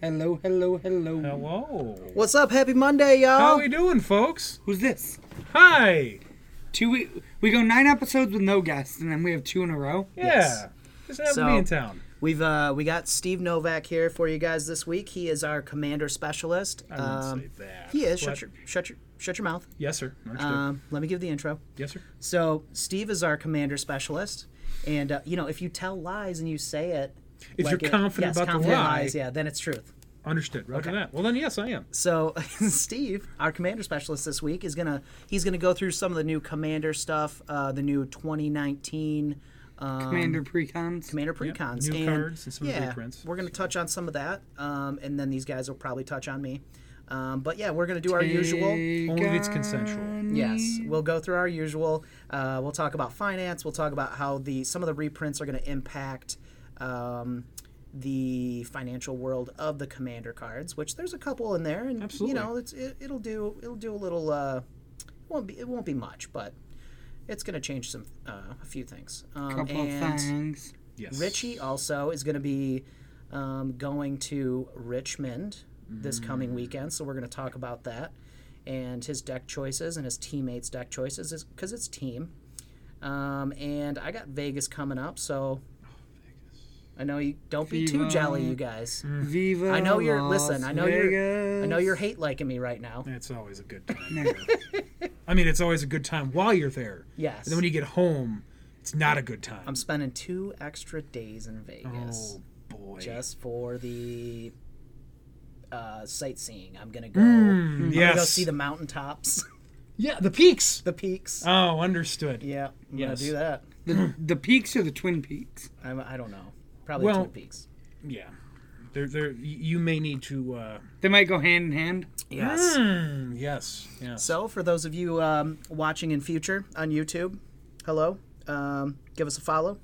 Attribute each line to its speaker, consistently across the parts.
Speaker 1: Hello, hello, hello.
Speaker 2: Hello.
Speaker 3: What's up? Happy Monday, y'all.
Speaker 2: How we doing, folks?
Speaker 1: Who's this?
Speaker 2: Hi.
Speaker 1: Two we we go nine episodes with no guests, and then we have two in a row.
Speaker 2: Yeah.
Speaker 3: Yes.
Speaker 2: Just happened to
Speaker 3: So-
Speaker 2: be in town.
Speaker 3: We've uh, we got Steve Novak here for you guys this week. He is our commander specialist.
Speaker 2: I wouldn't
Speaker 3: Um,
Speaker 2: say that.
Speaker 3: he is.
Speaker 2: but-
Speaker 3: Shut your shut your shut your mouth.
Speaker 2: Yes, sir. Aren't you?
Speaker 3: Um, let me give the intro.
Speaker 2: yes, sir.
Speaker 3: So Steve is our commander specialist, and uh, you know if you tell lies and you say it,
Speaker 2: If you're
Speaker 3: it-
Speaker 2: confident
Speaker 3: yes,
Speaker 2: about the
Speaker 3: confident
Speaker 2: lie.
Speaker 3: lies, yeah, then it's truth.
Speaker 2: Understood. Roger that. Well, then, yes, I am.
Speaker 3: So Steve, our commander specialist this week, is gonna he's gonna go through some of the new commander stuff, uh, the new 2019 um,
Speaker 1: Commander Precons.
Speaker 3: commander precons,
Speaker 2: new
Speaker 3: and,
Speaker 2: cards and some of the
Speaker 3: yeah,
Speaker 2: reprints.
Speaker 3: We're gonna touch on some of that, um, and then these guys will probably touch on me. Um, but yeah, we're gonna do our usual.
Speaker 2: Only if it's consensual.
Speaker 3: Yes, we'll go through our usual. Uh, we'll talk about finance. We'll talk about how the some of the reprints are gonna impact. Um, the financial world of the commander cards, which there's a couple in there, and
Speaker 2: Absolutely.
Speaker 3: you know it's it, it'll do it'll do a little uh, it won't be it won't be much, but it's gonna change some uh, a few things. Um,
Speaker 1: Couple
Speaker 3: and
Speaker 1: of things.
Speaker 2: Yes.
Speaker 3: Richie also is going to be um, going to Richmond this
Speaker 2: Mm.
Speaker 3: coming weekend, so we're going to talk about that and his deck choices and his teammates' deck choices because it's team. Um, and I got Vegas coming up,
Speaker 2: Oh,
Speaker 3: so I know you don't be too
Speaker 1: Viva.
Speaker 3: jelly, you guys.
Speaker 2: Mm.
Speaker 1: Viva.
Speaker 3: I know you're
Speaker 1: Las
Speaker 3: listen. I know you're. I know
Speaker 1: Vegas.
Speaker 3: you're hate liking me right now.
Speaker 2: It's always a good time. I mean, it's always a good time while you're there.
Speaker 3: Yes,
Speaker 2: And then when you get home, it's not a good time.
Speaker 3: I'm spending two extra days in Vegas.
Speaker 2: Oh, boy.
Speaker 3: just for the uh, sightseeing. I'm gonna go. I'm gonna go
Speaker 2: Mm, yes.
Speaker 3: see the mountaintops,
Speaker 2: yeah, the peaks.
Speaker 3: the peaks.
Speaker 2: Oh, understood.
Speaker 3: yeah, I'm
Speaker 2: Yes.
Speaker 3: gonna do that.
Speaker 1: the, the peaks or the Twin Peaks.
Speaker 3: I'm, I don't know. Probably
Speaker 2: Well-
Speaker 3: Twin Peaks.
Speaker 2: Yeah. There, there. y- You may need to. Uh,
Speaker 1: They might go hand in hand.
Speaker 3: Yes.
Speaker 2: mm, yes. Yes.
Speaker 3: So for those of you um, watching in future on YouTube, hello, um, give us a follow.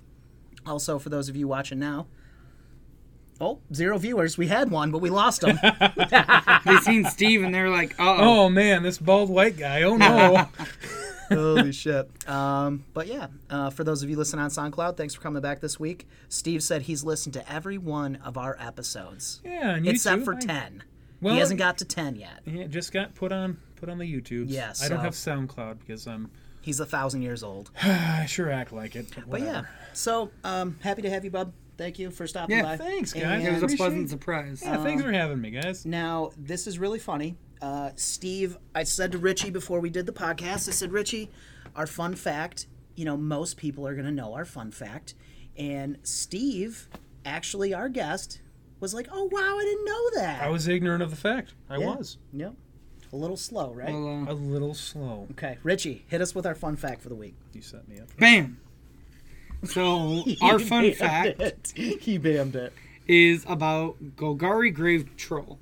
Speaker 3: Also for those of you watching now. Oh, zero viewers. We had one, but we lost them.
Speaker 1: They seen Steve and they're like, oh,
Speaker 2: Oh man, this bald white guy. Oh no.
Speaker 3: Holy shit. Um, but yeah, uh, for those of you listening on SoundCloud, thanks for coming back this week. Steve said he's listened to every one of our episodes
Speaker 2: yeah. And
Speaker 3: except
Speaker 2: YouTube,
Speaker 3: for
Speaker 2: I-
Speaker 3: 10.
Speaker 2: Well,
Speaker 3: he hasn't got to 10 yet.
Speaker 2: Yeah, it just got put on put on the YouTube.
Speaker 3: Yeah,
Speaker 2: I
Speaker 3: so-
Speaker 2: don't have SoundCloud because I'm.
Speaker 3: He's a thousand years old.
Speaker 2: I sure act like it. But,
Speaker 3: But yeah,
Speaker 2: whatever.
Speaker 3: so um, happy to have you, bub. Thank you for stopping
Speaker 1: Yeah,
Speaker 3: by.
Speaker 2: thanks, guys.
Speaker 3: And
Speaker 1: it was a
Speaker 2: appreciate-
Speaker 1: pleasant surprise.
Speaker 2: Yeah,
Speaker 3: Um,
Speaker 2: thanks for having me, guys.
Speaker 3: Now, this is really funny. Uh, Steve, I said to Richie before we did the podcast, I said, Richie, our fun fact, you know, most people are going to know our fun fact. And Steve, actually, our guest, was like, oh, wow, I didn't know that.
Speaker 2: I was ignorant of the fact. I
Speaker 3: Yeah.
Speaker 2: was
Speaker 3: Yep. A little slow, right?
Speaker 1: Well, uh,
Speaker 2: a little slow.
Speaker 3: okay. Richie, hit us with our fun fact for the week.
Speaker 2: You set me up.
Speaker 1: bam. So our fun fact
Speaker 3: he bammed it.
Speaker 1: is about Golgari Grave Troll.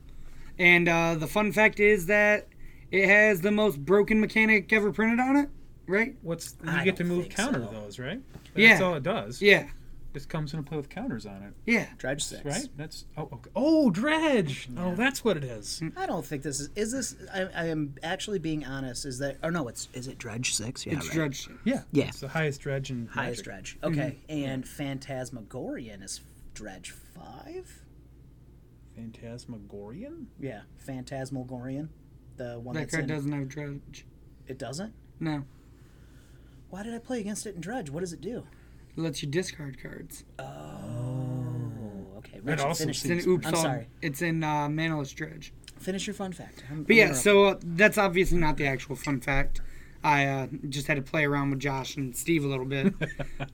Speaker 1: And uh, the fun fact is that it has the most broken mechanic ever printed on it, right?
Speaker 2: What's you
Speaker 3: I
Speaker 2: get to
Speaker 3: don't
Speaker 2: move
Speaker 3: think
Speaker 2: counter
Speaker 3: so.
Speaker 2: those, right? That's
Speaker 1: Yeah.
Speaker 2: all it does.
Speaker 1: Yeah,
Speaker 2: Just comes into play with counters on it,
Speaker 1: yeah.
Speaker 3: Dredge six.
Speaker 2: right? That's oh okay. oh dredge. Oh, that's what it is.
Speaker 1: Mm.
Speaker 3: I don't think this is. Is this? I, I am actually being honest. Is that? Or no? It's. Is it dredge six? Yeah.
Speaker 1: It's
Speaker 3: right.
Speaker 1: dredge shit.
Speaker 2: Yeah.
Speaker 3: Yeah.
Speaker 2: It's the highest dredge in
Speaker 3: Highest dredge.
Speaker 2: Magic.
Speaker 3: Okay. And Phantasmagorian is dredge five?
Speaker 2: Phantasmagorian.
Speaker 3: Yeah. Phantasmagorian. The one
Speaker 1: That
Speaker 3: that's
Speaker 1: card
Speaker 3: in,
Speaker 1: doesn't have dredge.
Speaker 3: it doesn't?
Speaker 1: No,
Speaker 3: Why did I play against it in dredge? What does it do?
Speaker 1: it lets you discard cards.
Speaker 3: Oh, okay. Richard,
Speaker 2: also
Speaker 3: finish,
Speaker 1: It's in
Speaker 2: seems-
Speaker 1: oops.
Speaker 3: I'm
Speaker 1: all-
Speaker 3: sorry.
Speaker 1: It's in uh, manaless dredge.
Speaker 3: finish your fun fact. I'm-
Speaker 1: But
Speaker 3: I'm
Speaker 1: yeah,
Speaker 3: interrupting.
Speaker 1: so uh, that's obviously not the actual fun fact. I uh, just had to play around with Josh and Steve a little bit.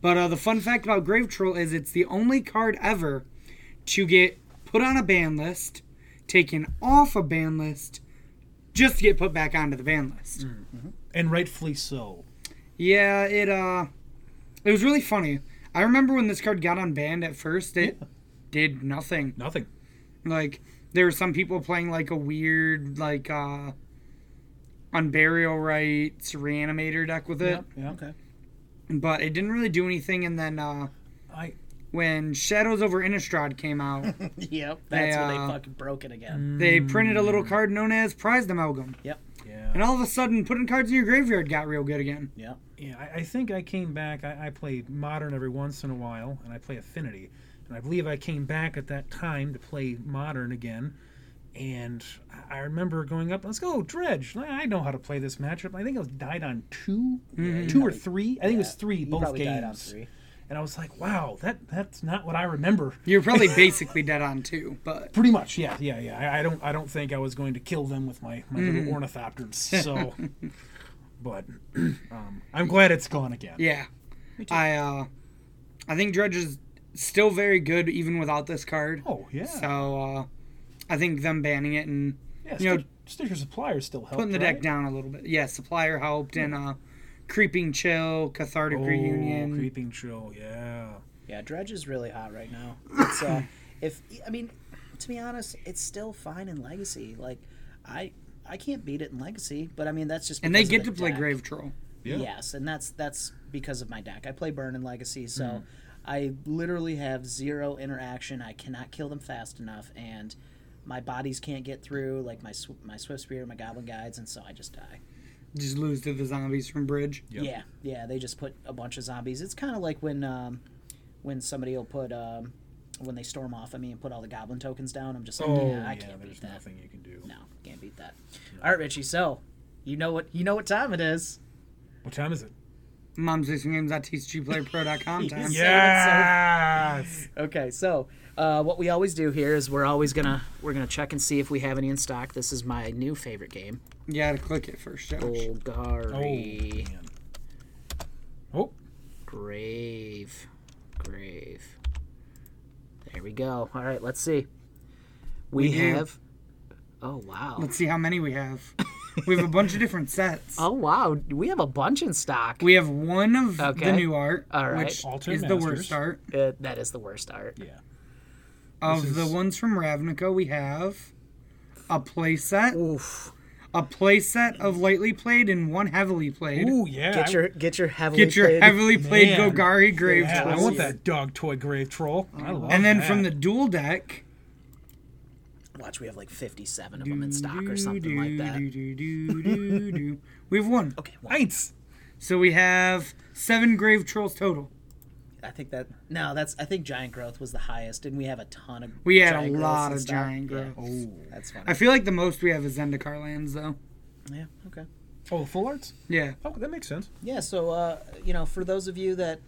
Speaker 1: but uh, the fun fact about Grave Troll is it's the only card ever to get put on a ban list, taken off a ban list, just to get put back onto the ban list.
Speaker 2: And rightfully so.
Speaker 1: Yeah, it uh, it was really funny. I remember when this card got unbanned at first, it did nothing.
Speaker 2: Nothing.
Speaker 1: Like there were some people playing like a weird like uh unburial rites reanimator deck with it.
Speaker 2: Yeah.
Speaker 3: Okay.
Speaker 1: But it didn't really do anything and then uh
Speaker 2: I
Speaker 1: when Shadows over Innistrad came out,
Speaker 3: Yep. That's when
Speaker 1: uh,
Speaker 3: they fucking broke it again.
Speaker 1: they printed a little card known as Prized Amalgam.
Speaker 3: Yep.
Speaker 2: yeah.
Speaker 1: And all of a sudden putting cards in your graveyard got real good again.
Speaker 3: Yep.
Speaker 2: Yeah, I, I think I came back. I, I play modern every once in a while, and I play Affinity. And I believe I came back at that time to play Modern again. And I- I remember going up, let's go, Dredge. I I know how to play this matchup. I think I was died on 2 two or three. I think it was three,
Speaker 3: You
Speaker 2: both
Speaker 3: probably
Speaker 2: games.
Speaker 3: died on three.
Speaker 2: And I was like, wow, that that's not what I remember.
Speaker 1: You're probably basically dead on too, but
Speaker 2: Pretty much, yeah, yeah, yeah. I, I don't, I don't think I was going to kill them with my, my little ornithopters. So, but um, I'm glad it's gone again.
Speaker 1: yeah. I uh I think Dredge is still very good even without this card.
Speaker 2: Oh yeah.
Speaker 1: So uh I think them banning it and
Speaker 2: yeah
Speaker 1: you know-
Speaker 2: Stitch- Stitcher Supplier still helped.
Speaker 1: putting the
Speaker 2: right?
Speaker 1: deck down a little bit. Yeah, supplier helped and uh creeping chill, cathartic
Speaker 2: Oh,
Speaker 1: reunion.
Speaker 2: Creeping Chill, yeah.
Speaker 3: Yeah, Dredge is really hot right now. It's, uh, if I mean, to be honest, it's still fine in Legacy. Like, I I can't beat it in Legacy, but I mean that's just
Speaker 1: and they
Speaker 3: because of
Speaker 1: get to
Speaker 3: the
Speaker 1: play
Speaker 3: deck.
Speaker 1: Grave Troll.
Speaker 2: Yeah.
Speaker 3: Yes, and that's that's because of my deck. I play Burn in Legacy, so
Speaker 1: Mm-hmm.
Speaker 3: I literally have zero interaction. I cannot kill them fast enough, and my bodies can't get through, like my sw- my Swift Spear, my Goblin Guides, and so I just die.
Speaker 1: Just lose to the zombies from Bridge.
Speaker 2: Yep.
Speaker 3: Yeah, yeah. They just put a bunch of zombies. It's kind of like when um, when somebody will put um, when they storm off. I mean, and put all the goblin tokens down. I'm just like,
Speaker 2: Oh,
Speaker 3: yeah, I
Speaker 2: yeah,
Speaker 3: can't
Speaker 2: there's
Speaker 3: beat that.
Speaker 2: nothing you can do.
Speaker 3: No, can't beat that. All right, Richie. So you know what you know what time it is.
Speaker 2: What time is it?
Speaker 1: Mom's Racing Games. I teach GPlayPro.com
Speaker 3: Yes.
Speaker 1: time.
Speaker 2: Yes.
Speaker 3: Okay, so uh, what we always do here is we're always gonna we're gonna check and see if we have any in stock. This is my new favorite game,
Speaker 1: You gotta click it first, Josh.
Speaker 2: Oh,
Speaker 3: Golgari.
Speaker 2: man. Oh,
Speaker 3: Grave. Grave. There we go. All right, let's see. We,
Speaker 1: do.
Speaker 3: have. Oh, wow.
Speaker 1: Let's see how many we have. We have a bunch of different sets.
Speaker 3: Oh, wow. We have a bunch in stock.
Speaker 1: We have one of
Speaker 3: Okay.
Speaker 1: the new art,
Speaker 3: All right.
Speaker 1: which
Speaker 2: Alter
Speaker 1: is the worst
Speaker 2: Masters.
Speaker 1: art.
Speaker 3: Uh, that is the worst art.
Speaker 2: yeah.
Speaker 1: Of
Speaker 2: This
Speaker 1: the
Speaker 2: is-
Speaker 1: ones from Ravnica, we have a playset,
Speaker 3: Oof.
Speaker 1: a playset of lightly played and one heavily played.
Speaker 2: Ooh, yeah.
Speaker 4: Get
Speaker 2: I-
Speaker 4: your get your heavily
Speaker 1: Get your
Speaker 4: played-
Speaker 1: heavily played
Speaker 2: Man.
Speaker 1: Golgari Grave
Speaker 2: yeah, I
Speaker 1: Troll.
Speaker 2: want that dog toy grave troll. I love
Speaker 1: And then
Speaker 2: that.
Speaker 1: from the dual deck,
Speaker 3: Watch, we have like 57 of them in stock or something like
Speaker 1: do,
Speaker 3: that.
Speaker 1: do, do, do, do, do. we have one.
Speaker 3: Okay, well,
Speaker 2: Eins.
Speaker 1: So we have seven Grave Trolls total.
Speaker 3: I think that. No, that's. I think Giant Growth was the highest, and we have a ton of.
Speaker 1: We had
Speaker 3: Giant
Speaker 1: a
Speaker 3: Growths
Speaker 1: lot
Speaker 3: in
Speaker 1: of
Speaker 3: stock.
Speaker 1: giant
Speaker 3: Yeah,
Speaker 1: growth.
Speaker 2: Oh.
Speaker 3: that's funny.
Speaker 1: I feel like the most we have is Zendikar lands, though.
Speaker 3: yeah, okay.
Speaker 2: Oh, the full arts?
Speaker 1: Yeah.
Speaker 2: Oh, that makes sense.
Speaker 3: Yeah, so uh, you know, for those of you that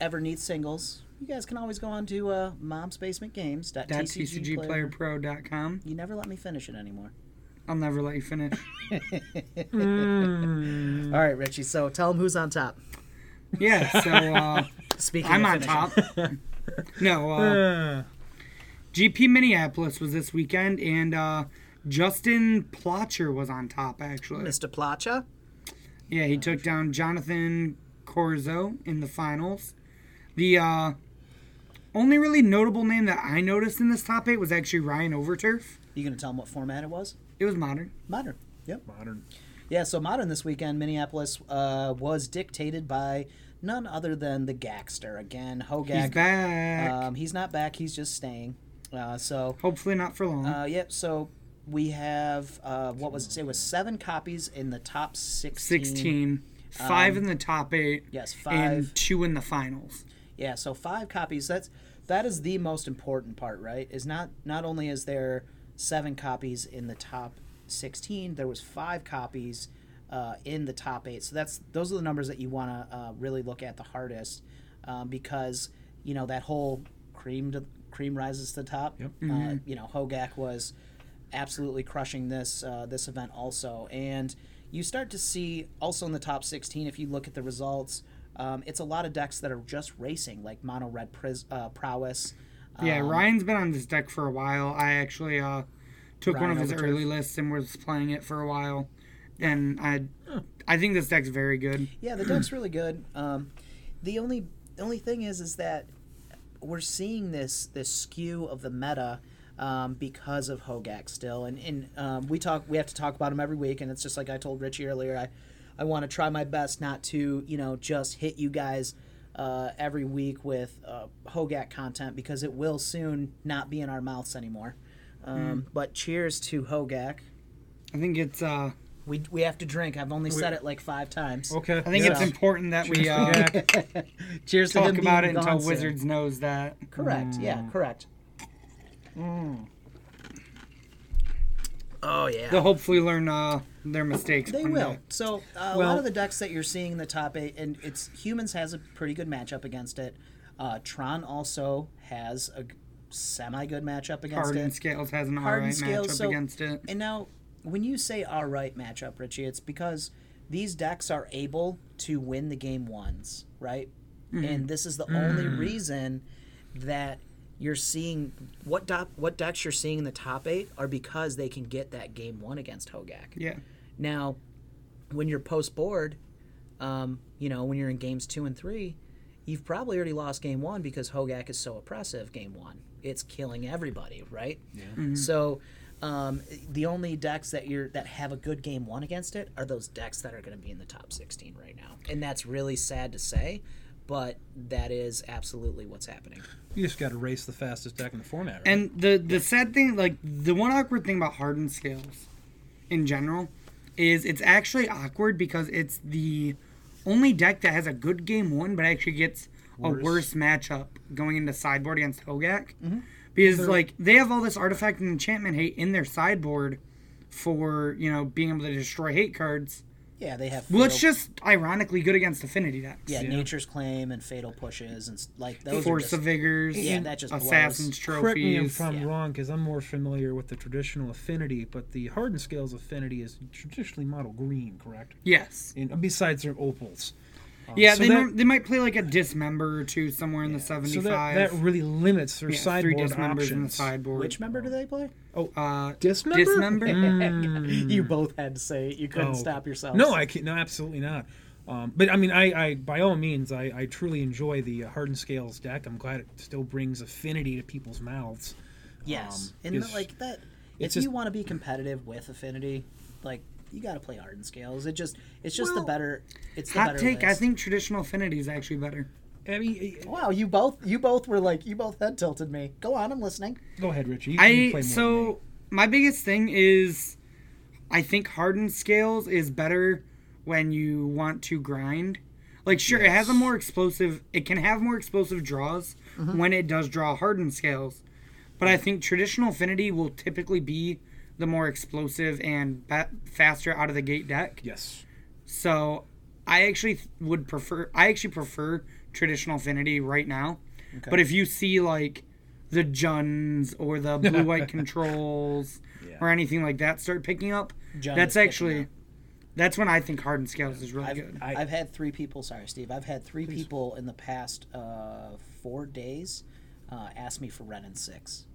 Speaker 3: ever need singles, you guys can always go on to uh, Mom's Basement Games.
Speaker 1: That's TCGPlayerPro.com.
Speaker 3: You never let me finish it anymore.
Speaker 1: I'll never let you finish. Hmm.
Speaker 3: All right, Richie. So tell them who's on top.
Speaker 1: Yeah, so uh,
Speaker 3: Speaking,
Speaker 1: I'm
Speaker 3: of
Speaker 1: on
Speaker 3: finishing-
Speaker 1: top. No, uh,
Speaker 2: Uh,
Speaker 1: GP Minneapolis was this weekend, and uh, Justin Plotcher was on top, actually.
Speaker 3: Mr. Placha.
Speaker 1: Yeah, he took down Jonathan Corzo in the finals. The uh, only really notable name that I noticed in this top eight was actually Ryan Overturf.
Speaker 3: You gonna tell them what format it was?
Speaker 1: It was modern.
Speaker 3: Modern. Yep.
Speaker 2: modern.
Speaker 3: Yeah. So modern this weekend, Minneapolis uh, was dictated by none other than the Gaxter again. Hogak.
Speaker 1: He's back.
Speaker 3: Um, he's not back. He's just staying. Uh, so
Speaker 1: Hopefully not for long.
Speaker 3: Uh, yep. So we have uh, what was it? It was seven copies in the top sixteen.
Speaker 1: 16 five in the top eight
Speaker 3: Yes,
Speaker 1: and
Speaker 3: five.
Speaker 1: two in the finals
Speaker 3: Yeah. So five copies. That's that is the most important part, right? Is not not only is there seven copies in the top sixteen, there was five copies uh, in the top eight. So that's those are the numbers that you want to uh, really look at the hardest, um, because you know that whole cream to, cream rises to the top. Yep. Uh, you know, Hogak was absolutely crushing this uh, this event also. And you start to see also in the top 16 if you look at the results, um, it's a lot of decks that are just racing like mono red pris- uh, prowess.
Speaker 1: yeah
Speaker 3: Um,
Speaker 1: ryan's been on this deck for a while i actually uh took one
Speaker 3: Ryan
Speaker 1: of his
Speaker 3: Overturf.
Speaker 1: early lists and was playing it for a while and i i think this deck's very good
Speaker 3: Yeah, the deck's really good. Um, the only only thing is is that we're seeing this this skew of the meta um, because of Hogak still, and and um, we talk we have to talk about him every week, and it's just like I told Richie earlier. I I want to try my best not to you know just hit you guys. Uh, every week with uh, Hogak content because it will soon not be in
Speaker 1: Hmm.
Speaker 3: our mouths anymore. Um, But cheers to Hogak.
Speaker 1: i think it's uh
Speaker 3: We, we have to drink. I've only said it like five times.
Speaker 2: Okay.
Speaker 1: I think it's
Speaker 2: yes.
Speaker 1: important that we uh,
Speaker 2: Yeah.
Speaker 3: Cheers to
Speaker 1: talk
Speaker 3: him
Speaker 1: about it
Speaker 3: being
Speaker 1: until
Speaker 3: gone soon.
Speaker 1: Wizards knows that.
Speaker 3: Correct. Yeah.
Speaker 4: Mm.
Speaker 3: Correct.
Speaker 4: Oh yeah.
Speaker 1: They'll hopefully learn uh, their mistakes.
Speaker 3: They
Speaker 1: one
Speaker 3: will.
Speaker 1: day.
Speaker 3: So uh, a
Speaker 2: Well-
Speaker 3: lot of the decks that you're seeing in the top eight, and it's humans has a pretty good matchup against it. Uh, Tron also has a semi good matchup against
Speaker 1: Harden
Speaker 3: it.
Speaker 1: Scales has an
Speaker 3: Harden
Speaker 1: alright matchup
Speaker 3: Scales, so-
Speaker 1: against it.
Speaker 3: And now, when you say our right matchup, Richie, it's because these decks are able to win the game ones, right?
Speaker 1: Mm-hmm.
Speaker 3: And this is the only
Speaker 1: Mm.
Speaker 3: reason that
Speaker 4: you're seeing what dop, what decks you're seeing in the top eight are because they can get that game one against Hogak.
Speaker 1: Yeah.
Speaker 4: Now, when you're post board, um, you know when you're in games two and three, you've probably already lost game one because Hogak is so oppressive. Game one, it's killing everybody, right? Yeah.
Speaker 3: Mm-hmm.
Speaker 4: So. Um, the only decks that you're that have a good game one against it are those decks that are going to be in the top 16 right now, and that's really sad to say, but that is absolutely what's happening.
Speaker 2: You just got to race the fastest deck in the format. Right?
Speaker 1: And the the sad thing, like the one awkward thing about Harden Scales, in general, is it's actually awkward because it's the only deck that has a good game one, but actually gets a worse matchup going into sideboard against Hogak,
Speaker 3: Mm-hmm.
Speaker 1: because like they have all this artifact and enchantment hate in their sideboard for you know being able to destroy hate cards.
Speaker 3: yeah they have
Speaker 1: Well, it's
Speaker 3: fatal-
Speaker 1: just ironically good against affinity decks.
Speaker 3: yeah, nature's claim and fatal pushes and s- like those are
Speaker 1: Force
Speaker 3: just,
Speaker 1: of Vigors,
Speaker 3: Yeah, that just blows.
Speaker 1: Assassin's
Speaker 2: Correct me if
Speaker 1: Trophies.
Speaker 2: I'm
Speaker 3: yeah.
Speaker 2: wrong, because I'm more familiar with the traditional affinity, but the hardened scales affinity is traditionally model green, correct?
Speaker 1: Yes.
Speaker 2: And besides their opals,
Speaker 1: Yeah,
Speaker 2: So
Speaker 1: they,
Speaker 2: that-
Speaker 1: norm- they might play like a dismember or two somewhere in the 75.
Speaker 2: so that, that really limits their
Speaker 1: yeah, three
Speaker 2: sideboard
Speaker 1: dismembers in the
Speaker 2: options.
Speaker 1: sideboard.
Speaker 3: which member do they play?
Speaker 1: uh,
Speaker 2: Dismember? Mm.
Speaker 1: dismember?
Speaker 3: you both had to say it. You couldn't
Speaker 2: Hmm. Oh.
Speaker 3: stop Um, yourself.
Speaker 2: No, I can't. No, absolutely not. Um, but I mean, I, I by all means, I, I truly enjoy the uh, hardened scales deck. I'm glad it still brings affinity to people's mouths.
Speaker 3: Yes,
Speaker 2: um,
Speaker 3: and
Speaker 2: is-
Speaker 3: like that. If
Speaker 2: it's just-
Speaker 3: you want to be competitive with Affinity, like you got to play Hardened Scales. It just it's just
Speaker 2: Well,
Speaker 3: the better. It's the
Speaker 1: Hot
Speaker 3: better
Speaker 1: take, I
Speaker 3: list.
Speaker 1: think traditional affinity is actually better.
Speaker 2: I mean, eh,
Speaker 3: Wow, you both you both were like you both head tilted me. Go on, I'm listening.
Speaker 2: go ahead, Richie. You, you
Speaker 1: I
Speaker 2: play more than me.
Speaker 1: So, my biggest thing is I think hardened scales is better when you want to grind. Like, sure, it has a more explosive, it can have more explosive draws
Speaker 2: Mm-hmm.
Speaker 1: when it does draw hardened scales. But I think traditional affinity will typically be the more explosive and ba- faster out of the gate deck.
Speaker 2: yes,
Speaker 1: So I actually th- would prefer I actually prefer traditional affinity right now. But if you see like the Juns or the blue white controls
Speaker 2: Yeah.
Speaker 1: or anything like that start picking up,
Speaker 3: Jun is
Speaker 1: that's
Speaker 3: picking
Speaker 1: actually
Speaker 3: up.
Speaker 1: that's when I think hardened scales is really
Speaker 3: I've,
Speaker 1: good.
Speaker 2: I-
Speaker 3: I've had three people. Sorry, Steve. I've had three people in the past uh, four days uh, ask me for Renin Six.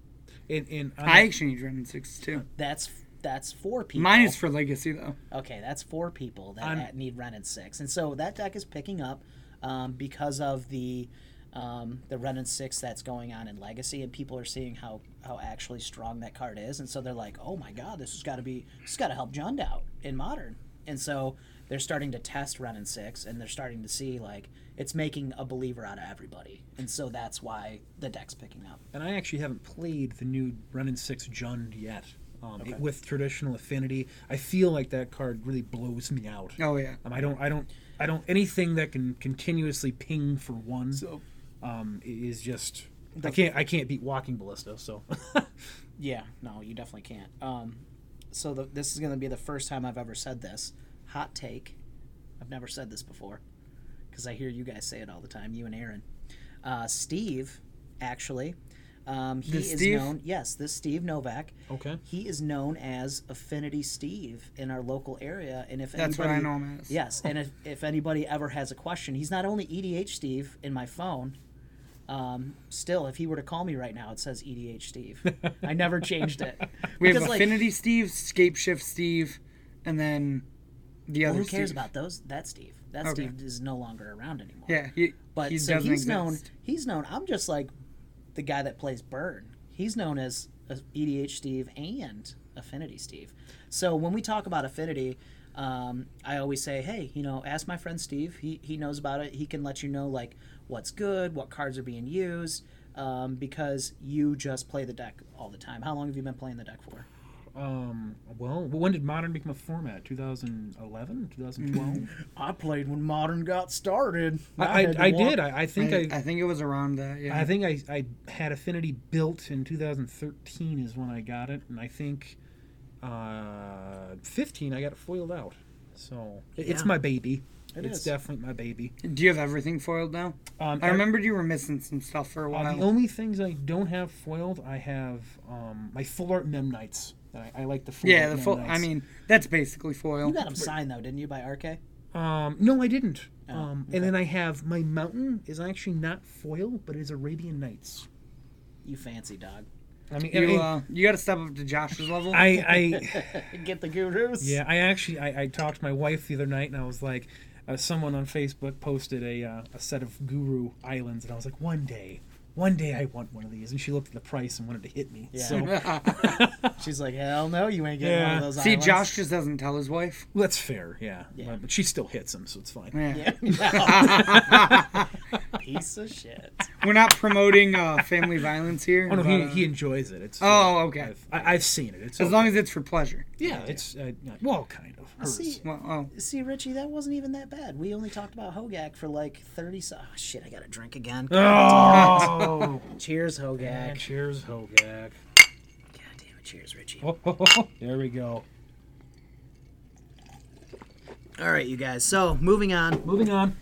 Speaker 2: and, and on
Speaker 1: I
Speaker 2: that-
Speaker 1: actually need Renin six too.
Speaker 3: That's that's four people.
Speaker 1: Mine is for legacy though.
Speaker 3: Okay, that's four people that that need Renin six, and so that deck is picking up um, because of the um, the Renin six that's going on in Legacy, and people are seeing how how actually strong that card is, and so they're like, oh my god, this has got to be this has got to help Jund out in Modern, and so they're starting to test Renin six, and they're starting to see like it's making a believer out of everybody, and so that's why the deck's picking up.
Speaker 2: and I actually haven't played the new Run and Six Jund yet. Um, it- with traditional affinity, I feel like that card really blows me out.
Speaker 1: Oh yeah.
Speaker 2: Um, I don't, I don't, I don't. Anything that can continuously ping for one um, i- is just. I can't, I can't beat Walking Ballista. So
Speaker 3: Yeah, no, you definitely can't. Um, so the, this is going to be the first time I've ever said this. Hot take. I've never said this before because I hear you guys say it all the time, you and Aaron. Uh, Steve, actually, um, he
Speaker 1: This
Speaker 3: is
Speaker 1: Steve?
Speaker 3: known. Yes, this Steve Novak.
Speaker 2: okay,
Speaker 3: He is known as Affinity Steve in our local area, and if
Speaker 1: That's what
Speaker 3: anybody,
Speaker 1: I know him as.
Speaker 3: Yes, and if, if anybody ever has a question, he's not only EDH Steve in my phone. Um, still, if he were to call me right now, it says EDH Steve. I never changed it.
Speaker 1: We have
Speaker 3: Because, like,
Speaker 1: Affinity Steve, Scape Shift Steve, and then the other
Speaker 3: who cares
Speaker 1: Steve.
Speaker 3: about those? That Steve. That
Speaker 1: Okay.
Speaker 3: Steve is no longer around anymore.
Speaker 1: Yeah, he,
Speaker 3: But
Speaker 1: he
Speaker 3: so
Speaker 1: doesn't
Speaker 3: he's
Speaker 1: exist.
Speaker 3: known. He's known. I'm just like the guy that plays Burn. He's known as as EDH Steve and Affinity Steve. So when we talk about Affinity, um, I always say, hey, you know, ask my friend Steve. He he knows about it. He can let you know like what's good, what cards are being used, um, because you just play the deck all the time. How long have you been playing the deck for?
Speaker 2: Um, well, when did modern become a format? 2011, 2012.
Speaker 3: I played when modern got started.
Speaker 2: I, I,
Speaker 3: had to
Speaker 2: I
Speaker 3: walk-
Speaker 2: did. I, I think I,
Speaker 1: I, I think it was around that. Yeah.
Speaker 2: I think I, I had Affinity built in 2013 is when I got it, and I think uh, 15 I got it foiled out. So it- it's
Speaker 4: Yeah.
Speaker 2: my baby.
Speaker 3: It
Speaker 2: it's
Speaker 3: is.
Speaker 2: definitely my baby.
Speaker 1: Do you have everything foiled now?
Speaker 2: Um,
Speaker 1: I remembered you were missing some stuff for a
Speaker 2: uh,
Speaker 1: while.
Speaker 2: the only things I don't have foiled, I have um, my full art mem nights. I, I like the full
Speaker 1: yeah,
Speaker 2: art
Speaker 1: the
Speaker 2: mem
Speaker 1: foil. I
Speaker 2: nights.
Speaker 1: mean, that's basically foil.
Speaker 3: You got him signed though, didn't you, by RK?
Speaker 2: Um, no, I didn't.
Speaker 3: Oh,
Speaker 2: um,
Speaker 3: okay.
Speaker 2: And then I have my mountain is actually not foil, but it is Arabian Nights.
Speaker 3: You fancy dog.
Speaker 2: I mean,
Speaker 1: You,
Speaker 2: I,
Speaker 1: uh, you got to step up to Josh's level.
Speaker 2: I, I
Speaker 3: Get the gurus.
Speaker 2: yeah, I actually I, I talked to my wife the other night, and I was like, uh, someone on Facebook posted a uh, a set of Guru Islands, and I was like, one day, one day I want one of these. And she looked at the price and wanted to hit me.
Speaker 3: Yeah.
Speaker 2: So
Speaker 3: She's like, hell no, you ain't getting one
Speaker 2: Yeah.
Speaker 3: of those.
Speaker 1: See,
Speaker 3: islands.
Speaker 1: Josh just doesn't tell his wife.
Speaker 2: well, that's fair. Yeah.
Speaker 3: Yeah.
Speaker 2: But she still hits him, so it's fine.
Speaker 1: Yeah.
Speaker 3: Yeah, no. Piece of shit.
Speaker 1: We're not promoting uh, family violence here.
Speaker 2: Oh no,
Speaker 1: but,
Speaker 2: he,
Speaker 1: uh,
Speaker 2: he enjoys it. It's uh,
Speaker 1: Oh, okay.
Speaker 2: I've, I, I've seen it. It's
Speaker 1: as
Speaker 2: okay.
Speaker 1: long as it's for pleasure.
Speaker 2: yeah, it's uh, well, kind of. Hers.
Speaker 3: See,
Speaker 1: Well, oh,
Speaker 3: see, Richie, that wasn't even that bad. We only talked about Hogak for like thirty. So- oh shit, I gotta drink again.
Speaker 2: Oh,
Speaker 3: Cheers, Hogak.
Speaker 2: cheers,
Speaker 3: God
Speaker 2: Hogak.
Speaker 3: damn it, cheers, Richie.
Speaker 2: There we go.
Speaker 3: All right, you guys. So moving on.
Speaker 2: Moving on.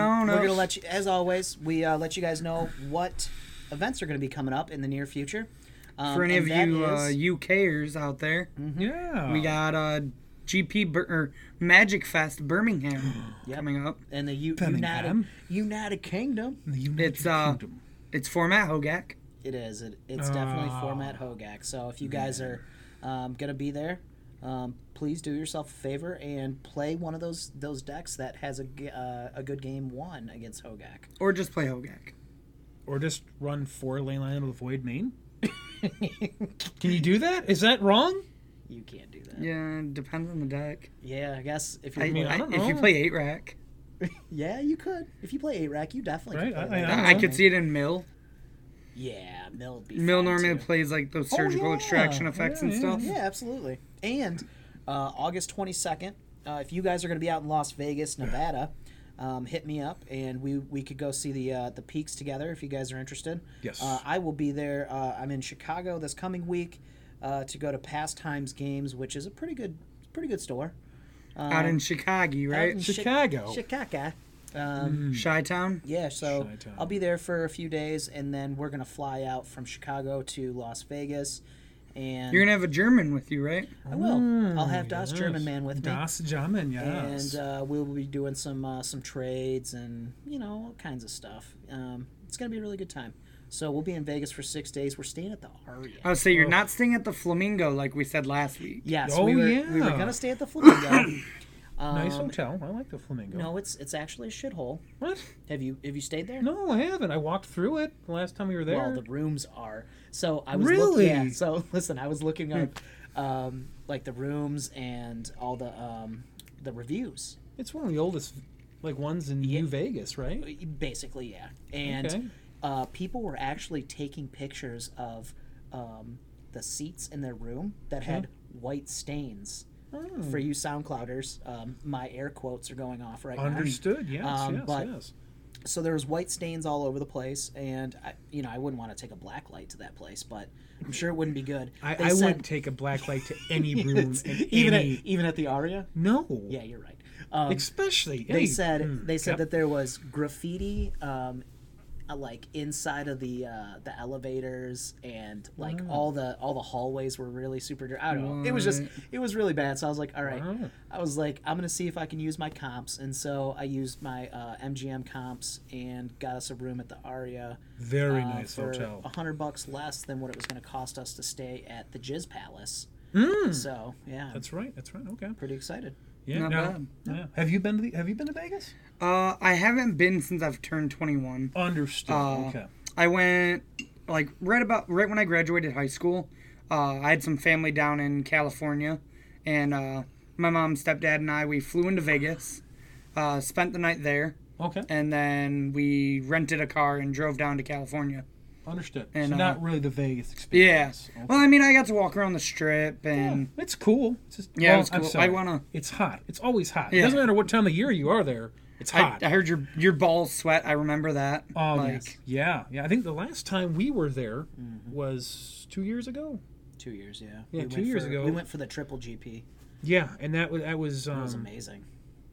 Speaker 3: Um,
Speaker 1: on.
Speaker 3: We're
Speaker 1: up.
Speaker 3: gonna let you, as always, we uh, let you guys know what events are gonna be coming up in the near future. Um,
Speaker 1: for any
Speaker 3: and
Speaker 1: of
Speaker 3: that
Speaker 1: you
Speaker 3: is-
Speaker 1: uh, UKers out there,
Speaker 2: Yeah.
Speaker 1: Mm-hmm. we got uh, GP Bur- or Magic Fest Birmingham
Speaker 3: Yep.
Speaker 1: coming up.
Speaker 3: and the U- United
Speaker 2: Birmingham.
Speaker 3: United Kingdom.
Speaker 2: the United
Speaker 1: It's, uh,
Speaker 2: Kingdom.
Speaker 1: It's format Hogak.
Speaker 3: It is. It, it's definitely
Speaker 2: Ah.
Speaker 3: format Hogak. So if you guys are um, gonna be there, um, please do yourself a favor and play one of those those decks that has a g- uh, a good game one against Hogak.
Speaker 1: Or just play Hogak.
Speaker 2: or just run four lane line into the void main. Can you do that? Is that wrong?
Speaker 3: You can't do that. Yeah,
Speaker 1: Yeah, depends on the deck.
Speaker 3: I guess if you're
Speaker 1: I,
Speaker 2: mean, I
Speaker 1: I-
Speaker 2: don't
Speaker 1: if you
Speaker 2: know.
Speaker 1: play eight rack,
Speaker 3: yeah, you could. If you play eight rack, you definitely could
Speaker 2: Right,
Speaker 3: play
Speaker 2: I-
Speaker 3: that.
Speaker 2: I-
Speaker 1: I, could see it in Mill.
Speaker 3: Yeah, Mill. would be
Speaker 1: Mill
Speaker 3: fun,
Speaker 1: normally
Speaker 3: too.
Speaker 1: plays like those surgical
Speaker 2: Oh, yeah.
Speaker 1: extraction effects
Speaker 2: Yeah,
Speaker 1: and
Speaker 2: yeah,
Speaker 1: stuff.
Speaker 3: Yeah, absolutely. And uh, August 22nd, uh, if you guys are going to be out in Las Vegas, Nevada, um, hit me up and we, we could go see the uh, the peaks together if you guys are interested.
Speaker 2: Yes.
Speaker 3: Uh, I will be there. Uh, I'm in Chicago this coming week uh, to go to Pastimes Games, which is a pretty good pretty good store. Um,
Speaker 1: Out in Chicago,
Speaker 3: out
Speaker 1: right?
Speaker 3: in Chi-
Speaker 2: Chicago.
Speaker 3: Chicago. Um,
Speaker 1: Chi Town.
Speaker 3: yeah, so
Speaker 2: Chi-town.
Speaker 3: I'll be there for a few days, and then we're gonna fly out from Chicago to Las Vegas, and
Speaker 1: You're gonna have a German with you, right?
Speaker 3: I will. I'll have Das German Man with me.
Speaker 2: Hmm, Das German, yes.
Speaker 3: And uh, we'll be doing some uh, some trades and you know all kinds of stuff. Um, it's gonna be a really good time. So we'll be in Vegas for six days. We're staying at the Aria.
Speaker 1: Oh, so you're not staying at the Flamingo like we said last week.
Speaker 3: yes,
Speaker 2: Oh,
Speaker 3: we were we were
Speaker 2: yeah.
Speaker 3: gonna stay at the Flamingo. um,
Speaker 2: nice hotel. I like the flamingo.
Speaker 3: No, it's it's actually a shithole.
Speaker 2: What?
Speaker 3: Have you have you stayed there?
Speaker 2: No, I haven't. I walked through it the last time we were there.
Speaker 3: Well, the rooms are. So I was
Speaker 2: Really? Hmm.
Speaker 3: Look, yeah. So listen, I was looking up um, like the rooms and all the um, the reviews.
Speaker 2: it's one of the oldest like ones in New Vegas, right?
Speaker 3: Basically, yeah. And
Speaker 2: Okay.
Speaker 3: uh, people were actually taking pictures of um, the seats in their room that had white stains. For you SoundClouders, um, my air quotes are going off right now.
Speaker 2: Understood. Yes,
Speaker 3: Um,
Speaker 2: yes,
Speaker 3: but-
Speaker 2: yes.
Speaker 3: so there was white stains all over the place and I, you know i wouldn't want to take a black light to that place but i'm sure it wouldn't be good
Speaker 2: I,
Speaker 3: They
Speaker 2: I
Speaker 3: said-
Speaker 2: wouldn't take a black light to any room. in
Speaker 3: even
Speaker 2: any,
Speaker 3: at, even at the aria
Speaker 2: no.
Speaker 3: yeah you're right um,
Speaker 2: Especially
Speaker 3: they said
Speaker 2: hmm,
Speaker 3: they said that there was graffiti um, uh, like inside of the uh, the elevators and like all the all the hallways were really super dirty. I don't know. It was just it was really bad. So I was like, all right.
Speaker 2: Wow.
Speaker 3: I was like, I'm gonna see if I can use my comps, and so I used my uh, MGM comps and got us a room at the Aria.
Speaker 2: very
Speaker 3: uh,
Speaker 2: nice
Speaker 3: for
Speaker 2: hotel.
Speaker 3: A hundred bucks less than what it was gonna cost us to stay at the Jizz Palace. So yeah, I'm
Speaker 2: Hmm. That's right. That's right. Okay.
Speaker 3: pretty excited.
Speaker 2: Yeah.
Speaker 1: Not
Speaker 2: now-
Speaker 1: bad.
Speaker 2: yeah. Have you been to the, Have you been to Vegas?
Speaker 1: Uh, I haven't been since I've turned 21.
Speaker 2: Understood.
Speaker 1: Uh,
Speaker 2: okay.
Speaker 1: I went like right about right when I graduated high school. Uh, I had some family down in California, and uh, my mom, stepdad, and I we flew into Vegas, uh, spent the night there,
Speaker 2: Okay.
Speaker 1: and then we rented a car and drove down to California.
Speaker 2: Understood.
Speaker 1: And,
Speaker 2: so
Speaker 1: uh,
Speaker 2: not really the Vegas
Speaker 1: Yeah.
Speaker 2: experience. Okay.
Speaker 1: Well, I mean, I got to walk around the strip and
Speaker 2: it's cool. It's just,
Speaker 1: Yeah,
Speaker 2: well,
Speaker 1: it's
Speaker 2: I'm
Speaker 1: cool. I
Speaker 2: sorry.
Speaker 1: wanna-
Speaker 2: It's hot. It's always hot. It
Speaker 1: Yeah.
Speaker 2: doesn't matter what time of year you are there. It's
Speaker 1: I,
Speaker 2: hot.
Speaker 1: I heard your your balls sweat. I remember that.
Speaker 2: Oh
Speaker 1: Like,
Speaker 2: yes. Yeah, yeah. I think the last time we were there was two years ago.
Speaker 3: Two years, yeah.
Speaker 2: Yeah,
Speaker 3: We
Speaker 2: two
Speaker 3: went
Speaker 2: years
Speaker 3: for-
Speaker 2: ago.
Speaker 3: We went for the triple GP.
Speaker 2: Yeah, and that was that was um,
Speaker 3: That
Speaker 1: Mm.
Speaker 3: was amazing.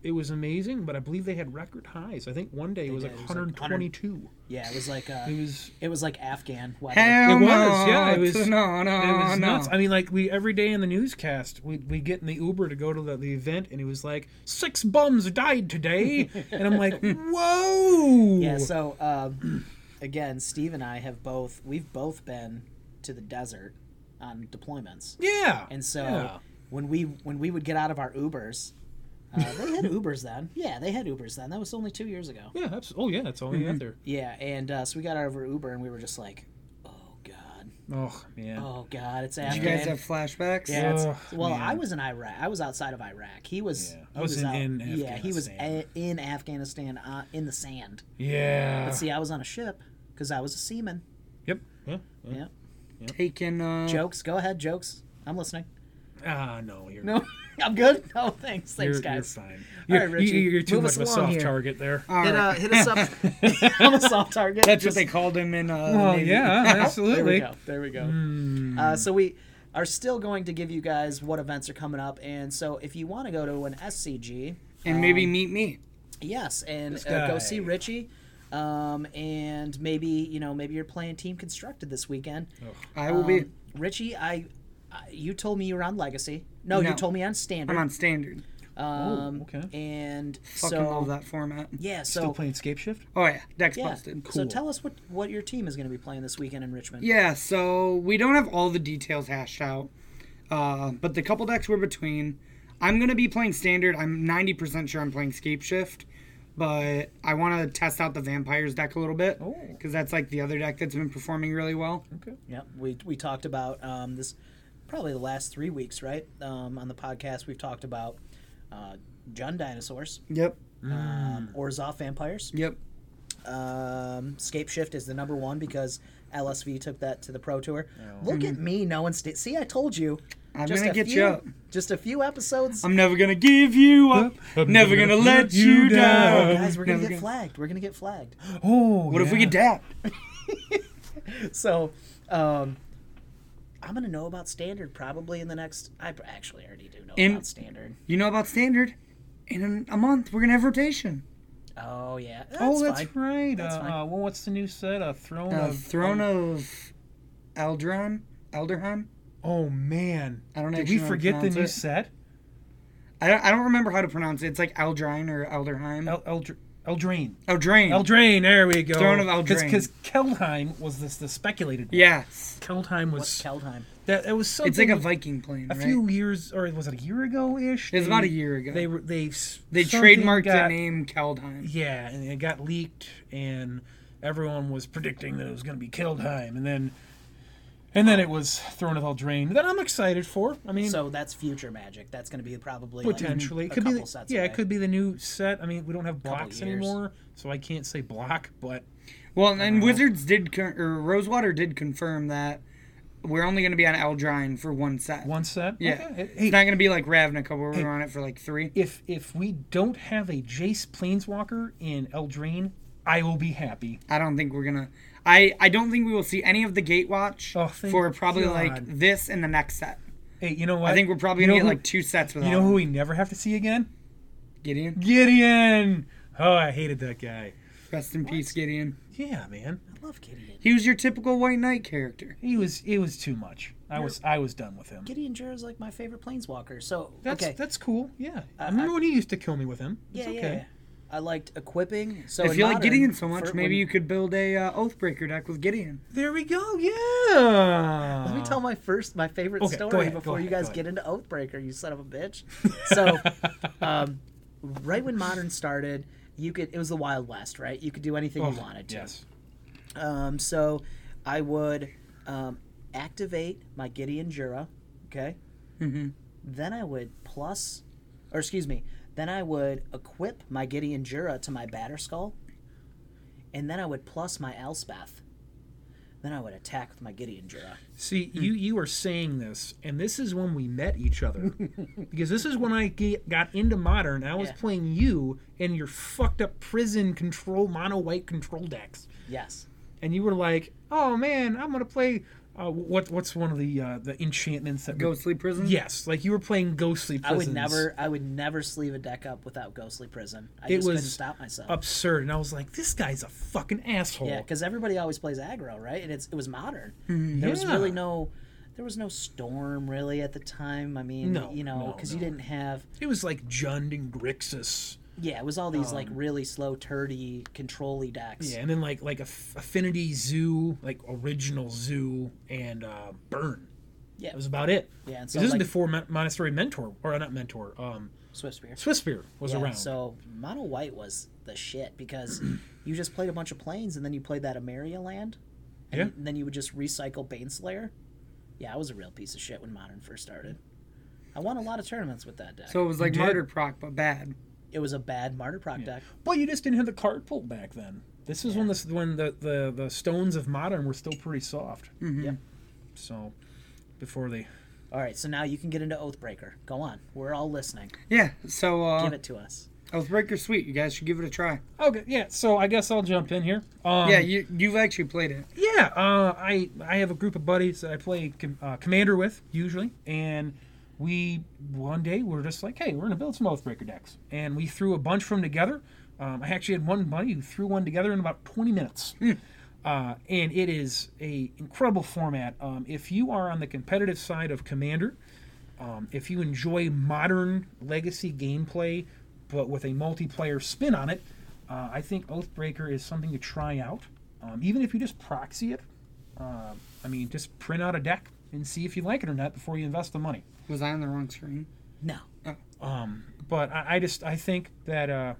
Speaker 2: it was amazing. But I believe they had record highs. I think one day it was
Speaker 3: did.
Speaker 2: like
Speaker 3: It was like
Speaker 2: 122.
Speaker 3: Yeah, it was like uh,
Speaker 2: It was
Speaker 3: it was like Afghan weather.
Speaker 1: Mm. Hell
Speaker 2: It
Speaker 1: no,
Speaker 2: was, yeah, it was-
Speaker 1: no, no,
Speaker 3: Oh,
Speaker 2: it was
Speaker 1: no.
Speaker 2: nuts. I mean, like we every day in the newscast, we we get in the Uber to go to the, the event, and it was like six bums died today, and I'm like, whoa.
Speaker 3: Yeah, so um, again, Steve and I have both we've both been to the desert on deployments,
Speaker 2: yeah.
Speaker 3: and so
Speaker 2: yeah.
Speaker 3: when we when we would get out of our Ubers, uh, they had Ubers then. Yeah, they had Ubers then. That was only two years ago.
Speaker 2: Yeah, abs- oh yeah, that's all
Speaker 3: Mm-hmm.
Speaker 2: we had there.
Speaker 3: Yeah, and uh, so we got out of our Uber and we were just like, oh god,
Speaker 2: Oh man.
Speaker 3: oh god, it's
Speaker 1: Did
Speaker 3: Afghan.
Speaker 1: you guys have flashbacks?
Speaker 3: yeah, it's,
Speaker 2: Ugh,
Speaker 3: well,
Speaker 2: man.
Speaker 3: I was in Iraq. I was outside of Iraq. He was.
Speaker 2: Yeah, I
Speaker 3: he
Speaker 2: was in-
Speaker 3: out-
Speaker 2: in
Speaker 3: yeah, he was
Speaker 2: Afghanistan.
Speaker 3: a, in Afghanistan uh, in the sand.
Speaker 2: Yeah.
Speaker 3: But see, I was on a ship because I was a seaman.
Speaker 2: Yep. Yeah.
Speaker 3: Yeah.
Speaker 1: Taking uh,
Speaker 3: Jokes. Go ahead, jokes. I'm listening.
Speaker 2: Ah, no, you're
Speaker 3: No, I'm good. Oh, thanks,
Speaker 2: You're,
Speaker 3: thanks, guys.
Speaker 2: you're fine. You're,
Speaker 3: right, Richie,
Speaker 2: you- you're too
Speaker 3: move
Speaker 2: much
Speaker 3: us
Speaker 2: of a
Speaker 3: along
Speaker 2: soft
Speaker 3: here. Um,
Speaker 2: target there.
Speaker 1: all
Speaker 4: Hit,
Speaker 1: right.
Speaker 4: uh, hit us up.
Speaker 3: I'm a soft target.
Speaker 1: That's
Speaker 3: Just-
Speaker 1: what they called him in. Uh,
Speaker 2: Oh
Speaker 1: Navy.
Speaker 2: yeah,
Speaker 3: There we
Speaker 2: absolutely. Hmm.
Speaker 3: go. There we go.
Speaker 2: Mm.
Speaker 3: Uh, so we are still going to give you guys what events are coming up, and so if you want to go to an SCG,
Speaker 1: And maybe
Speaker 2: Um,
Speaker 1: meet me.
Speaker 3: yes, and
Speaker 2: This
Speaker 3: uh,
Speaker 2: guy.
Speaker 3: go see Richie. Um, and maybe you know maybe you're playing Team Constructed this weekend.
Speaker 1: I will be.
Speaker 3: Um, Richie, I, I you told me you were on Legacy. No, you
Speaker 1: No.
Speaker 3: told me on Standard.
Speaker 1: I'm on standard.
Speaker 3: Um,
Speaker 2: Oh, okay.
Speaker 3: And
Speaker 1: Fucking
Speaker 3: so
Speaker 1: love that format.
Speaker 3: yeah, so
Speaker 2: Still playing Scape Shift?
Speaker 1: Oh yeah, Dex
Speaker 3: yeah.
Speaker 1: busted.
Speaker 3: So tell us what what your team is going to be playing this weekend in Richmond.
Speaker 1: Yeah, so we don't have all the details hashed out, uh, but the couple decks we're between. I'm gonna be playing standard. I'm 90% sure I'm playing Scape Shift, but I want to test out the Vampires deck a little bit
Speaker 2: Oh.
Speaker 1: because that's like the other deck that's been performing really well.
Speaker 2: Okay.
Speaker 3: Yep. We we talked about um, this probably the last three weeks, right? Um, on the podcast, we've talked about uh, Jun dinosaurs,
Speaker 1: Yep.
Speaker 3: um, Orzhov vampires.
Speaker 1: Yep.
Speaker 3: Um, Scape Shift is the number one because LSV took that to the Pro Tour. Look at me knowing. Sta- See, I told you.
Speaker 1: I'm
Speaker 3: Just
Speaker 1: gonna
Speaker 3: a
Speaker 1: get
Speaker 3: few-
Speaker 1: you up.
Speaker 3: Just a few episodes.
Speaker 1: I'm never gonna give you up.
Speaker 2: I'm
Speaker 1: never gonna let you down.
Speaker 3: Oh, Guys, we're gonna
Speaker 1: Never
Speaker 3: get flagged. We're gonna get flagged.
Speaker 2: Oh.
Speaker 1: What if we could dap?
Speaker 3: So, um, I'm gonna know about standard probably in the next. I actually already do know
Speaker 1: In-
Speaker 3: about standard.
Speaker 1: You know about standard? In a month, we're gonna have rotation.
Speaker 3: Oh yeah. That's
Speaker 2: Oh, that's
Speaker 3: fine.
Speaker 2: right.
Speaker 3: That's
Speaker 2: uh,
Speaker 3: fine.
Speaker 2: uh, well, what's the new set? A throne
Speaker 1: Uh,
Speaker 2: of um,
Speaker 1: Throne of Eldron, Elderheim.
Speaker 2: Oh man.
Speaker 1: I don't
Speaker 2: Did
Speaker 1: actually
Speaker 2: we
Speaker 1: know how to
Speaker 2: forget the
Speaker 1: pronounce
Speaker 2: new
Speaker 1: it.
Speaker 2: set?
Speaker 1: I don't, I don't remember how to pronounce it. It's like Aldrine or Elderheim. Oh,
Speaker 2: El Eldr- Eldraine.
Speaker 1: Eldraine.
Speaker 2: Eldraine. There we go.
Speaker 1: Throne of Eldraine.
Speaker 2: Because Keldheim was this the speculated. One.
Speaker 1: yes.
Speaker 2: Keldheim
Speaker 3: What's
Speaker 2: was
Speaker 3: Keldheim?
Speaker 2: that. That was something.
Speaker 1: It's like a Viking plane,
Speaker 2: a
Speaker 1: right?
Speaker 2: few years, or was it a year ago ish?
Speaker 1: It was about a year ago.
Speaker 2: They were they s-
Speaker 1: They
Speaker 2: something
Speaker 1: trademarked
Speaker 2: got-
Speaker 1: the name Keldheim.
Speaker 2: Yeah, and it got leaked, and everyone was predicting that it was going to be Keldheim, and then and then it was Throne of Eldraine. That I'm excited for. I mean,
Speaker 3: So that's future magic. That's gonna be probably like, a
Speaker 2: potentially it could be
Speaker 3: couple
Speaker 2: the-
Speaker 3: sets.
Speaker 2: yeah,
Speaker 3: away.
Speaker 2: it could be the new set. I mean, we don't have blocks
Speaker 3: years.
Speaker 2: anymore, so I can't say block, but
Speaker 1: Well,
Speaker 2: Uh-huh.
Speaker 1: and Wizards did, con- or Rosewater did confirm that we're only going to be on Eldraine for one set.
Speaker 2: one set.
Speaker 1: Yeah.
Speaker 2: Okay. Hey,
Speaker 1: It's not going to be like Ravnica where we were on it for like three.
Speaker 2: if if we don't have a Jace Planeswalker in Eldraine, I will be happy.
Speaker 1: I don't think we're going to. I, I don't think we will see any of the Gatewatch
Speaker 2: Oh, thank
Speaker 1: for probably like
Speaker 2: God.
Speaker 1: this and the next set.
Speaker 2: Hey, you know what?
Speaker 1: I think we're probably
Speaker 2: You
Speaker 1: going
Speaker 2: know
Speaker 1: to
Speaker 2: who-
Speaker 1: get like two sets with
Speaker 2: You know who we never have to see again?
Speaker 1: Gideon.
Speaker 2: Gideon. Oh, I hated that guy.
Speaker 1: Rest in peace, Gideon.
Speaker 2: Yeah, man.
Speaker 3: I love Gideon.
Speaker 1: He was your typical White Knight character.
Speaker 2: He was it was too much. I was I was done with him.
Speaker 3: Gideon Jura is like my favorite planeswalker. So
Speaker 2: That's
Speaker 3: okay.
Speaker 2: that's cool. Yeah. I remember when he used to kill me with him.
Speaker 3: yeah,
Speaker 2: It's
Speaker 3: yeah,
Speaker 2: okay.
Speaker 3: yeah. I liked equipping. So
Speaker 1: If
Speaker 3: in
Speaker 1: you
Speaker 3: modern,
Speaker 1: like Gideon so much,
Speaker 3: for-
Speaker 1: maybe
Speaker 3: when-
Speaker 1: you could build a uh, Oathbreaker deck with Gideon.
Speaker 2: There we go. Yeah.
Speaker 3: Let me tell my first, my favorite
Speaker 2: Uh, Okay, go
Speaker 3: story
Speaker 2: ahead, go
Speaker 3: before you
Speaker 2: ahead,
Speaker 3: guys
Speaker 2: go
Speaker 3: get into Oathbreaker, you son of a bitch. So, um, right when Modern started, you could, it was the Wild West, right? You could do anything you wanted to.
Speaker 2: Oh, Yes.
Speaker 3: Um, so, I would um, activate my Gideon Jura, okay? Mm-hmm. Then I would plus, or excuse me, then I would equip my Gideon Jura to my Batterskull, and then I would plus my Elspeth. Then I would attack with my Gideon Jura.
Speaker 2: See,
Speaker 3: Hmm.
Speaker 2: you you are saying this, and this is when we met each other, because this is when I ge- got into modern. And I was
Speaker 3: Yeah.
Speaker 2: playing you and your fucked up prison control mono white control decks,
Speaker 3: Yes.
Speaker 2: and you were like, "Oh man, I'm gonna play uh, what what's one of the uh, the enchantments that we-
Speaker 1: Ghostly Prison?
Speaker 2: Yes, like you were playing ghostly.
Speaker 3: I
Speaker 2: Prisons.
Speaker 3: would never I would never sleeve a deck up without Ghostly Prison. I
Speaker 2: It
Speaker 3: just couldn't
Speaker 2: was
Speaker 3: stop myself.
Speaker 2: Absurd, and I was like, "This guy's a fucking asshole."
Speaker 3: Yeah, because everybody always plays aggro, right? And it's it was modern. There was
Speaker 2: Mm-hmm. Yeah.
Speaker 3: really no, there was no storm really at the time. I mean,
Speaker 2: No,
Speaker 3: you know,
Speaker 2: no,
Speaker 3: because
Speaker 2: no.
Speaker 3: you didn't have.
Speaker 2: it was like Jund and Grixis.
Speaker 3: Yeah, it was all these like really slow, turdy, controlly decks.
Speaker 2: Um, Yeah, and then like like Aff- Affinity Zoo, like original Zoo and uh, Burn.
Speaker 3: Yeah.
Speaker 2: that was about it.
Speaker 3: Yeah, and
Speaker 2: 'Cause
Speaker 3: so,
Speaker 2: this is
Speaker 3: like-
Speaker 2: before Mon- Monastery Mentor or not Mentor. Um,
Speaker 3: Swift Spear.
Speaker 2: Swiss Spear was
Speaker 3: Yeah,
Speaker 2: around.
Speaker 3: So Mono White was the shit because you just played a bunch of planes and then you played that Ameria land. And,
Speaker 2: Yeah.
Speaker 3: you- and then you would just recycle Baneslayer. Yeah, I was a real piece of shit when Modern first started. I won a lot of tournaments with that deck.
Speaker 1: So it was like
Speaker 2: did.
Speaker 1: Martyr Proc, but bad.
Speaker 3: it was a bad Martyr Proc deck.
Speaker 2: but you just didn't have the card pulled back then. This is when this when the, the the stones of modern were still pretty soft.
Speaker 3: Yep.
Speaker 2: So before they
Speaker 3: All right, so now you can get into Oathbreaker. Go on. We're all listening.
Speaker 1: Yeah, so uh,
Speaker 3: Give it to us.
Speaker 1: Oathbreaker Sweet, you guys should give it a try.
Speaker 2: okay yeah. So I guess I'll jump in here. Um,
Speaker 1: yeah, you, you've actually played it.
Speaker 2: Yeah, uh, I I have a group of buddies that I play com- uh, commander with usually, and we one day we are just like, hey, we're gonna build some Oathbreaker decks, and we threw a bunch from together. Um, I actually had one buddy who threw one together in about 20 minutes, uh, and it is a incredible format. Um, if you are on the competitive side of commander, um, if you enjoy modern legacy gameplay, but with a multiplayer spin on it, uh, I think Oathbreaker is something to try out. Um, even if you just proxy it, uh, I mean, just print out a deck and see if you like it or not before you invest the money.
Speaker 1: Was I on the wrong screen?
Speaker 3: No.
Speaker 2: But I, I just I think that uh,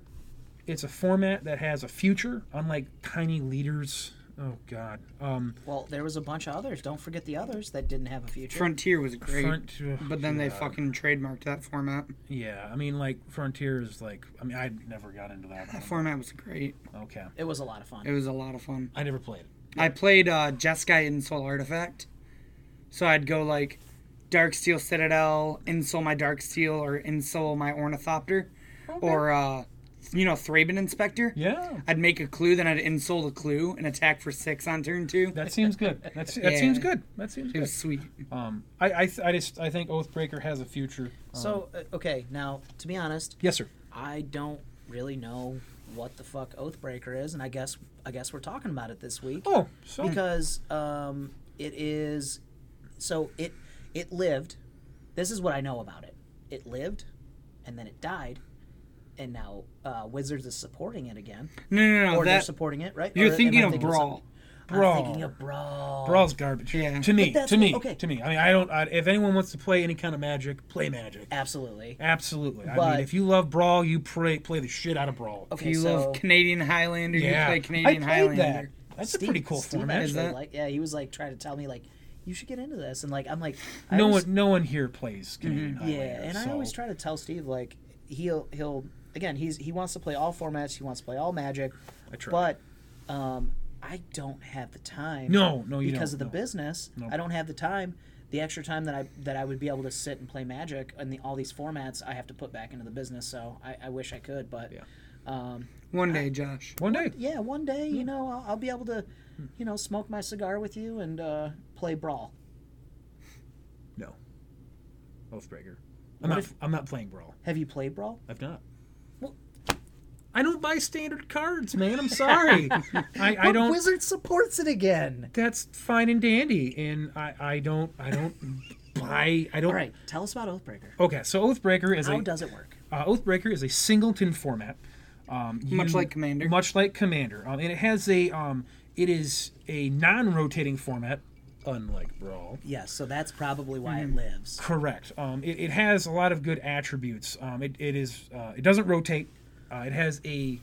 Speaker 2: it's a format that has a future, unlike Tiny Leaders. Oh God, um,
Speaker 3: Well, there was a bunch of others. Don't forget the others that didn't have a future.
Speaker 1: Frontier was great,
Speaker 2: Front- ugh,
Speaker 1: but then they
Speaker 2: God.
Speaker 1: fucking trademarked that format.
Speaker 2: yeah. I mean, like Frontier is like. I mean, I never got into that.
Speaker 1: That
Speaker 2: one.
Speaker 1: format was great.
Speaker 2: Okay,
Speaker 3: It was a lot of
Speaker 1: It
Speaker 3: fun.
Speaker 1: was a lot of fun.
Speaker 2: I never played it.
Speaker 1: I played uh, Jeskai Insole Artifact. So I'd go like Darksteel Citadel, Insole my Darksteel, or Insole my Ornithopter, or, uh, you know, Thraben Inspector.
Speaker 2: Yeah.
Speaker 1: I'd make a clue, then I'd insole the clue and attack for six on turn two.
Speaker 2: That seems good. That's, that
Speaker 1: Yeah.
Speaker 2: seems good. That seems
Speaker 1: It
Speaker 2: good.
Speaker 1: was sweet.
Speaker 2: Um, I I, th- I just I think Oathbreaker has a future. Um,
Speaker 3: So, uh, okay, now, to be honest,
Speaker 2: yes, sir.
Speaker 3: I don't really know what the fuck Oathbreaker is, and I guess I guess we're talking about it this week
Speaker 2: Oh, so
Speaker 3: because um, it is. So it it lived. This is what I know about it. It lived, and then it died, and now uh, Wizards is supporting it again,
Speaker 1: No, no, no.
Speaker 3: or they're
Speaker 1: that
Speaker 3: supporting it, right? Or
Speaker 1: you're
Speaker 3: am I
Speaker 1: thinking of
Speaker 3: thinking of
Speaker 1: Brawl.
Speaker 3: something- I'm
Speaker 2: Brawl.
Speaker 3: thinking of brawl.
Speaker 2: Brawl's garbage.
Speaker 1: Yeah.
Speaker 2: To me,
Speaker 3: But that's
Speaker 2: to me,
Speaker 3: okay.
Speaker 2: to me. I mean, I don't. I, if anyone wants to play any kind of magic, play magic.
Speaker 3: Absolutely.
Speaker 2: Absolutely. I mean,
Speaker 3: But-
Speaker 2: if you love Brawl, you play play the shit out of Brawl.
Speaker 1: If
Speaker 3: Okay,
Speaker 1: you
Speaker 3: so
Speaker 1: love Canadian Highlander,
Speaker 2: Yeah.
Speaker 1: you play
Speaker 2: I
Speaker 1: Canadian
Speaker 2: played that.
Speaker 1: Highlander.
Speaker 2: That's
Speaker 3: Steve-
Speaker 2: a pretty cool
Speaker 3: Steve
Speaker 2: format.
Speaker 3: actually,
Speaker 1: that-
Speaker 3: like, yeah, he was like trying to tell me like, you should get into this, and like I'm like, I
Speaker 2: No
Speaker 3: was- Mm-hmm.
Speaker 2: one, no one here plays
Speaker 3: Yeah,
Speaker 2: Canadian Highlander,
Speaker 3: and I
Speaker 2: so-
Speaker 3: always try to tell Steve like he'll he'll again he's he wants to play all formats, he wants to play all Magic,
Speaker 2: I try.
Speaker 3: but um, I don't have the time.
Speaker 2: No, no, you
Speaker 3: because
Speaker 2: don't,
Speaker 3: of the
Speaker 2: no.
Speaker 3: business,
Speaker 2: No.
Speaker 3: I don't have the time. The extra time that I that I would be able to sit and play Magic and the, all these formats, I have to put back into the business. So I, I wish I could, but
Speaker 2: Yeah.
Speaker 3: um,
Speaker 1: One day, Josh.
Speaker 2: one day.
Speaker 3: yeah, one day
Speaker 2: Hmm.
Speaker 3: you know I'll, I'll be able to, you know, smoke my cigar with you and uh, play Brawl.
Speaker 2: No. Oathbreaker. I'm not.
Speaker 3: if-
Speaker 2: I'm not playing Brawl.
Speaker 3: Have you played Brawl?
Speaker 2: I've not.
Speaker 3: Well-
Speaker 2: I don't buy standard cards, man. I'm sorry. I, I
Speaker 3: But
Speaker 2: don't.
Speaker 3: Wizard supports it again.
Speaker 2: that's fine and dandy, and I, I don't. I don't buy. I don't.
Speaker 3: All right, tell us about Oathbreaker.
Speaker 2: Okay, so Oathbreaker is
Speaker 3: How
Speaker 2: a
Speaker 3: does it work?
Speaker 2: uh, Oathbreaker is a singleton format. Um,
Speaker 1: Much
Speaker 2: you-
Speaker 1: like Commander.
Speaker 2: Much like Commander, um, and it has a. Um, it is a non-rotating format, unlike Brawl.
Speaker 3: Yes, so that's probably why
Speaker 2: Hmm.
Speaker 3: it lives.
Speaker 2: Correct. Um, it, it has a lot of good attributes. Um, it, it is uh, it doesn't rotate. Uh, it has a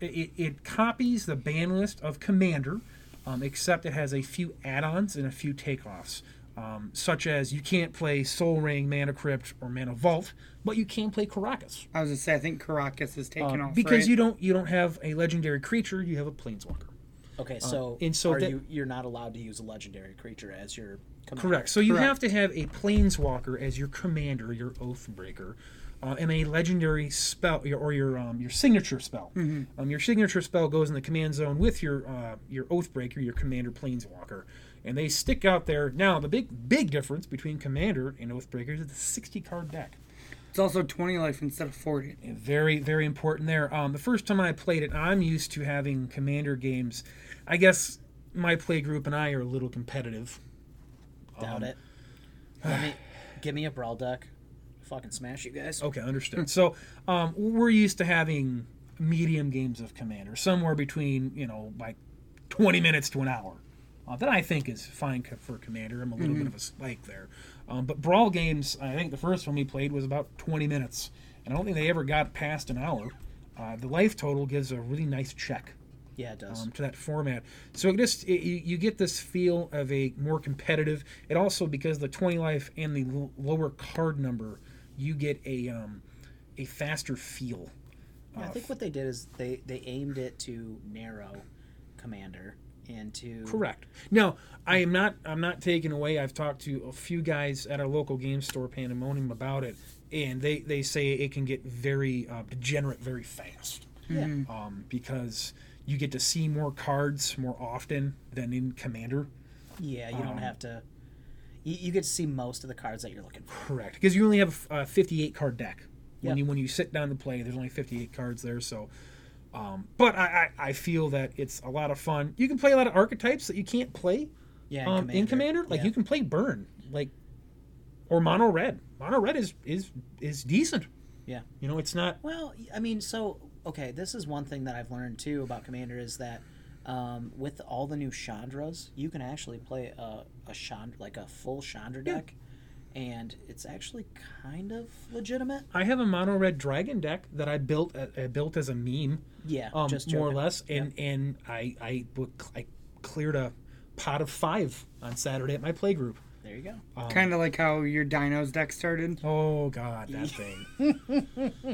Speaker 2: it- it, it copies the ban list of Commander, um, except it has a few add-ons and a few takeoffs, um, such as you can't play Soul Ring, Mana Crypt, or Mana Vault, but you can play Caracas
Speaker 1: I was
Speaker 3: Uh,
Speaker 1: gonna say I think Caracas is taking off
Speaker 2: because
Speaker 1: right?
Speaker 2: you don't you don't have a legendary creature. You have a planeswalker.
Speaker 3: Okay, so
Speaker 2: Uh, and so
Speaker 3: are
Speaker 2: that-
Speaker 3: you you're not allowed to use a legendary creature as your commander.
Speaker 2: Correct. So you
Speaker 1: Correct.
Speaker 2: have to have a planeswalker as your commander, your oathbreaker, uh, and a legendary spell your, or your um, your signature spell. Um, your signature spell goes in the command zone with your uh, your oathbreaker, your commander planeswalker, and they stick out there. Now the big big difference between commander and oathbreaker is it's a sixty card deck.
Speaker 1: It's also 20 life instead of 40.
Speaker 2: And very very important there. Um, the first time I played it, I'm used to having commander games. I guess my play group and I are a little competitive. Um,
Speaker 3: Doubt it. Let me give me a brawl deck. Fucking smash you guys.
Speaker 2: Okay, understood. so um, we're used to having medium games of Commander, somewhere between you know like twenty minutes to an hour. Uh, that I think is fine co- for Commander. I'm a little bit of a spike there, um, but brawl games. I think the first one we played was about twenty minutes, and I don't think they ever got past an hour. Uh, the life total gives a really nice check
Speaker 3: Yeah, it does.
Speaker 2: um, to that format. So it just it, you, you get this feel of a more competitive. It also because the twenty life and the l- lower card number, you get a um, a faster feel.
Speaker 3: Yeah, I
Speaker 2: oh.
Speaker 3: think what they did is they they aimed it to narrow commander and to
Speaker 2: Correct. Now I am not I'm not taking away. I've talked to a few guys at our local game store, Pandemonium, about it, and they they say it can get very uh, degenerate very fast.
Speaker 3: Yeah.
Speaker 2: um, because you get to see more cards more often than in Commander.
Speaker 3: Yeah, you
Speaker 2: Um,
Speaker 3: don't have to. You, you get to see most of the cards that you're looking for.
Speaker 2: Correct, because you only have a 58 card deck. When
Speaker 3: Yep.
Speaker 2: you when you sit down to play, there's only 58 cards there. So, um, but I, I I feel that it's a lot of fun. You can play a lot of archetypes that you can't play
Speaker 3: Yeah,
Speaker 2: um, in Commander. Like
Speaker 3: yeah.
Speaker 2: you can play Burn, like or Mono Red. Mono Red is is is decent.
Speaker 3: Yeah.
Speaker 2: You know, it's not
Speaker 3: Well, I mean, so okay, this is one thing that I've learned too about Commander is that um, with all the new Chandras, you can actually play a, a Chandra like a full Chandra
Speaker 2: Yeah.
Speaker 3: deck, and it's actually kind of legitimate.
Speaker 2: I have a mono red dragon deck that I built I built as a meme,
Speaker 3: Yeah,
Speaker 2: um,
Speaker 3: just
Speaker 2: more or
Speaker 3: joking.
Speaker 2: less,
Speaker 3: Yeah.
Speaker 2: and and I I, would- I cleared a pot of five on Saturday at my playgroup.
Speaker 3: There you go.
Speaker 2: Um,
Speaker 1: Kind of like how your Dinos deck started.
Speaker 2: Oh God, that thing.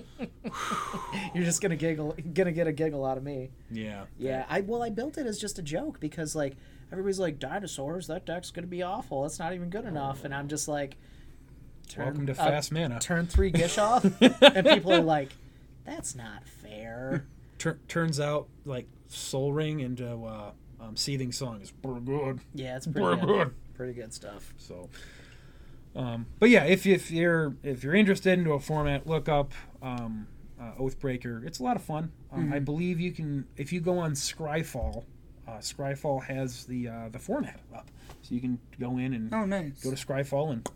Speaker 3: You're just gonna giggle, gonna get a giggle out of me.
Speaker 2: Yeah.
Speaker 3: Yeah, I well, I built it as just a joke because like everybody's like dinosaurs. That deck's gonna be awful. It's not even good enough, and I'm just like, turn,
Speaker 2: Oh. Welcome to
Speaker 3: up-
Speaker 2: Fast Mana.
Speaker 3: Turn three Gish off, and people are like, that's not fair.
Speaker 2: Tur- turns out, like Soul Ring and uh, uh, um, Seething Song is pretty good.
Speaker 3: Yeah, it's
Speaker 2: Pretty
Speaker 3: pretty good. Pretty good stuff.
Speaker 2: So, um, but yeah, if, if you're if you're interested into a format, look up um, uh, Oathbreaker. It's a lot of fun. Um, I believe you can if you go on Scryfall. Uh, Scryfall has the uh, the format up, so you can go in and
Speaker 1: Oh, nice.
Speaker 2: go to Scryfall and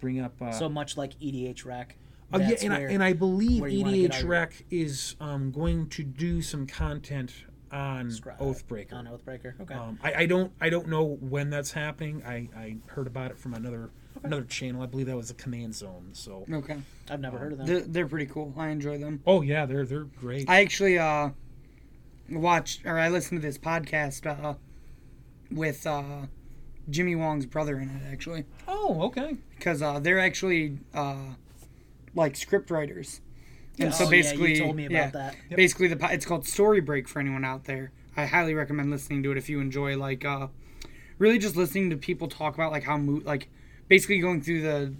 Speaker 2: bring up. Uh,
Speaker 3: So much like EDH Rec.
Speaker 2: Oh, yeah,
Speaker 3: that's
Speaker 2: and I,
Speaker 3: where-
Speaker 2: and I believe
Speaker 3: where you wanna get all
Speaker 2: EDH
Speaker 3: your-
Speaker 2: Rec is um, going to do some content on
Speaker 3: Scry-
Speaker 2: Oathbreaker.
Speaker 3: on Oathbreaker. Okay.
Speaker 2: Um, I, I don't I don't know when that's happening. I, I heard about it from another another channel. I believe that was the Command Zone. So
Speaker 1: Okay.
Speaker 3: I've never heard of them.
Speaker 1: They're, they're pretty cool. I enjoy them.
Speaker 2: oh yeah, they're they're great.
Speaker 1: I actually uh, watched or I listened to this podcast uh, with uh, Jimmy Wong's brother in it actually
Speaker 2: oh okay.
Speaker 1: because uh, they're actually uh, like script writers, and
Speaker 3: Oh,
Speaker 1: so basically,
Speaker 3: yeah, you told me about
Speaker 1: yeah,
Speaker 3: that.
Speaker 1: Basically, the po- it's called Story Break for anyone out there. I highly recommend listening to it if you enjoy like uh, really just listening to people talk about like how mo- like basically going through the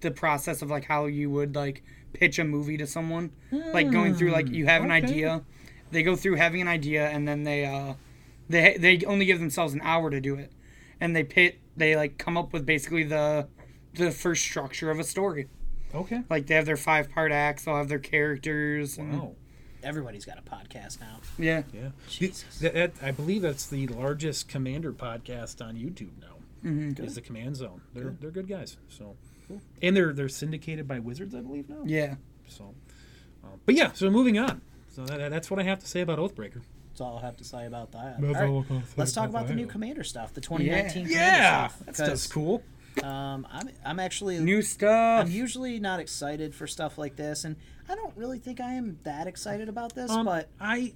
Speaker 1: the process of like how you would like pitch a movie to someone. Like going through like you have an
Speaker 2: Hmm, okay.
Speaker 1: idea, they go through having an idea and then they uh they they only give themselves an hour to do it. And they pit they like come up with basically the the first structure of a story.
Speaker 2: Okay.
Speaker 1: Like they have their five part acts, they'll have their characters. and-
Speaker 2: Wow.
Speaker 3: Everybody's got a podcast now.
Speaker 1: Yeah.
Speaker 2: Oh, Yeah. The-
Speaker 3: Jesus.
Speaker 2: That, that, I believe that's the largest Commander podcast on YouTube now. Mm-hmm. Is the Command Zone. They're they're good guys. So and they're they're syndicated by Wizards, I believe now.
Speaker 1: Yeah.
Speaker 2: So, uh, but yeah. So moving on. So that, that's what I have to say about Oathbreaker.
Speaker 3: That's all I have to say about that.
Speaker 2: That's
Speaker 3: All
Speaker 2: all
Speaker 3: right,
Speaker 2: I'll say
Speaker 3: let's talk
Speaker 2: about
Speaker 3: about the new
Speaker 2: that.
Speaker 3: Commander stuff, the 2019
Speaker 2: Yeah,
Speaker 3: Commander stuff.
Speaker 2: that's, that's
Speaker 3: 'cause,
Speaker 2: cool.
Speaker 3: Um, I'm, I'm actually
Speaker 1: New stuff.
Speaker 3: I'm usually not excited for stuff like this, and I don't really think I am that excited about this.
Speaker 2: Um,
Speaker 3: but
Speaker 2: I,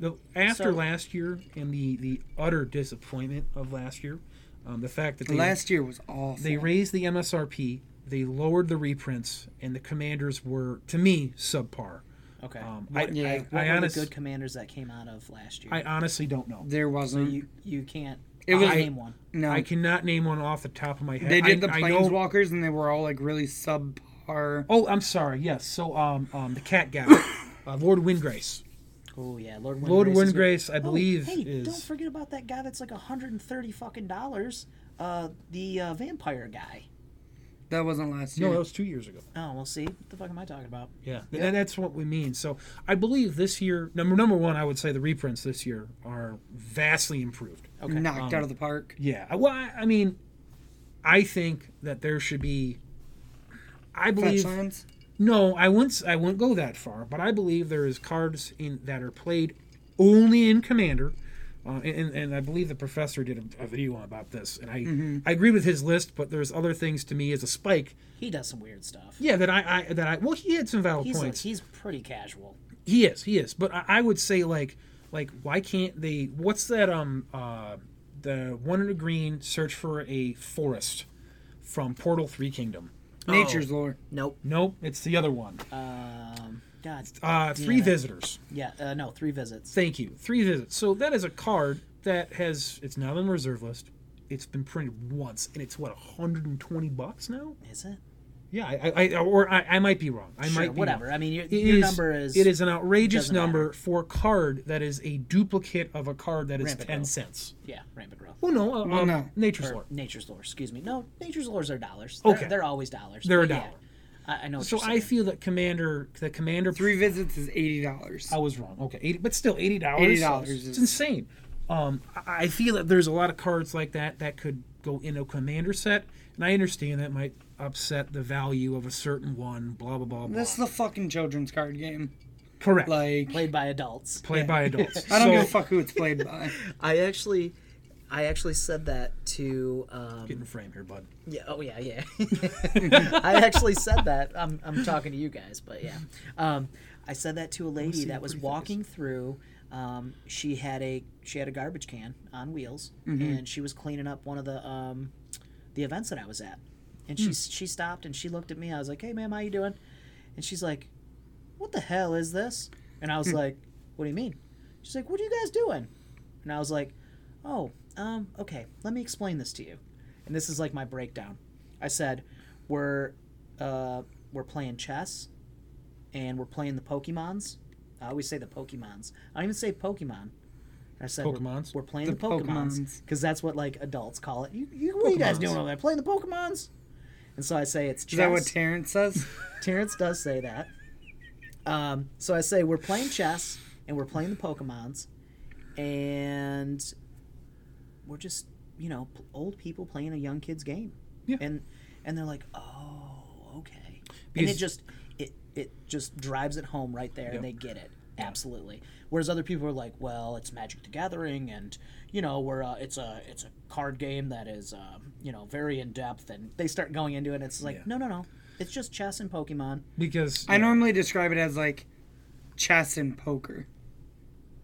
Speaker 2: the after
Speaker 3: So-
Speaker 2: last year and the the utter disappointment of last year, um, the fact that they
Speaker 1: Last year was awful.
Speaker 2: they raised the MSRP, they lowered the reprints, and the commanders were to me subpar.
Speaker 3: Okay.
Speaker 2: Um,
Speaker 3: What-
Speaker 2: I,
Speaker 1: Yeah.
Speaker 2: I,
Speaker 3: what
Speaker 2: I,
Speaker 3: were
Speaker 2: honest-
Speaker 3: the good commanders that came out of last year?
Speaker 2: I honestly don't know.
Speaker 1: There wasn't.
Speaker 3: you you can't.
Speaker 1: It
Speaker 3: It
Speaker 1: was-
Speaker 3: name one.
Speaker 1: no.
Speaker 2: I cannot name one off the top of my head.
Speaker 1: they did
Speaker 2: I,
Speaker 1: the
Speaker 2: I know-
Speaker 1: planeswalkers and they were all like really subpar.
Speaker 2: Oh, I'm sorry. Yes. So, um, um the cat guy, uh, Lord Windgrace.
Speaker 3: Oh yeah, Lord Windgrace.
Speaker 2: Lord
Speaker 3: is-
Speaker 2: Windgrace, I
Speaker 3: Oh,
Speaker 2: believe,
Speaker 3: hey,
Speaker 2: is.
Speaker 3: don't forget about that guy that's like 130 fucking dollars. Uh, the uh, vampire guy.
Speaker 1: That wasn't last year.
Speaker 2: no, that was two years ago.
Speaker 3: Oh, well, see, what the fuck am I talking about?
Speaker 2: Yeah, th- that's what we mean. So I believe this year, number number one, I would say the reprints this year are vastly improved.
Speaker 3: Okay.
Speaker 2: Um,
Speaker 1: Knocked out of the park.
Speaker 2: Yeah. I- Well, I, I mean, I think that there should be. I
Speaker 1: Fetch
Speaker 2: believe
Speaker 1: lands.
Speaker 2: no, I wouldn't. s- I wouldn't go that far, but I believe there is cards in that are played only in Commander, uh, and and I believe the professor did a, a video about this, and I I agree with his list, but there's other things to me as a spike.
Speaker 3: He does some weird stuff.
Speaker 2: Yeah, that I, I that I well he had some valid
Speaker 3: He's like,
Speaker 2: points.
Speaker 3: he's pretty casual.
Speaker 2: He is, he is. But I, I would say like like why can't they what's that um uh the one in the green search for a forest from Portal Three Kingdom.
Speaker 1: Nature's lore.
Speaker 4: Nope.
Speaker 2: Nope, it's the other one.
Speaker 3: Um, God.
Speaker 2: Uh three
Speaker 3: Yeah.
Speaker 2: visitors.
Speaker 3: Yeah. Uh, no, three visits.
Speaker 2: Thank you. Three visits. So that is a card that has it's not on the reserve list. It's been printed once and it's what 120 bucks now?
Speaker 3: Is it?
Speaker 2: Yeah, I, I, I or I, I might be wrong. I
Speaker 3: Sure,
Speaker 2: might be
Speaker 3: whatever.
Speaker 2: Wrong.
Speaker 3: I mean, your,
Speaker 2: It
Speaker 3: your number is.
Speaker 2: it is an outrageous
Speaker 3: doesn't matter.
Speaker 2: number for a card that is a duplicate of a card that is
Speaker 3: Rampant
Speaker 2: 10
Speaker 3: Growth.
Speaker 2: cents.
Speaker 3: Yeah, rampant growth.
Speaker 2: Well, no, uh,
Speaker 1: Well,
Speaker 2: um,
Speaker 1: no.
Speaker 2: Nature's
Speaker 3: Or
Speaker 2: Lore.
Speaker 3: nature's lore. Excuse me. No, nature's lores are dollars. They're-
Speaker 2: Okay.
Speaker 3: They're, always dollars.
Speaker 2: They're a
Speaker 3: but yeah.
Speaker 2: dollar.
Speaker 3: I, I know. What
Speaker 2: So
Speaker 3: you're
Speaker 2: I
Speaker 3: saying.
Speaker 2: feel that Commander, the Commander,
Speaker 1: Three visits is eighty dollars.
Speaker 2: I was wrong. Okay, 80, but still eighty dollars.
Speaker 1: $80
Speaker 2: It's
Speaker 1: is-
Speaker 2: insane. Um, I I feel that there's a lot of cards like that that could go in a Commander set, and I understand that might upset the value of a certain one. Blah blah blah. blah.
Speaker 1: This is the fucking children's card game.
Speaker 2: Correct.
Speaker 1: Like
Speaker 3: played by adults.
Speaker 2: Played by adults.
Speaker 1: I don't
Speaker 2: so,
Speaker 1: give a fuck who it's played by.
Speaker 4: I actually, I actually said that to. Um,
Speaker 2: Get in frame here, bud.
Speaker 4: Yeah. Oh yeah. Yeah. I actually said that. I'm, I'm talking to you guys, but yeah. Um,
Speaker 3: I said that to a lady
Speaker 2: see how
Speaker 3: that was
Speaker 2: pretty that is.
Speaker 3: walking through. Um, she had a she had a garbage can on wheels, and she was cleaning up one of the um, the events that I was at. And she she stopped and she looked at me. I was like, "Hey, ma'am, how you doing?" And she's like, "What the hell is this?" And I was like, "What do you mean?" She's like, "What are you guys doing?" And I was like, "Oh, um, okay. Let me explain this to you." And this is like my breakdown. I said, "We're uh, we're playing chess, and we're playing the Pokemons. I always say the Pokemons. I don't even say Pokemon. I said we're-
Speaker 2: Pokemons?
Speaker 3: We're, playing
Speaker 1: The
Speaker 3: the, Pokemons
Speaker 1: Pokemons.
Speaker 3: because that's what like adults call it. You, you, what are you guys
Speaker 2: Pokemons.
Speaker 3: doing over there? Playing the Pokemons? And so I say it's
Speaker 1: Is
Speaker 3: chess.
Speaker 1: that what Terrence says?
Speaker 3: Terrence does say that. Um, so I say we're playing chess and we're playing the Pokemons, and we're just you know p- old people playing a young kid's game.
Speaker 2: Yeah.
Speaker 3: And and they're like, oh, okay. and
Speaker 2: Because-
Speaker 3: it just it it just drives it home right there,
Speaker 2: Yep.
Speaker 3: and they get it absolutely. Whereas other people are like, well, it's Magic the Gathering, and you know we're uh, it's a it's a card game that is um, you know very in depth, and they start going into it. and It's like
Speaker 2: Yeah.
Speaker 3: no no no, it's just chess and Pokemon.
Speaker 2: Because
Speaker 1: I normally describe it as like chess and poker.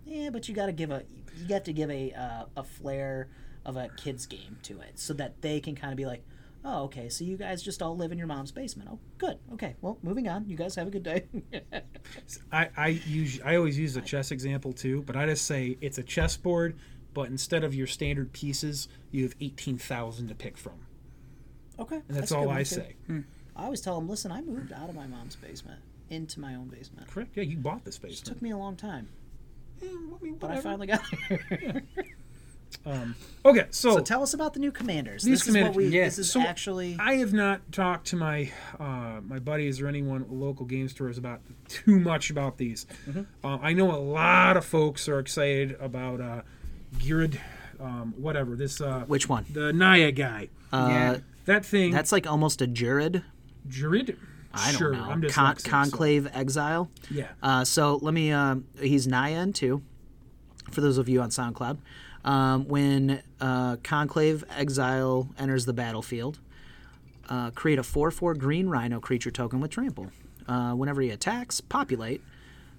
Speaker 3: Yeah, but you got to give a you got to give a uh, a flair of a kids game to it, so that they can kind of be like, oh, okay, so you guys just all live in your mom's basement. Oh, good. Okay, well, moving on. You guys have a good day.
Speaker 2: I, I usually I always use the chess example too, but I just say it's a chessboard, but instead of your standard pieces, you have eighteen thousand to pick from,
Speaker 3: okay,
Speaker 2: and that's,
Speaker 3: a good
Speaker 2: all
Speaker 3: one,
Speaker 2: I
Speaker 3: too. Hmm.
Speaker 2: say.
Speaker 3: I always tell them, listen, I moved out of my mom's basement into my own basement.
Speaker 2: Correct? Yeah, you bought this space.
Speaker 3: It took me a long time, but I finally got there.
Speaker 2: Um, okay, so,
Speaker 3: so tell us about the new commanders.
Speaker 2: These
Speaker 3: this
Speaker 2: commanders-
Speaker 3: is what we.
Speaker 1: yeah,
Speaker 3: This is
Speaker 2: so
Speaker 3: actually.
Speaker 2: I have not talked to my uh, my buddies or anyone at local game stores about too much about these.
Speaker 3: Mm-hmm.
Speaker 2: Uh, I know a lot of folks are excited about uh, Geared, um, whatever this uh,
Speaker 4: which one? Uh,
Speaker 2: the Naya guy.
Speaker 1: yeah.
Speaker 2: That thing.
Speaker 4: That's like almost a Jared.
Speaker 2: Jurid.
Speaker 4: I don't
Speaker 2: sure,
Speaker 4: know.
Speaker 2: I'm just
Speaker 4: Con-
Speaker 2: dyslexic, so-
Speaker 4: conclave Exile.
Speaker 2: Yeah.
Speaker 4: Uh, so let me. um he's Nyan too. For those of you on SoundCloud, um, when uh, Conclave Exile enters the battlefield, uh, create a four-four green Rhino creature token with trample. Uh, whenever he attacks, populate.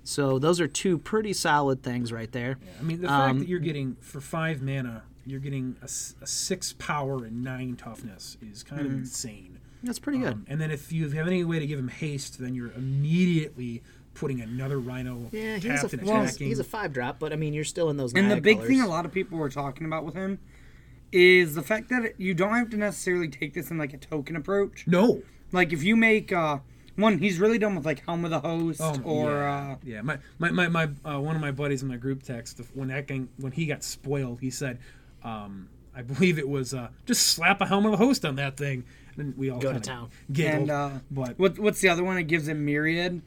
Speaker 4: So those are two pretty solid things right there.
Speaker 2: I mean, the fact
Speaker 4: um,
Speaker 2: that you're getting for five mana, you're getting a, s- a six power and nine toughness is kind
Speaker 4: Mm-hmm.
Speaker 2: of insane.
Speaker 4: That's pretty good.
Speaker 1: Um,
Speaker 2: Um, and then if you have any way to give him haste, then you're immediately putting another Rhino
Speaker 5: Yeah, he's
Speaker 2: tapped
Speaker 5: a,
Speaker 2: and
Speaker 5: well,
Speaker 2: attacking.
Speaker 5: he's a five drop, but I mean, you're still in those.
Speaker 1: And the
Speaker 5: Naya
Speaker 1: big
Speaker 5: colors.
Speaker 1: thing a lot of people were talking about with him is the fact that you don't have to necessarily take this in like a token approach.
Speaker 2: no.
Speaker 1: Like if you make uh one, he's really done with like Helm of the Host
Speaker 2: Oh,
Speaker 3: Um,
Speaker 1: or
Speaker 2: yeah.
Speaker 1: uh
Speaker 2: yeah, my my my, my uh, one of my buddies in my group text the- when that gang, when he got spoiled, he said, um, I believe it was uh, just slap a helm of the host on that thing, and we all
Speaker 3: Go to
Speaker 2: kinda
Speaker 3: town.
Speaker 2: giggled.
Speaker 1: and uh
Speaker 2: but
Speaker 1: what what's the other one that gives it myriad?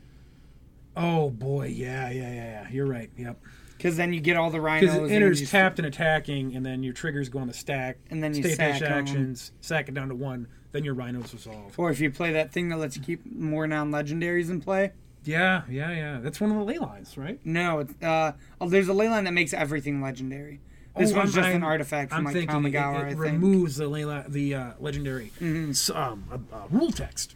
Speaker 2: oh boy, yeah, yeah, yeah, yeah. You're right. Yep,
Speaker 1: Because then you get all the rhinos
Speaker 2: because it
Speaker 1: and you
Speaker 2: enters
Speaker 1: s-
Speaker 2: tapped and attacking, and then your triggers go on the stack,
Speaker 1: And then you
Speaker 2: state
Speaker 1: sack
Speaker 2: dash
Speaker 1: 'em.
Speaker 2: actions, sack it down to one, then your rhinos resolve.
Speaker 1: Or if you play that thing that lets you keep more non legendaries in play.
Speaker 2: Yeah, yeah, yeah. That's one of the ley lines, right?
Speaker 1: No, it's, uh, oh, there's a ley line that makes everthing legendary. This
Speaker 2: Oh,
Speaker 1: one's
Speaker 2: I'm-
Speaker 1: just an
Speaker 2: I'm-
Speaker 1: artifact from like
Speaker 2: it-
Speaker 1: Kamigawa,
Speaker 2: it,
Speaker 1: I think. Mm-hmm.
Speaker 2: removes the Layla, the uh, legendary s- um, uh, uh, rule text.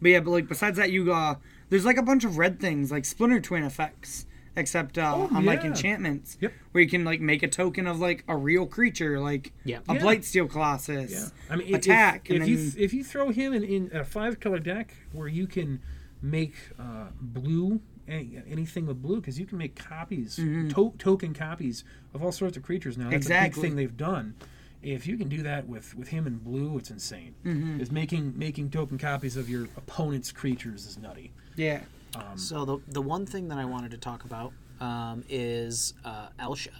Speaker 1: But yeah, but like besides that, you uh, there's like a bunch of red things like Splinter Twin effects, except uh,
Speaker 2: Oh,
Speaker 1: on like
Speaker 2: yeah.
Speaker 1: enchantments,
Speaker 2: Yep.
Speaker 1: where you can like make a token of like a real creature, like
Speaker 3: Yeah.
Speaker 1: a
Speaker 2: Yeah.
Speaker 1: Blightsteel Colossus.
Speaker 2: I mean, if-
Speaker 1: attack,
Speaker 2: If,
Speaker 1: and
Speaker 2: if you
Speaker 1: then-
Speaker 2: if you throw him in, in a five color deck where you can make uh, blue any, anything with blue because you can make copies to- token copies of all sorts of creatures now. That's a
Speaker 1: Mm-hmm. Exactly.
Speaker 2: big thing they've done. If you can do that with, with him in blue, it's insane.
Speaker 1: Mm-hmm.
Speaker 2: Is making making token copies of your opponent's creatures is nutty.
Speaker 1: Yeah,
Speaker 3: So the the one thing that I wanted to talk about um, is uh, Elsha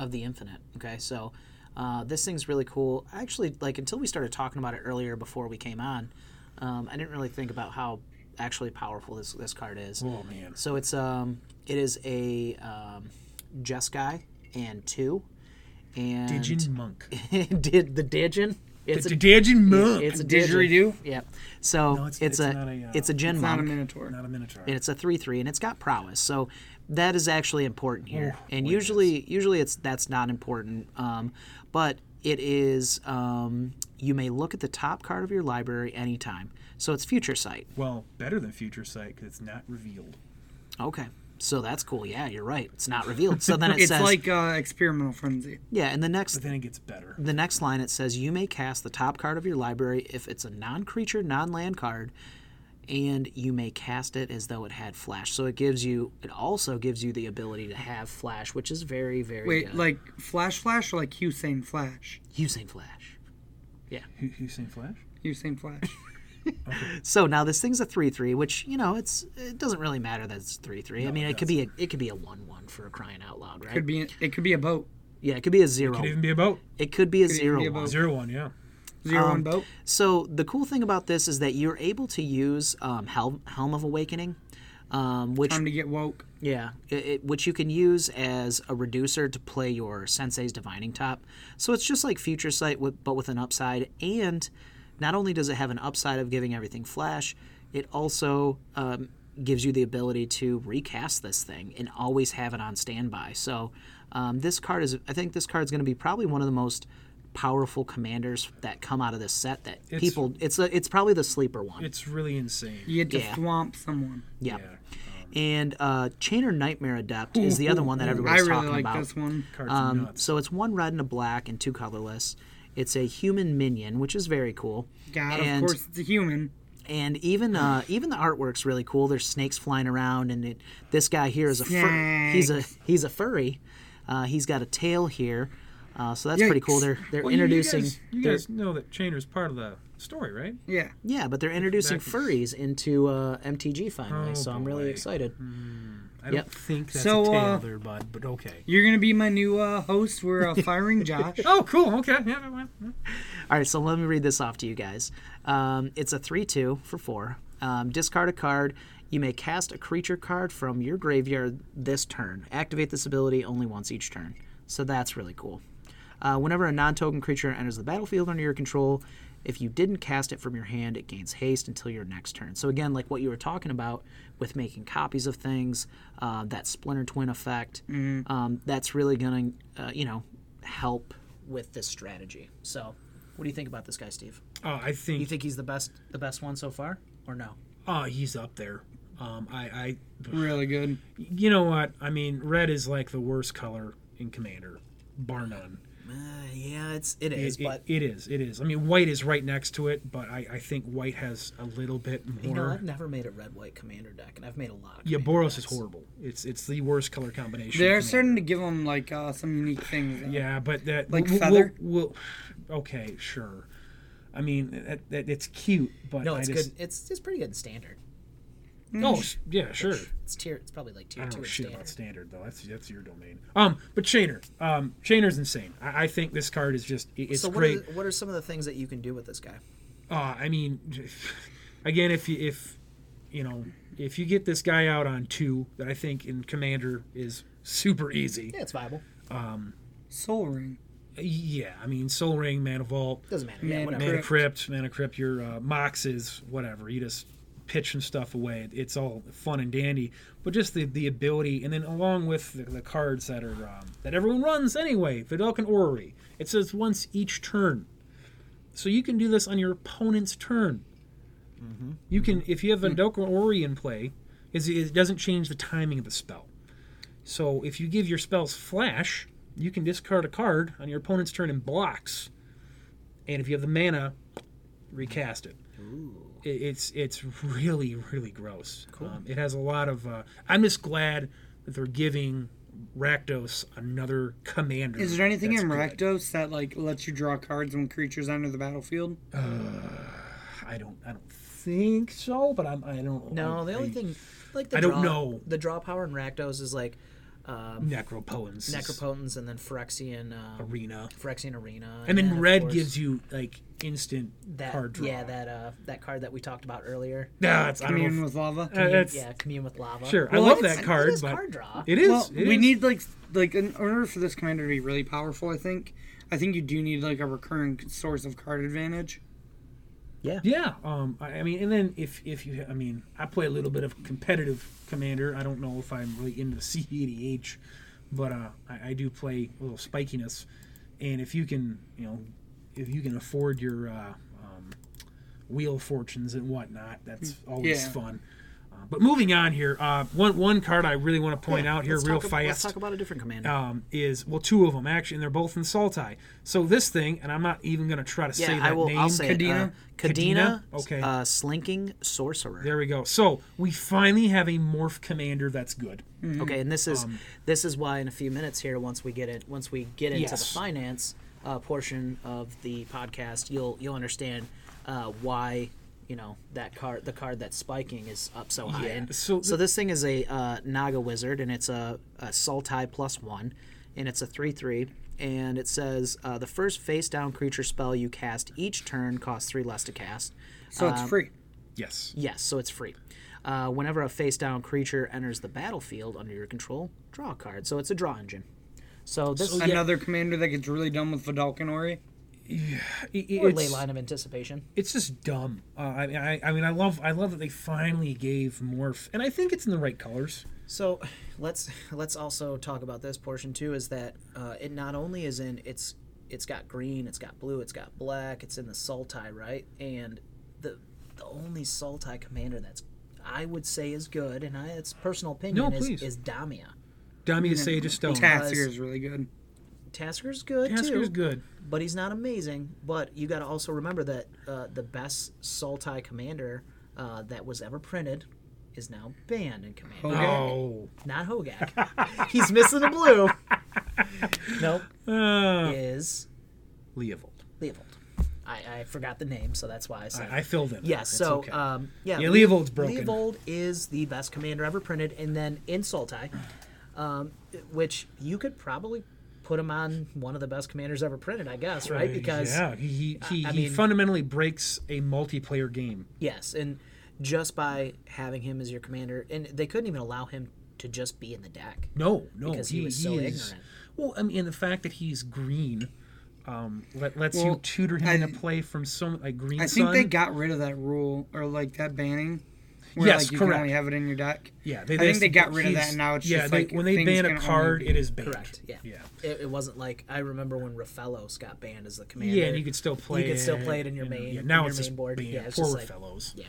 Speaker 3: of the Infinite. Okay, so uh, this thing's really cool. I Actually, like until we started talking about it earlier before we came on, um, I didn't really think about how actually powerful this this card is.
Speaker 2: Oh man,
Speaker 3: So it's um it is a um, Jeskai and two, and
Speaker 2: Digin monk.
Speaker 3: did the Digin. It's
Speaker 2: The Digin monk.
Speaker 3: it's a
Speaker 1: Didgeridoo?
Speaker 3: Digin. Yeah. So
Speaker 2: No, it's-
Speaker 3: it's,
Speaker 2: it's
Speaker 3: a,
Speaker 2: not a, uh,
Speaker 3: it's a Gin
Speaker 1: not a
Speaker 3: Monk
Speaker 1: Minotaur.
Speaker 2: not a minotaur.
Speaker 3: and it's a three three and it's got prowess so that is actually important here
Speaker 2: Oh,
Speaker 3: and
Speaker 2: boy, it
Speaker 3: usually usually it's that's not important um, but it is um, you may look at the top card of your library anytime so it's future sight
Speaker 2: Well, better than Future Sight because it's not revealed.
Speaker 3: okay so that's cool yeah you're right it's not revealed so then it
Speaker 1: it's
Speaker 3: says
Speaker 1: like uh, experimental frenzy.
Speaker 3: yeah and the next
Speaker 2: But then it gets better.
Speaker 3: the next line it says you may cast the top card of your library if it's a non-creature non-land card and you may cast it as though it had flash so it gives you it also gives you the ability to have flash which is very very
Speaker 1: Wait,
Speaker 3: good
Speaker 1: like Flash Flash or like Hussein Flash?
Speaker 3: using flash
Speaker 2: Who, who's seen Flash?
Speaker 1: Hussein Flash.
Speaker 3: so now this thing's a 3-3 which you know it's it doesn't really matter that it's 3-3 i mean it, could be a it could be a 1-1 for crying out loud right
Speaker 1: could be it could be a boat.
Speaker 3: yeah it could be a 0
Speaker 2: Could even be a boat.
Speaker 3: it could be a
Speaker 1: even be a
Speaker 3: 0
Speaker 1: boat.
Speaker 2: Zero one, yeah.
Speaker 1: Zero
Speaker 3: Um,
Speaker 1: one boat.
Speaker 3: So the cool thing about this is that you're able to use um, Helm, Helm of Awakening, um, which
Speaker 1: Time to get woke.
Speaker 3: yeah, it, it, which you can use as a reducer to play your Sensei's Divining Top. So it's just like Future Sight, with, but with an upside. And not only does it have an upside of giving everything flash, it also um, gives you the ability to recast this thing and always have it on standby. So um, this card is, I think this card is going to be probably one of the most powerful commanders that come out of this set that people it's a, it's probably the sleeper one
Speaker 2: It's really insane.
Speaker 1: You had to
Speaker 3: Yeah.
Speaker 1: swamp someone.
Speaker 3: yeah, and uh chainer nightmare adept is the other one that
Speaker 1: I
Speaker 3: everybody's
Speaker 1: really
Speaker 3: talking
Speaker 1: like
Speaker 3: about
Speaker 1: this one.
Speaker 2: Cards
Speaker 3: um,
Speaker 2: nuts.
Speaker 3: so it's one red and a black and two colorless. It's a human minion, which is very cool.
Speaker 1: God,
Speaker 3: and,
Speaker 1: of course it's a human.
Speaker 3: And even uh, even the artwork's really cool. There's snakes flying around, and it, this guy here is a fur- he's a he's a furry. Uh, he's got a tail here, uh, so that's pretty cool.
Speaker 1: Yikes.
Speaker 3: They're they're
Speaker 2: Well, you-
Speaker 3: introducing
Speaker 2: You guys, you
Speaker 3: they're-
Speaker 2: guys know that Chainer's part of the story, right?
Speaker 1: Yeah.
Speaker 3: yeah, but they're introducing
Speaker 2: back.
Speaker 3: furries into uh, MTG finally.
Speaker 2: Oh,
Speaker 3: so I'm really
Speaker 2: boy.
Speaker 3: excited.
Speaker 2: I don't
Speaker 3: Yep.
Speaker 2: think that's
Speaker 1: So,
Speaker 2: a tale
Speaker 1: uh,
Speaker 2: there, bud. But okay.
Speaker 1: You're gonna be my new uh, host. We're uh, firing Josh.
Speaker 2: Oh, cool. Okay. Yeah, well, well.
Speaker 3: All right, so let me read this off to you guys. Um, it's a 3 2 for 4. Um, discard a card. You may cast a creature card from your graveyard this turn. Activate this ability only once each turn. So that's really cool. Uh, whenever a non token creature enters the battlefield under your control, if you didn't cast it from your hand, it gains haste until your next turn. So, again, like what you were talking about with making copies of things, uh, that Splinter Twin effect, um, that's really going to, uh, you know, help with this strategy. So, what do you think about this guy, Steve?
Speaker 2: Uh, I
Speaker 3: You
Speaker 2: think.
Speaker 3: think he's the best, the best one so far, or no?
Speaker 2: Oh, he's up there. Um, I, I
Speaker 1: really good.
Speaker 2: you know what? I mean, red is like the worst color in Commander, bar none.
Speaker 3: Uh, yeah, it's it
Speaker 2: It-
Speaker 3: is,
Speaker 2: it-
Speaker 3: but
Speaker 2: it is. It is. I mean, white is right next to it, but I, I think white has a little bit more.
Speaker 3: you know, I've never made a red white commander deck, and I've made a lot. Of
Speaker 2: yeah,
Speaker 3: commander
Speaker 2: Boros is
Speaker 3: decks.
Speaker 2: horrible. It's it's the worst color combination.
Speaker 1: They're
Speaker 2: for me.
Speaker 1: starting to give them like uh, some unique things. though.
Speaker 2: Yeah, but that
Speaker 1: Like
Speaker 2: we'll-
Speaker 1: feather?
Speaker 2: We'll, we'll- okay, sure. I mean, that, that, it's cute, but
Speaker 3: No,
Speaker 2: I
Speaker 3: it's
Speaker 2: just,
Speaker 3: good. Mm. It's it's pretty good in standard.
Speaker 2: Oh, s- yeah, sure.
Speaker 3: It's tier. It's probably like
Speaker 2: I
Speaker 3: tier
Speaker 2: don't
Speaker 3: two
Speaker 2: know
Speaker 3: in
Speaker 2: shit
Speaker 3: standard.
Speaker 2: about standard though. That's that's your domain. Um, but Chainer, um, Chainer's insane. I, I think this card is just it- it's
Speaker 3: so what
Speaker 2: great.
Speaker 3: Are the, what are some of the things that you can do with this guy?
Speaker 2: uh, I mean, again, if you, if you know if you get this guy out on two, that I think in Commander is super easy.
Speaker 3: Yeah, it's viable.
Speaker 1: Soul Ring.
Speaker 2: Yeah, I mean Soul Ring, Mana Vault,
Speaker 3: Doesn't matter.
Speaker 1: Man,
Speaker 3: Yeah, whatever.
Speaker 2: Mana
Speaker 1: Crypt.
Speaker 2: Crypt, Mana Crypt, your uh, Moxes, whatever. You just pitching stuff away. It's all fun and dandy, but just the, the ability, and then along with the, the cards that are um, that everyone runs anyway, Vidalcan Orrery. It says once each turn, so you can do this on your opponent's turn. You can, if you have Vidalcan Orrery in play, is it doesn't change the timing of the spell. So if you give your spells flash, you can discard a card on your opponent's turn and blocks. And if you have the mana, recast it. It- It's it's really really gross. Cool. Um, it has a lot of. Uh, I'm just glad that they're giving Rakdos another commander.
Speaker 1: Is there anything
Speaker 2: that's
Speaker 1: in
Speaker 2: good.
Speaker 1: Rakdos that like lets you draw cards when creatures enter the battlefield?
Speaker 2: I don't I don't think so, but I'm I don't.
Speaker 3: No, the only
Speaker 2: I-
Speaker 3: thing, like the
Speaker 2: I don't
Speaker 3: draw,
Speaker 2: know.
Speaker 3: The draw power in Rakdos is like um,
Speaker 2: Necropoems is
Speaker 3: Necropotence and then Phyrexian um,
Speaker 2: arena,
Speaker 3: Phyrexian Arena.
Speaker 2: and then
Speaker 3: of
Speaker 2: red
Speaker 3: course,
Speaker 2: gives you like instant
Speaker 3: that
Speaker 2: card draw.
Speaker 3: yeah that uh that card that we talked about earlier.
Speaker 2: Nah, it's, I don't know
Speaker 1: Commune
Speaker 2: if-
Speaker 1: with lava.
Speaker 2: uh, that's-
Speaker 3: yeah, commune with lava.
Speaker 2: Sure,
Speaker 1: Well,
Speaker 2: I love
Speaker 1: it's-
Speaker 2: that
Speaker 3: It
Speaker 2: card,
Speaker 3: is
Speaker 2: but
Speaker 3: card draw.
Speaker 2: it is.
Speaker 1: well,
Speaker 2: it
Speaker 1: we
Speaker 2: is.
Speaker 1: need like like in order for this commander to be really powerful, I think. I think you do need like a recurring source of card advantage.
Speaker 2: Yeah. Um. I, I mean, and then if if you, I mean, I play a little bit of competitive commander. I don't know if I'm really into C80H, but uh, I, I do play a little spikiness, and if you can, you know, if you can afford your uh, um, wheel fortunes and whatnot, that's
Speaker 3: Hmm.
Speaker 2: always
Speaker 1: Yeah.
Speaker 2: fun. Uh, but moving on here, uh, one one card I really want to point out here,
Speaker 3: Let's
Speaker 2: real
Speaker 3: talk ab-
Speaker 2: fast
Speaker 3: Let's talk about a different commander.
Speaker 2: um, is well, two of them actually, and they're both in Saltai. So this thing, and I'm not even going to try to say
Speaker 3: yeah,
Speaker 2: that
Speaker 3: I will.
Speaker 2: name.
Speaker 3: I'll say Kadena.
Speaker 1: Kadena?
Speaker 3: Kadena.
Speaker 2: Kadena? Okay.
Speaker 3: Uh, slinking sorcerer.
Speaker 2: there we go. So we finally have a morph commander that's good.
Speaker 3: Okay, and this
Speaker 2: Um,
Speaker 3: is this is why in a few minutes here, once we get it, once we get into the
Speaker 2: Yes.
Speaker 3: finance uh, portion of the podcast, you'll you'll understand uh, why you know that card, the card that's spiking is up so high.
Speaker 2: Yeah,
Speaker 3: And
Speaker 2: so
Speaker 3: so,
Speaker 2: th-
Speaker 3: this thing is a uh, Naga wizard, and it's a, a Sultai plus one, and it's a three three. And it says uh, the first face down creature spell you cast each turn costs three less to cast.
Speaker 1: So it's free.
Speaker 2: Yes.
Speaker 3: Yes, so it's free. Uh, whenever a face down creature enters the battlefield under your control, draw a card. So it's a draw engine. So this is
Speaker 1: Another commander that gets really dumb with Vidalcan Ori.
Speaker 2: It-
Speaker 3: or
Speaker 2: it's,
Speaker 3: ley line of anticipation.
Speaker 2: it's just dumb. Uh, I, I, I mean, I love, I love that they finally gave morph, and I think it's in the right colors.
Speaker 3: So let's let's also talk about this portion too. Is that uh, it? Not only is in it's it's got green, it's got blue, it's got black. It's in the Sultai, right? And the the only Sultai commander that's I would say is good, and I, it's personal opinion
Speaker 2: No,
Speaker 3: is,
Speaker 2: please.
Speaker 3: is Damia.
Speaker 2: Dami
Speaker 3: Mm-hmm.
Speaker 2: is Sage of Stone. Uh,
Speaker 1: Tassier is really good.
Speaker 3: Tasker's good too.
Speaker 2: Tasker's good.
Speaker 3: but he's not amazing. But you got to also remember that uh, the best Sultai commander uh, that was ever printed is now banned in Commander.
Speaker 2: Oh.
Speaker 3: Not Hogak. he's missing the blue. nope.
Speaker 2: Uh,
Speaker 3: Is
Speaker 2: Leovold.
Speaker 3: Leovold. I, I forgot the name, so that's why I said.
Speaker 2: I, I filled in.
Speaker 3: yeah,
Speaker 2: It's
Speaker 3: so
Speaker 2: okay.
Speaker 3: um, yeah,
Speaker 2: Yeah,
Speaker 3: Le-
Speaker 2: Leovold's broken.
Speaker 3: Leovold is the best commander ever printed, and then in Sultai, um, which you could probably put him on one of the best commanders ever printed, I guess, right?
Speaker 2: Uh,
Speaker 3: Because
Speaker 2: yeah, he he, he,
Speaker 3: I
Speaker 2: he
Speaker 3: mean-
Speaker 2: fundamentally breaks a multiplayer game.
Speaker 3: Yes, and just by having him as your commander, and they couldn't even allow him to just be in the deck.
Speaker 2: No, no,
Speaker 3: Because he was so ignorant.
Speaker 2: Well, I mean, and the fact that he's green um, let, lets you
Speaker 1: Well,
Speaker 2: tutor him
Speaker 1: I-
Speaker 2: into play from so like green.
Speaker 1: I think they
Speaker 2: Sun.
Speaker 1: got rid of that rule or like that banning. Where
Speaker 2: Yes,
Speaker 1: like you
Speaker 2: correct.
Speaker 1: can only have it in your deck.
Speaker 2: Yeah, they,
Speaker 1: I think they got rid of that,
Speaker 2: he's-
Speaker 1: and now it's
Speaker 2: yeah,
Speaker 1: just,
Speaker 2: they,
Speaker 1: like,
Speaker 2: when they
Speaker 1: things
Speaker 2: ban
Speaker 1: can
Speaker 2: a
Speaker 1: only
Speaker 2: card,
Speaker 1: be-
Speaker 2: it is banned.
Speaker 3: Correct. Yeah.
Speaker 2: Yeah.
Speaker 3: It, it wasn't like I remember when Raffellos got banned as the commander.
Speaker 2: Yeah, and you could still play.
Speaker 3: could still play it in your
Speaker 2: and,
Speaker 3: main-
Speaker 2: Yeah, now
Speaker 3: in your
Speaker 2: it's just
Speaker 3: main board.
Speaker 2: banned.
Speaker 3: Yeah, it's
Speaker 2: Poor
Speaker 3: just like-
Speaker 2: fellows.
Speaker 3: Yeah.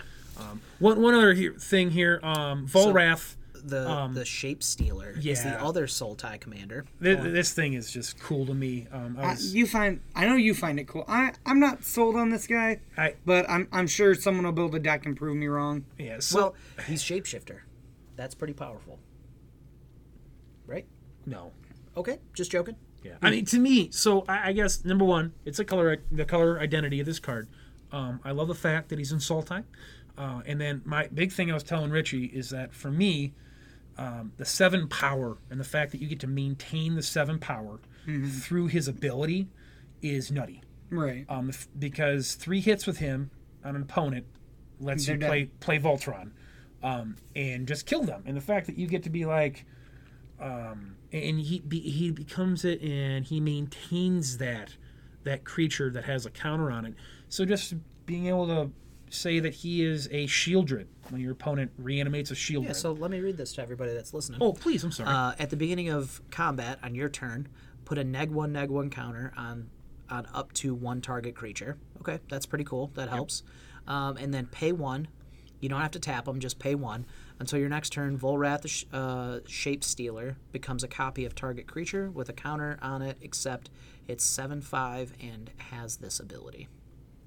Speaker 2: One one other here, thing here, um, Volrath
Speaker 3: the
Speaker 2: Um,
Speaker 3: the shape stealer is the
Speaker 2: yeah.
Speaker 3: other soul tie commander.
Speaker 2: Th- this thing is just cool to me. Um, I
Speaker 1: I,
Speaker 2: was,
Speaker 1: Uh, you find I know you find it cool. I I'm not sold on this guy,
Speaker 2: I,
Speaker 1: but I'm I'm sure someone will build a deck and prove me wrong.
Speaker 2: yeah, so,
Speaker 3: Well, he's shapeshifter. That's pretty powerful. Right?
Speaker 2: no.
Speaker 3: Okay, just joking.
Speaker 2: Yeah. I mean, to me, so I, I guess number one, it's a color, the color identity of this card. Um, I love the fact that he's in Sultai. Uh, and then my big thing I was telling Richie is that for me, um, the seven power and the fact that you get to maintain the seven power through his ability is nutty.
Speaker 1: Right.
Speaker 2: Um, f- because three hits with him on an opponent lets you
Speaker 1: They're
Speaker 2: play play Voltron, um, and just kill them. And the fact that you get to be like, um, and he be, he becomes it, and he maintains that that creature that has a counter on it. So just being able to say that he is a Shieldred when your opponent reanimates a Shieldred.
Speaker 3: Yeah, so let me read this to everybody that's listening.
Speaker 2: oh, please, I'm sorry.
Speaker 3: Uh, at the beginning of combat on your turn, put a neg one neg one counter on on up to one target creature. Okay, that's pretty cool. That helps. Um, and then pay one. You don't have to tap them. Just pay one until your next turn. Volrath, the sh- uh, Shape Stealer, becomes a copy of target creature with a counter on it, except it's seven five and has this ability.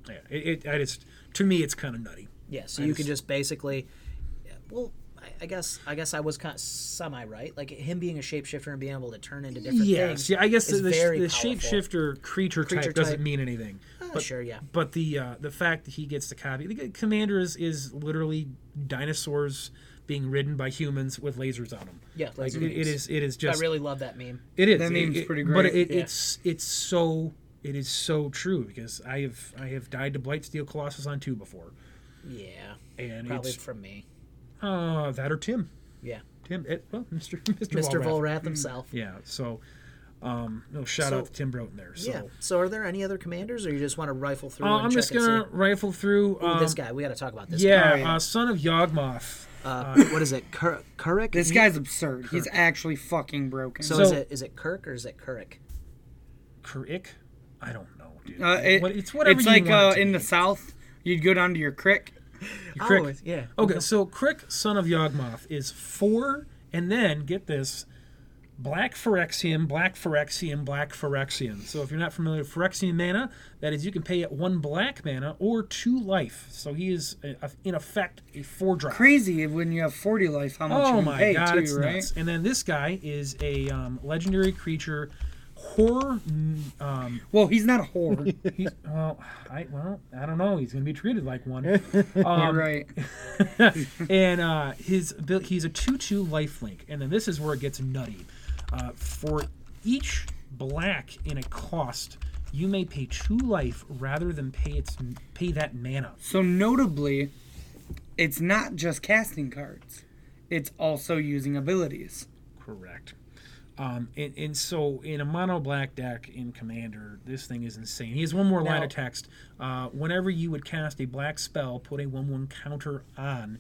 Speaker 2: yeah, it, it, I just to me it's kind of nutty.
Speaker 3: Yeah, so you can just basically, yeah, well, I, I guess I guess I was kind of semi right. Like him being a shapeshifter and being able to turn into different
Speaker 2: Yes,
Speaker 3: things.
Speaker 2: yeah. I guess the,
Speaker 3: is
Speaker 2: the,
Speaker 3: very
Speaker 2: the
Speaker 3: powerful.
Speaker 2: shapeshifter creature,
Speaker 3: Creature
Speaker 2: type doesn't
Speaker 3: type.
Speaker 2: mean anything.
Speaker 3: Ah,
Speaker 2: but,
Speaker 3: sure, yeah.
Speaker 2: But the uh, the fact that he gets to copy the g- commander is, is literally dinosaurs being ridden by humans with lasers on them.
Speaker 3: Yeah,
Speaker 2: like
Speaker 3: laser
Speaker 2: it, it
Speaker 3: beams.
Speaker 2: is. It is just.
Speaker 3: I really love that meme.
Speaker 2: it is.
Speaker 1: That
Speaker 2: It-
Speaker 1: meme's
Speaker 2: it-
Speaker 1: pretty
Speaker 2: But
Speaker 1: great.
Speaker 2: it,
Speaker 3: Yeah.
Speaker 2: it's it's so it is so true because I have I have died to Blightsteel Colossus on two before,
Speaker 3: Yeah,
Speaker 2: and
Speaker 3: probably
Speaker 2: it's
Speaker 3: from me.
Speaker 2: uh, that or Tim.
Speaker 3: Yeah,
Speaker 2: Tim, it, well, Mr.
Speaker 3: Mr.
Speaker 2: Mr. Volrath.
Speaker 3: Volrath himself.
Speaker 2: Yeah. So, um, no shout out to Tim Broughton there. So.
Speaker 3: Yeah. So, are there any other commanders, or you just want to rifle through?
Speaker 2: Uh,
Speaker 3: and
Speaker 2: I'm
Speaker 3: check
Speaker 2: just
Speaker 3: and see?
Speaker 2: gonna rifle through.
Speaker 3: Ooh,
Speaker 2: Um,
Speaker 3: this guy. We got to talk about this.
Speaker 2: Yeah,
Speaker 1: Oh, yeah.
Speaker 2: Uh, son of Yawgmoth.
Speaker 3: Guy. Uh, what is it? Kur- Kurik.
Speaker 1: This guy's absurd. He's actually fucking broken.
Speaker 3: So,
Speaker 2: So-
Speaker 3: is it is it Kirk or is it Kurik?
Speaker 2: Crick? I don't know, dude.
Speaker 1: uh, it,
Speaker 2: What- it's whatever
Speaker 1: It's
Speaker 2: you
Speaker 1: like
Speaker 2: want
Speaker 1: uh,
Speaker 2: it to
Speaker 1: in
Speaker 2: be.
Speaker 1: the south, you'd go down to your crick.
Speaker 2: Crick.
Speaker 3: Oh, yeah.
Speaker 2: Okay, so Crick, son of Yawgmoth, is four, and then get this Black Phyrexian, Black Phyrexian, Black Phyrexian. So if you're not familiar with Phyrexian mana, that is you can pay it one black mana or two life. So he is, uh, in effect, a four drop.
Speaker 1: Crazy when you have 40 life, how much
Speaker 2: Oh
Speaker 1: you
Speaker 2: my
Speaker 1: pay
Speaker 2: god,
Speaker 1: too,
Speaker 2: it's
Speaker 1: right?
Speaker 2: nuts! And then this guy is a um, legendary creature, horror. n- Um,
Speaker 1: Well, he's not a whore.
Speaker 2: he's, well, I well, I don't know. He's gonna be treated like one.
Speaker 1: You're
Speaker 2: Um,
Speaker 1: right.
Speaker 2: and uh, his abil- he's a two-two lifelink. And then this is where it gets nutty. Uh, for each black in a cost, you may pay two life rather than pay its pay that mana.
Speaker 1: So notably, it's not just casting cards. It's also using abilities.
Speaker 2: Correct. Um, and, and so in a mono black deck in Commander, this thing is insane. He has one more line
Speaker 3: Now-
Speaker 2: of text. Uh, whenever you would cast a black spell, put a one-one counter on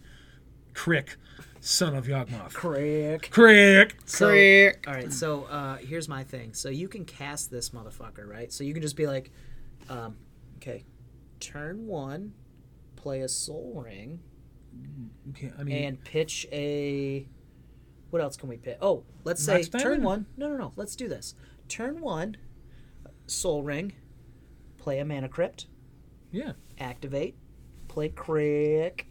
Speaker 2: Crick, son of Yawgmoth.
Speaker 3: Kurik.
Speaker 2: Crick.
Speaker 3: So,
Speaker 1: Crick.
Speaker 3: All right, so uh, here's my thing. So you can cast this motherfucker, right? So you can just be like, um, okay, turn one, play a soul ring,
Speaker 2: Okay, I mean,
Speaker 3: and pitch a. What else can we pitch? Oh, let's say
Speaker 2: Max
Speaker 3: turn
Speaker 2: Diamond?
Speaker 3: one. No, no, no. Let's do this. Turn one, soul ring, play a mana crypt,
Speaker 2: yeah.
Speaker 3: activate, play crick,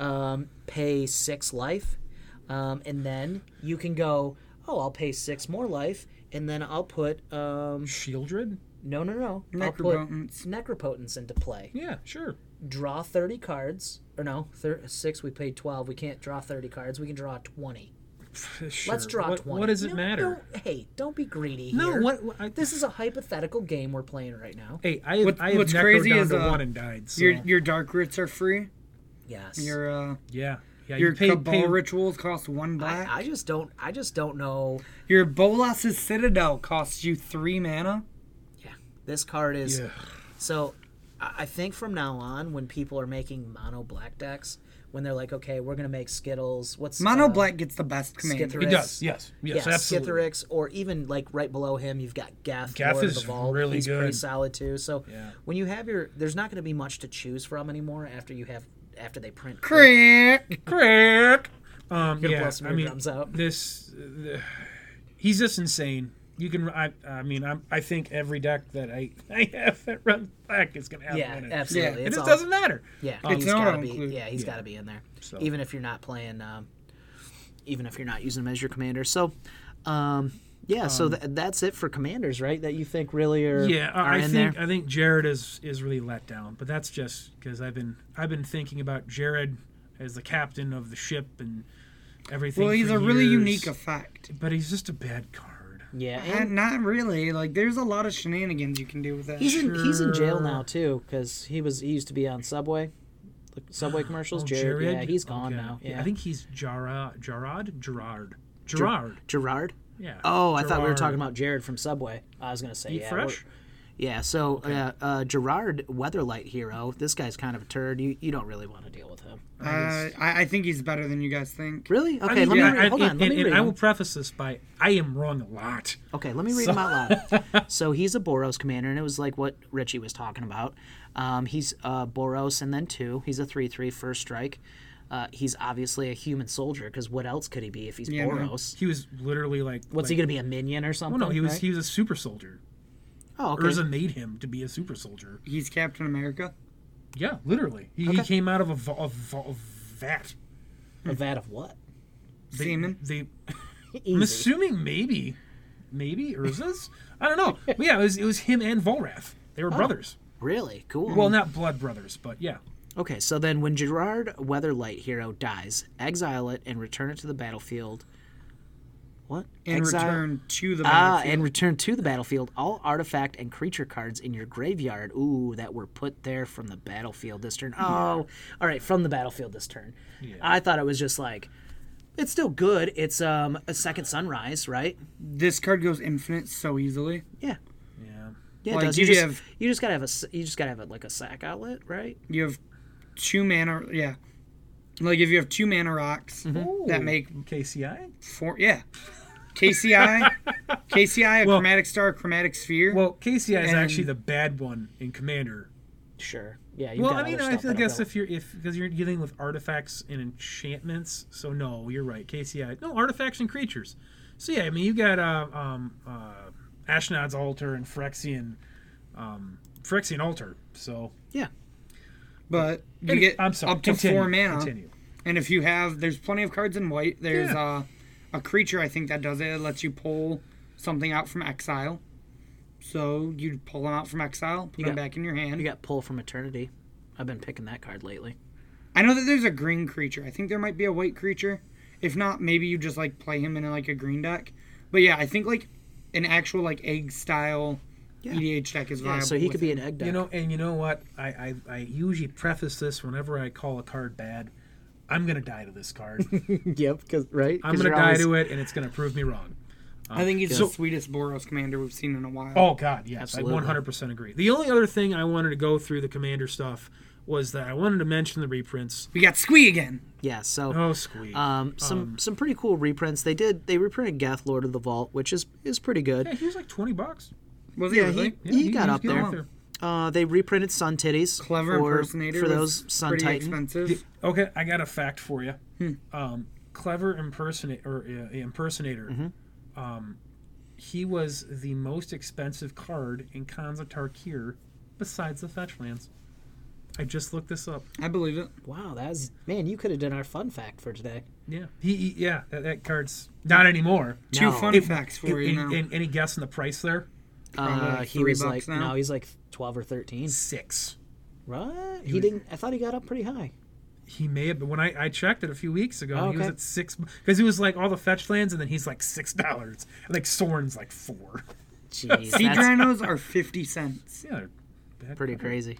Speaker 3: um, pay six life, um, and then you can go. Oh, I'll pay six more life, and then I'll put um,
Speaker 2: Shieldred.
Speaker 3: no, no, no. I'll put
Speaker 1: Necropotence.
Speaker 3: necropotence into play.
Speaker 2: Yeah, sure.
Speaker 3: Draw thirty cards, or no, thir- six. We paid twelve. We can't draw thirty cards. We can draw twenty.
Speaker 2: sure.
Speaker 3: Let's draw
Speaker 2: what,
Speaker 3: twenty.
Speaker 2: What does it
Speaker 3: No,
Speaker 2: matter?
Speaker 3: don't- hey, don't be greedy.
Speaker 2: No,
Speaker 3: here.
Speaker 2: what, what I,
Speaker 3: This is a hypothetical game we're playing right now.
Speaker 2: Hey, I have,
Speaker 1: What-
Speaker 2: I have
Speaker 1: what's
Speaker 2: necroed
Speaker 1: crazy
Speaker 2: down
Speaker 1: is,
Speaker 2: to
Speaker 1: uh,
Speaker 2: one and died. So
Speaker 1: Your your dark roots are free.
Speaker 3: Yes.
Speaker 1: Your uh,
Speaker 2: yeah, yeah.
Speaker 1: your
Speaker 2: you pay,
Speaker 1: cabal
Speaker 2: pay,
Speaker 1: rituals cost one black.
Speaker 3: I, I just don't. I just don't know.
Speaker 1: Your Bolas's Citadel costs you three mana.
Speaker 3: Yeah. This card is.
Speaker 2: Yeah.
Speaker 3: So, I I think from now on, when people are making mono black decks, when they're like, okay, we're gonna make Skittles. What's
Speaker 1: Mono
Speaker 3: uh,
Speaker 1: black gets the best command.
Speaker 3: Skithrix.
Speaker 2: It does. Yes. Yes.
Speaker 3: yeah,
Speaker 2: absolutely.
Speaker 3: Skithrix, or even like right below him, you've got Gath.
Speaker 2: Gath
Speaker 3: Lord of
Speaker 2: is
Speaker 3: the Vault.
Speaker 2: really
Speaker 3: He's pretty
Speaker 2: good.
Speaker 3: solid too. So
Speaker 2: Yeah.
Speaker 3: when you have your, there's not going to be much to choose from anymore after you have after they print.
Speaker 1: Crick.
Speaker 2: Crick. Um,
Speaker 4: Gonna
Speaker 2: yeah,
Speaker 4: blow some
Speaker 2: I mean,
Speaker 4: eardrums out.
Speaker 2: this the, he's just insane. You can, I, I mean, I'm, I think every deck that I, I have that runs black is gonna have
Speaker 4: Yeah,
Speaker 2: him in it.
Speaker 4: absolutely.
Speaker 1: Yeah.
Speaker 2: It
Speaker 4: It's
Speaker 2: just
Speaker 4: all-
Speaker 2: doesn't matter.
Speaker 4: Yeah,
Speaker 2: Um,
Speaker 4: he's
Speaker 1: It's an
Speaker 4: gotta
Speaker 1: auto
Speaker 4: be.
Speaker 1: include.
Speaker 4: Yeah, he's
Speaker 2: Yeah.
Speaker 4: got to be in there.
Speaker 2: So-
Speaker 4: Even if you're not playing, um, even if you're not using him as your commander. So, um, yeah. so th- that's it for commanders, right? That you think really are
Speaker 2: Yeah,
Speaker 4: are
Speaker 2: I, I
Speaker 4: in
Speaker 2: think
Speaker 4: there.
Speaker 2: I think Jared is is really let down, but that's just because I've been I've been thinking about Jared as the captain of the ship and everything.
Speaker 1: Well, he's
Speaker 2: for
Speaker 1: a really
Speaker 2: years,
Speaker 1: unique effect.
Speaker 2: but he's just a bad card.
Speaker 3: Yeah,
Speaker 1: Eh, not really. Like, there's a lot of shenanigans you can do with that.
Speaker 3: He's in he's in jail
Speaker 2: Sure.
Speaker 3: now too because he was he used to be on Subway, the Subway commercials.
Speaker 2: Oh,
Speaker 3: Jared,
Speaker 2: Jared,
Speaker 3: yeah, he's gone
Speaker 2: Okay.
Speaker 3: now. Yeah,
Speaker 2: I think he's Jara, Jarrod, Gerard, Gerard.
Speaker 3: Gerard.
Speaker 2: Yeah.
Speaker 3: Oh, I thought we were
Speaker 2: Gerard.
Speaker 3: talking about Jared from Subway. I was gonna say
Speaker 2: Eat
Speaker 3: yeah,
Speaker 2: fresh.
Speaker 3: we're- Yeah, so uh, uh, Gerard Weatherlight hero. This guy's kind of a turd. You you don't really want to deal with him.
Speaker 1: Uh, I, I think he's better than you guys think.
Speaker 3: Really? Okay,
Speaker 2: I mean,
Speaker 3: let
Speaker 2: yeah,
Speaker 3: me
Speaker 2: I-
Speaker 3: read, hold on.
Speaker 2: and,
Speaker 3: let me
Speaker 2: and-
Speaker 3: read
Speaker 2: and I
Speaker 3: him.
Speaker 2: will preface this by I am wrong a lot.
Speaker 3: Okay, let me read him out loud. so he's a Boros commander, and it was like what Richie was talking about. Um, he's uh, Boros and then two. He's a 3 3 first strike. Uh, he's obviously a human soldier because what else could he be if he's
Speaker 1: Yeah, man.
Speaker 3: Boros?
Speaker 2: He was literally like
Speaker 3: What's he
Speaker 2: like,
Speaker 3: going to be, a minion or something?
Speaker 2: Well, no, he was
Speaker 3: right?
Speaker 2: he was a super soldier.
Speaker 3: oh, okay.
Speaker 2: Urza made him to be a super soldier.
Speaker 1: He's Captain America.
Speaker 2: Yeah, literally. He, he
Speaker 3: Okay.
Speaker 2: came out of a, va- a, va- a vat.
Speaker 3: A vat of what?
Speaker 2: They,
Speaker 1: Semen.
Speaker 2: They, I'm
Speaker 3: Easy.
Speaker 2: assuming maybe, maybe Urza's. I don't know. But yeah, it was it was him and Volrath. They
Speaker 3: Oh.
Speaker 2: were brothers.
Speaker 3: Really? Cool.
Speaker 2: Well, not blood brothers, but yeah.
Speaker 3: Okay, so then when Gerard Weatherlight Hero dies, exile it and return it to the battlefield. What?
Speaker 1: And
Speaker 3: Exile-
Speaker 1: return to the
Speaker 3: Ah,
Speaker 1: battlefield.
Speaker 3: and return to the battlefield all artifact and creature cards in your graveyard. Ooh, that were put there from the battlefield this turn. Oh, all right, from the battlefield this turn. I thought it was just like, it's still good. It's um a second sunrise, right?
Speaker 1: this card goes infinite so easily.
Speaker 3: Yeah,
Speaker 2: Yeah.
Speaker 3: yeah.
Speaker 1: Like,
Speaker 3: it does.
Speaker 1: you
Speaker 3: You, just
Speaker 1: have-
Speaker 3: you just gotta have a s- you just gotta have a, like a sack outlet, right?
Speaker 1: You have two mana. Yeah. Like, if you have two mana rocks
Speaker 2: Mm-hmm.
Speaker 1: that make
Speaker 2: KCI?
Speaker 1: four. Yeah. KCI, KCI, a
Speaker 2: Well-
Speaker 1: chromatic star, a chromatic sphere.
Speaker 2: Well, KCI is
Speaker 1: And-
Speaker 2: actually the bad one in Commander.
Speaker 3: Sure. Yeah. You've
Speaker 2: Well,
Speaker 3: got
Speaker 2: I mean,
Speaker 3: other
Speaker 2: I,
Speaker 3: stuff
Speaker 2: feel- I
Speaker 3: that'll
Speaker 2: guess
Speaker 3: go-
Speaker 2: if you're if because you're dealing with artifacts and enchantments, so no, you're right. KCI, no artifacts and creatures. So yeah, I mean, you got uh, um, uh, Ashnod's altar and Phyrexian, um, Phyrexian altar. So
Speaker 3: yeah.
Speaker 1: but you get
Speaker 2: I'm sorry,
Speaker 1: up to
Speaker 2: continue,
Speaker 1: four mana.
Speaker 2: Continue.
Speaker 1: And if you have, there's plenty of cards in white. There's
Speaker 2: Yeah.
Speaker 1: uh, a creature I think that does it. It lets you pull something out from exile. So you pull them out from exile, put them
Speaker 3: got-
Speaker 1: back in your hand.
Speaker 3: You got pull from eternity. I've been picking that card lately.
Speaker 1: I know that there's a green creature. I think there might be a white creature. If not, maybe you just like play him in like a green deck. But yeah, I think like an actual like egg style EDH deck is viable.
Speaker 3: Yeah, so he
Speaker 1: with
Speaker 3: could be
Speaker 1: it.
Speaker 3: an egg deck.
Speaker 2: You know, and you know what? I, I I usually preface this whenever I call a card bad. I'm gonna die to this card.
Speaker 3: yep. Because right.
Speaker 2: I'm gonna die to it, and it's gonna prove me wrong.
Speaker 1: I think he's
Speaker 2: So-
Speaker 1: the sweetest Boros commander we've seen in a while.
Speaker 2: Oh God, yes,
Speaker 3: Absolutely.
Speaker 2: I 100% agree. The only other thing I wanted to go through the commander stuff was that I wanted to mention the reprints.
Speaker 1: We got Squee again.
Speaker 3: Yeah. So.
Speaker 2: Oh squeak!
Speaker 3: Um, some some pretty cool reprints. They did they reprinted Gath Lord of the Vault, which is is pretty good.
Speaker 2: yeah, he was like 20 bucks.
Speaker 1: Was he
Speaker 3: Yeah,
Speaker 1: really?
Speaker 3: he, he got
Speaker 2: was
Speaker 3: up
Speaker 2: getting
Speaker 3: there. Uh, they reprinted Sun Titties.
Speaker 1: Clever
Speaker 3: for,
Speaker 1: impersonator
Speaker 3: for
Speaker 1: was
Speaker 3: those Sun
Speaker 1: pretty
Speaker 3: Titan.
Speaker 1: expensive.
Speaker 2: Okay, I got a fact for you.
Speaker 3: Hmm.
Speaker 2: Um, clever impersonator or uh, impersonator. Um,
Speaker 3: Mm-hmm.
Speaker 2: he was the most expensive card in Khans of Tarkir, besides the Fetchlands. I just looked this up.
Speaker 1: I believe it.
Speaker 3: Wow, that was man. You could have done our fun fact for today.
Speaker 2: Yeah, he, he yeah that, that card's not anymore.
Speaker 1: Two
Speaker 3: No.
Speaker 1: fun
Speaker 2: It-
Speaker 1: facts for
Speaker 2: it-
Speaker 1: you
Speaker 2: and-
Speaker 1: now.
Speaker 2: and- any guess on the price there?
Speaker 1: Probably
Speaker 3: Uh,
Speaker 1: like
Speaker 3: he
Speaker 1: three
Speaker 3: was like
Speaker 1: bucks now.
Speaker 3: no, he's like twelve or thirteen.
Speaker 2: Six.
Speaker 3: Right? He didn't. I thought he got up pretty high.
Speaker 2: He may have, but when I, I checked it a few weeks ago, he was
Speaker 3: Oh, Okay.
Speaker 2: at six because he was like all the fetch lands, and then he's like six dollars. Like Soren's like four.
Speaker 3: Jeez,
Speaker 1: Sea
Speaker 3: that's
Speaker 1: Dranos are 50 cents.
Speaker 2: Yeah, they're bad
Speaker 3: pretty
Speaker 2: cards.
Speaker 3: crazy.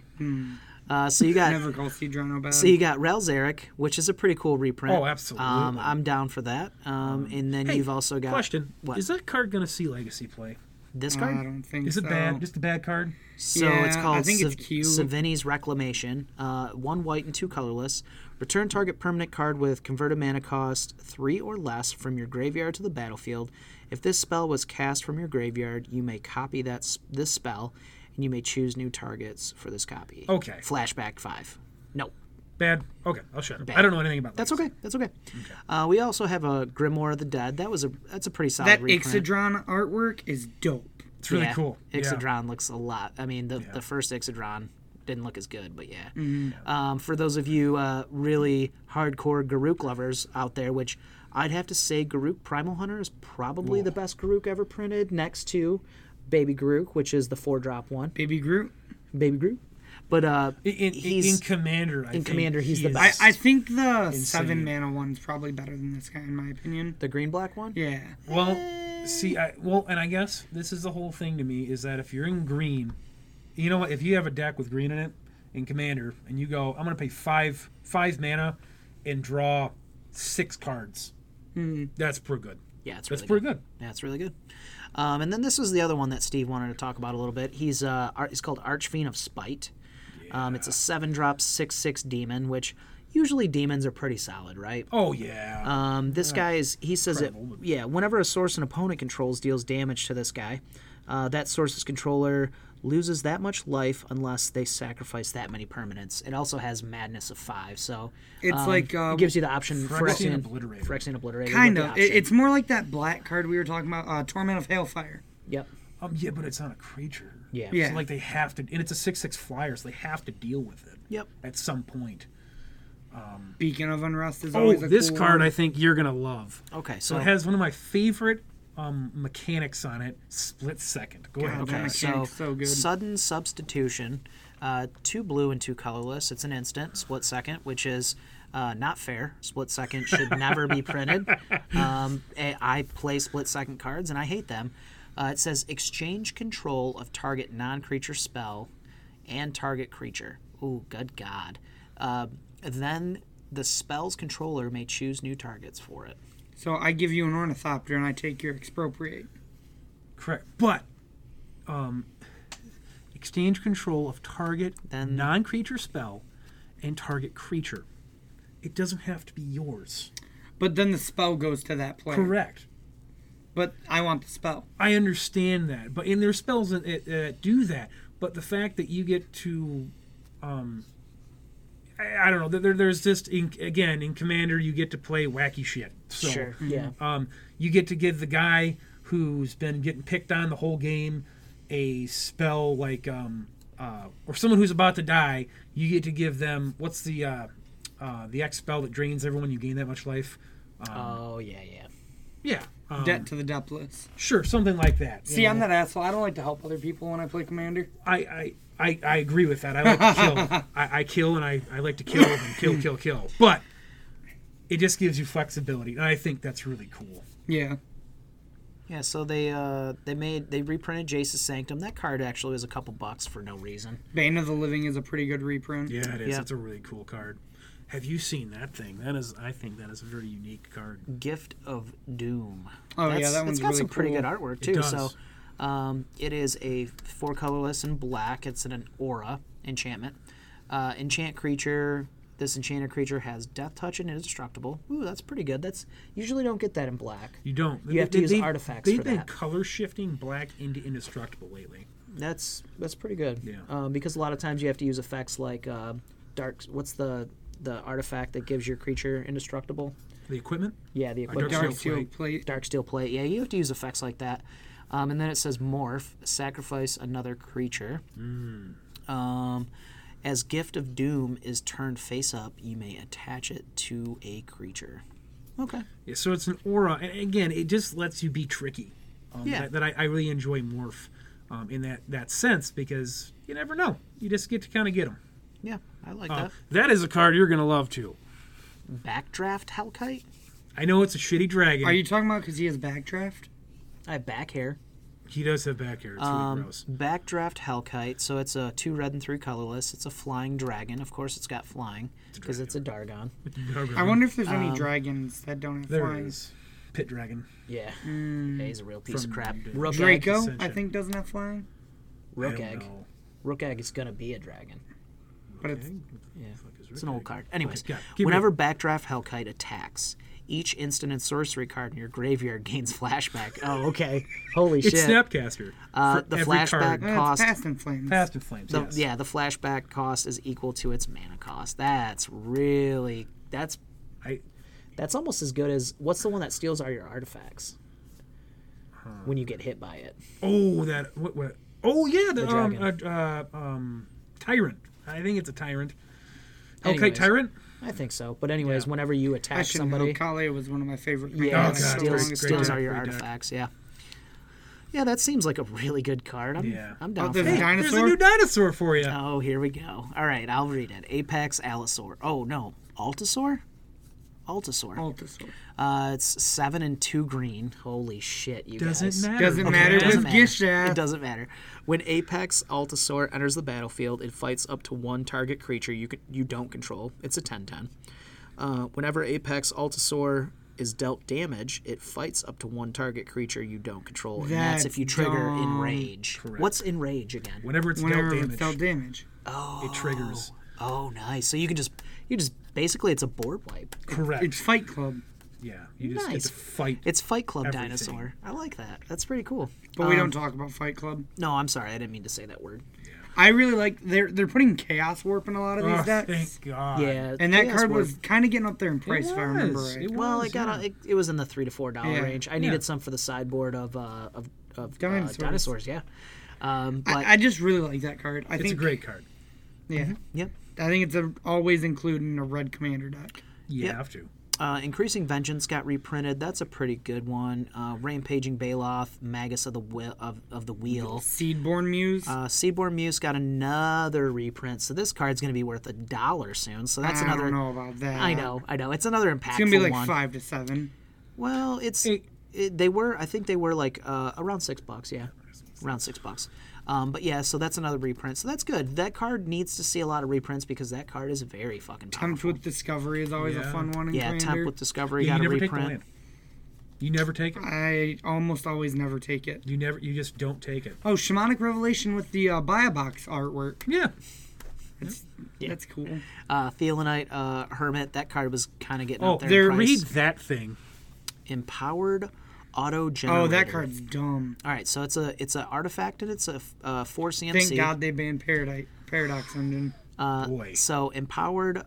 Speaker 3: Uh, so you got
Speaker 1: Hmm. Never call Sea Drano bad.
Speaker 3: So you got Relzeric, which is a pretty cool reprint.
Speaker 2: Oh, absolutely.
Speaker 3: Um, I'm down for that. Um, and then
Speaker 2: Hey,
Speaker 3: you've also got
Speaker 2: Question:
Speaker 3: What?
Speaker 2: Is that card gonna see Legacy play?
Speaker 3: this
Speaker 1: Uh, I
Speaker 3: card.
Speaker 1: don't think
Speaker 2: Is it
Speaker 1: so.
Speaker 2: bad? Just a bad card?
Speaker 3: So it's
Speaker 1: Yeah, I
Speaker 3: called
Speaker 1: think it's
Speaker 3: Sav-
Speaker 1: cute.
Speaker 3: Savini's Reclamation. Uh, one white and two colorless. Return target permanent card with converted mana cost three or less from your graveyard to the battlefield. If this spell was cast from your graveyard, you may copy that s- this spell, and you may choose new targets for this copy.
Speaker 2: Okay.
Speaker 3: Flashback five. No.
Speaker 2: Bad. Okay, I'll shut up. I
Speaker 3: Bad.
Speaker 2: don't know anything about
Speaker 3: That's
Speaker 2: Legacy.
Speaker 3: okay. That's okay. Uh, we also have a Grimoire of the Dead. That was a that's a pretty solid
Speaker 1: That
Speaker 3: reprint.
Speaker 1: Ixodron artwork is dope.
Speaker 2: It's really
Speaker 3: Yeah,
Speaker 2: cool. Yeah.
Speaker 3: Ixodron looks a lot. I mean, the, the first Ixodron didn't look as good, but yeah. Um, for those of you uh, really hardcore Garuk lovers out there, which I'd have to say Garuk Primal Hunter is probably the best Garuk ever printed, next to Baby Garuk, which is the four drop one.
Speaker 1: Baby Groot.
Speaker 3: Baby Garuk. But uh,
Speaker 2: In, in, in
Speaker 3: he's
Speaker 2: Commander, I
Speaker 3: in
Speaker 2: think
Speaker 3: Commander, he's
Speaker 2: he
Speaker 3: the
Speaker 2: is-
Speaker 1: I,
Speaker 3: best.
Speaker 1: I think the seven mana one's probably better than this guy in my opinion.
Speaker 3: the green black one.
Speaker 1: Yeah.
Speaker 2: Well, see, I well, and I guess this is the whole thing to me is that if you're in green, you know what? If you have a deck with green in it in Commander, and you go, I'm going to pay five five mana and draw six cards. That's pretty good.
Speaker 3: Yeah, it's
Speaker 2: That's
Speaker 3: really
Speaker 2: pretty good.
Speaker 3: Yeah, it's really good. Um, and then this was the other one that Steve wanted to talk about a little bit. He's uh, ar- he's called Archfiend of Spite. Um, it's a seven drop six six demon, which usually demons are pretty solid, right?
Speaker 2: Oh yeah.
Speaker 3: Um, this guy is he says it.
Speaker 2: Incredible.
Speaker 3: Yeah, whenever a source an opponent controls deals damage to this guy, uh, that source's controller loses that much life unless they sacrifice that many permanents. It also has madness of five, so
Speaker 1: It's
Speaker 3: um,
Speaker 1: like, uh,
Speaker 3: it gives you the option
Speaker 2: Phyrexian
Speaker 3: Phyrexian
Speaker 2: Obliterator.
Speaker 3: Phyrexian Obliterator.
Speaker 1: Kind
Speaker 3: with the
Speaker 1: of. It,
Speaker 3: option.
Speaker 1: it's more like that black card we were talking about, uh, Torment of Hailfire.
Speaker 3: yep.
Speaker 2: um, yeah, but it's not a creature.
Speaker 3: Yeah.
Speaker 1: Yeah.
Speaker 2: So like they have to, and it's a six six flyer, so they have to deal with it.
Speaker 3: Yep.
Speaker 2: At some point.
Speaker 1: Beacon of Unrest is
Speaker 2: Oh,
Speaker 1: always a
Speaker 2: this
Speaker 1: cool
Speaker 2: card
Speaker 1: one.
Speaker 2: I think you're gonna love.
Speaker 3: Okay,
Speaker 2: So it has one of my favorite um, mechanics on it. Split second. Go ahead.
Speaker 1: Okay.
Speaker 2: Matt.
Speaker 3: Okay, so,
Speaker 1: mechanic's so good.
Speaker 3: sudden substitution, uh, two blue and two colorless. It's an instant split second, which is uh, not fair. Split second should never be printed. Um, I I play split second cards and I hate them. Uh, it says exchange control of target non-creature spell and target creature. Ooh, good God! Uh, then the spell's controller may choose new targets for it.
Speaker 1: So I give you an Ornithopter and I take your Expropriate.
Speaker 2: Correct. But um, exchange control of target
Speaker 3: Then-
Speaker 2: non creature spell and target creature. It doesn't have to be yours.
Speaker 1: But then the spell goes to that player.
Speaker 2: Correct.
Speaker 1: But I want the spell.
Speaker 2: I understand that, but in their spells that, that- that do that. But the fact that you get to, um, I, I don't know. There- There, there's just in, again in Commander you get to play wacky shit. So,
Speaker 3: Yeah.
Speaker 2: Um, you get to give the guy who's been getting picked on the whole game a spell like, um, uh, or someone who's about to die. You get to give them what's the uh, uh, the X spell that drains everyone. You gain that much life.
Speaker 3: Oh yeah, yeah.
Speaker 2: Yeah, um,
Speaker 1: Debt to the depthless.
Speaker 2: sure, something like that. you
Speaker 1: See,
Speaker 2: know?
Speaker 1: I'm that asshole. I don't like to help other people when I play Commander.
Speaker 2: I, I, I, I agree with that. I like to kill. I, I kill and I, I like to kill and kill, kill, kill. But it just gives you flexibility, and I think that's really cool.
Speaker 1: Yeah.
Speaker 3: Yeah, so they uh, they made they reprinted Jace's Sanctum. That card actually was a couple bucks for no reason.
Speaker 1: Bane of the Living is a pretty good reprint.
Speaker 2: Yeah, it is.
Speaker 3: Yeah.
Speaker 2: It's a really cool card. Have you seen that thing? That is, I think that is a very unique card.
Speaker 3: Gift of Doom.
Speaker 1: Oh, yeah, that one's
Speaker 3: It's got
Speaker 1: really
Speaker 3: some pretty
Speaker 1: cool.
Speaker 3: good artwork
Speaker 2: It
Speaker 3: too.
Speaker 2: does.
Speaker 3: So, um, it is a four colorless and black. It's an, an aura enchantment. Uh, enchant creature. This enchanted creature has Death Touch and indestructible. Ooh, that's pretty good. That's usually don't get that in black.
Speaker 2: You don't.
Speaker 3: You have to use artifacts
Speaker 2: They've
Speaker 3: for
Speaker 2: been
Speaker 3: that.
Speaker 2: color shifting black into indestructible lately.
Speaker 3: That's that's pretty good.
Speaker 2: Yeah.
Speaker 3: Um, because a lot of times you have to use effects like uh, dark. What's the the artifact that gives your creature indestructible?
Speaker 2: The equipment.
Speaker 3: Yeah, the equipment.
Speaker 1: Dark
Speaker 2: Dark Steel
Speaker 1: Steel Plate.
Speaker 3: dark steel plate. Yeah, you have to use effects like that. Um, and then it says morph, sacrifice another creature. Um, as gift of doom is turned face up, you may attach it to a creature. Okay.
Speaker 2: Yeah, so it's an aura, and again, it just lets you be tricky. Um,
Speaker 3: Yeah.
Speaker 2: That, that I, I really enjoy morph um, in that that sense because you never know. You just get to kind of get them.
Speaker 3: Yeah, I like
Speaker 2: Uh, that is a card you're gonna love too.
Speaker 3: that. Backdraft Hellkite.
Speaker 2: I know it's a shitty dragon.
Speaker 1: Are you talking about because he has backdraft?
Speaker 3: I have back hair.
Speaker 2: He does have back hair. It's really
Speaker 3: Um,
Speaker 2: gross.
Speaker 3: backdraft Hellkite. So it's a two red and three colorless. It's a flying dragon. Of course, it's got flying because it's a Dargon.
Speaker 1: I wonder if there's any dragons that don't have
Speaker 2: there
Speaker 1: flying.
Speaker 2: it is. Pit dragon.
Speaker 3: Yeah. Yeah, he's a real piece
Speaker 2: From
Speaker 3: of crap.
Speaker 2: the-
Speaker 3: Rook Egg.
Speaker 1: Draco, I
Speaker 2: Ascension.
Speaker 1: think, doesn't have flying.
Speaker 2: I
Speaker 3: Rook
Speaker 2: don't
Speaker 3: Egg.
Speaker 2: know.
Speaker 3: Rook Egg is going to be a dragon.
Speaker 1: But it's uh,
Speaker 2: What the fuck is
Speaker 3: It's an old
Speaker 2: Rook Egg?
Speaker 3: card. Anyways,
Speaker 2: Okay, yeah, keep
Speaker 3: whenever Backdraft Hellkite attacks, Each instant and sorcery card in your graveyard gains flashback. Oh, okay. Holy
Speaker 2: It's
Speaker 3: shit.
Speaker 2: Snapcaster.
Speaker 3: Uh,
Speaker 2: for
Speaker 3: the
Speaker 2: every
Speaker 3: flashback
Speaker 2: card.
Speaker 1: Eh,
Speaker 3: cost.
Speaker 1: It's past and flames.
Speaker 2: Fast and Flames.
Speaker 3: The,
Speaker 2: yes.
Speaker 3: Yeah, the flashback cost is equal to its mana cost. That's really that's
Speaker 2: I,
Speaker 3: that's almost as good as what's the one that steals all your artifacts when you get hit by it.
Speaker 2: oh, that. What, what, oh, yeah. The, um,
Speaker 3: dragon.
Speaker 2: uh, uh, um, Tyrant. I think it's a Tyrant. Okay,
Speaker 3: Anyways,
Speaker 2: Tyrant.
Speaker 3: I think so. But anyways,
Speaker 2: Yeah.
Speaker 3: whenever you
Speaker 1: I
Speaker 3: attack
Speaker 1: should not
Speaker 3: somebody,
Speaker 1: know. Kale was one of my favorite.
Speaker 3: yeah,
Speaker 2: Oh,
Speaker 3: it
Speaker 2: God,
Speaker 1: mechanics. So
Speaker 3: steals
Speaker 1: long
Speaker 2: great-
Speaker 1: as-
Speaker 2: great
Speaker 3: steals
Speaker 2: deck,
Speaker 3: all your
Speaker 2: great deck.
Speaker 3: artifacts. Yeah. Yeah, that seems like a really good card. I'm,
Speaker 2: Yeah.
Speaker 3: I'm
Speaker 1: Oh,
Speaker 3: down for
Speaker 1: there's a
Speaker 3: that.
Speaker 2: There's
Speaker 1: dinosaur.
Speaker 2: a new dinosaur for you.
Speaker 3: Oh, here we go. All right, I'll read it. Apex Allosaur. Oh no, Altasaur. Altasaur.
Speaker 1: Altasaur.
Speaker 3: Uh, it's seven and two green. Holy shit, you
Speaker 2: Doesn't
Speaker 3: guys.
Speaker 2: matter.
Speaker 1: Doesn't
Speaker 2: Okay.
Speaker 1: matter.
Speaker 3: It doesn't
Speaker 1: It's
Speaker 3: matter.
Speaker 1: Gisha.
Speaker 3: It doesn't matter. When Apex Altasaur enters the battlefield, it fights up to one target creature you can, you don't control. It's a 10-10. Uh, whenever Apex Altasaur is dealt damage, it fights up to one target creature you don't control, and that's, if
Speaker 1: That's
Speaker 3: you trigger
Speaker 1: dumb.
Speaker 3: Enrage. What's Enrage again?
Speaker 2: Whenever it's
Speaker 1: Whenever
Speaker 2: dealt
Speaker 1: it's
Speaker 2: damage,
Speaker 1: dealt damage.
Speaker 2: it triggers.
Speaker 3: Oh, nice. So you can just you just basically it's a board wipe.
Speaker 2: Correct.
Speaker 1: It's Fight Club,
Speaker 2: yeah. You just get
Speaker 3: Nice.
Speaker 2: to fight.
Speaker 3: It's Fight Club
Speaker 2: Everything.
Speaker 3: Dinosaur. I like that. That's pretty cool. Um,
Speaker 1: but we don't talk about Fight Club.
Speaker 3: No, I'm sorry. I didn't mean to say that word.
Speaker 1: I really like they're they're putting Chaos Warp in a lot of these
Speaker 2: Oh,
Speaker 1: decks.
Speaker 2: thank God.
Speaker 3: Yeah.
Speaker 1: Uh, and that
Speaker 3: Ah, Chaos
Speaker 1: card
Speaker 3: Warp.
Speaker 1: was kind of getting up there in price, if I remember
Speaker 2: was,
Speaker 1: right.
Speaker 2: it
Speaker 3: Well, it
Speaker 2: was,
Speaker 3: got
Speaker 2: yeah.
Speaker 3: a, it, it was in the three to four dollar
Speaker 1: Yeah.
Speaker 3: range. I needed some for the sideboard of uh, of, of dinosaurs.
Speaker 1: Dinosaurs.
Speaker 3: Uh, dinosaurs. Yeah. Um, but
Speaker 1: I, I just really like that card. I
Speaker 2: It's
Speaker 1: think
Speaker 2: a great card.
Speaker 1: Yeah,
Speaker 3: yep.
Speaker 1: I think it's a, always included in a red commander deck.
Speaker 2: You
Speaker 3: Yep.
Speaker 2: have to.
Speaker 3: Uh, Increasing Vengeance got reprinted. That's a pretty good one. Uh, Rampaging Baloth, Magus of the Wheel of, of the Wheel.
Speaker 1: Seedborn Muse.
Speaker 3: Uh, Seaborn Muse got another reprint, so this card's going to be worth a dollar soon. So that's
Speaker 1: I
Speaker 3: another.
Speaker 1: don't know about that.
Speaker 3: I know, I know. It's another impactful
Speaker 1: It's gonna be like
Speaker 3: one.
Speaker 1: five to seven.
Speaker 3: Well, it's
Speaker 2: Eight.
Speaker 3: it, they were. I think they were like uh, around six bucks. Yeah, around six bucks. Um, but yeah, so that's another reprint. So that's good. That card needs to see a lot of reprints because that card is very fucking
Speaker 1: Tempt
Speaker 3: powerful.
Speaker 1: with Discovery is always
Speaker 2: Yeah.
Speaker 1: a fun one. In
Speaker 3: yeah,
Speaker 1: commander.
Speaker 3: Temp with Discovery
Speaker 2: Yeah, you
Speaker 3: got a
Speaker 2: never take the land.
Speaker 3: reprint.
Speaker 2: You never take it.
Speaker 1: I almost always never take it.
Speaker 2: You never. You just don't take it.
Speaker 1: Oh, Shamanic Revelation with the uh, Biobox artwork.
Speaker 2: Yeah.
Speaker 1: That's, that's cool.
Speaker 3: Uh, Theolinite uh, Hermit. That card was kind of getting
Speaker 2: Oh,
Speaker 3: up there.
Speaker 2: there. Oh,
Speaker 3: in
Speaker 2: Read
Speaker 3: price.
Speaker 2: that thing.
Speaker 3: Empowered Auto Generator.
Speaker 1: Oh, that card's dumb.
Speaker 3: All right, so it's a it's an artifact and it's a f- uh, four CMC.
Speaker 1: Thank God they banned Paradise, Paradox Engine.
Speaker 3: Uh,
Speaker 2: Boy.
Speaker 3: So empowered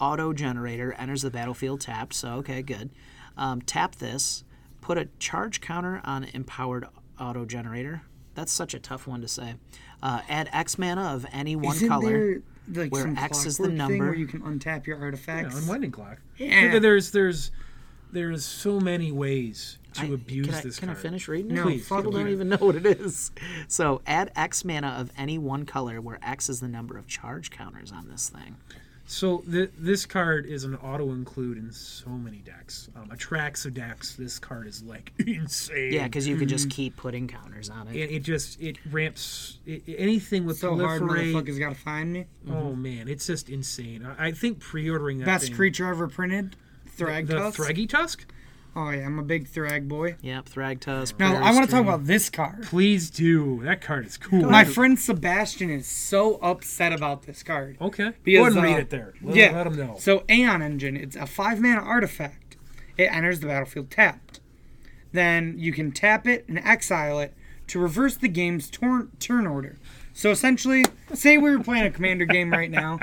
Speaker 3: auto generator enters the battlefield tapped. So okay, good. Um, tap this. Put a charge counter on empowered auto generator. That's such a tough one to say. Uh, add X mana of any one
Speaker 1: Isn't
Speaker 3: color.
Speaker 1: there like
Speaker 3: where
Speaker 1: some
Speaker 3: X is the
Speaker 1: clockwork thing
Speaker 3: number.
Speaker 1: where you can untap your
Speaker 2: Yeah,
Speaker 1: artifacts?
Speaker 2: unwinding clock.
Speaker 1: Yeah.
Speaker 2: There- There's there's there's so many ways to
Speaker 3: I-
Speaker 2: abuse
Speaker 3: can I,
Speaker 2: this
Speaker 3: Can
Speaker 2: card.
Speaker 3: I finish reading? it?
Speaker 1: No, Please, fuck
Speaker 3: people don't
Speaker 1: you.
Speaker 3: even know what it is. So add X mana of any one color, where X is the number of charge counters on this thing.
Speaker 2: So th- this card is an auto include in so many decks. Um, attracts of decks. This card is like insane.
Speaker 3: Yeah, because you can
Speaker 1: Mm-hmm.
Speaker 3: just keep putting counters on it.
Speaker 2: it, it just it ramps it, it- anything with
Speaker 1: so hard, Mm-hmm.
Speaker 2: proliferate.
Speaker 1: motherfuckers gotta find me.
Speaker 2: oh man, it's just insane. I, I think pre-ordering that
Speaker 1: Best
Speaker 2: thing,
Speaker 1: creature ever printed, Thrag
Speaker 2: the
Speaker 1: Tusk.
Speaker 2: Thraggy Tusk.
Speaker 1: Oh yeah, I'm a big Thrag boy.
Speaker 3: Yep, Thragtus.
Speaker 1: Now I want to talk about this card.
Speaker 2: Please do. That card is cool.
Speaker 1: My friend Sebastian is so upset about this card.
Speaker 2: okay. Go
Speaker 1: Because,
Speaker 2: ahead and
Speaker 1: uh,
Speaker 2: read it there. Let,
Speaker 1: yeah.
Speaker 2: let 'em know.
Speaker 1: So Aeon Engine, it's a five mana artifact. It enters the battlefield tapped. Then you can tap it and exile it to reverse the game's turn turn order. So essentially, say we were playing a commander game right now.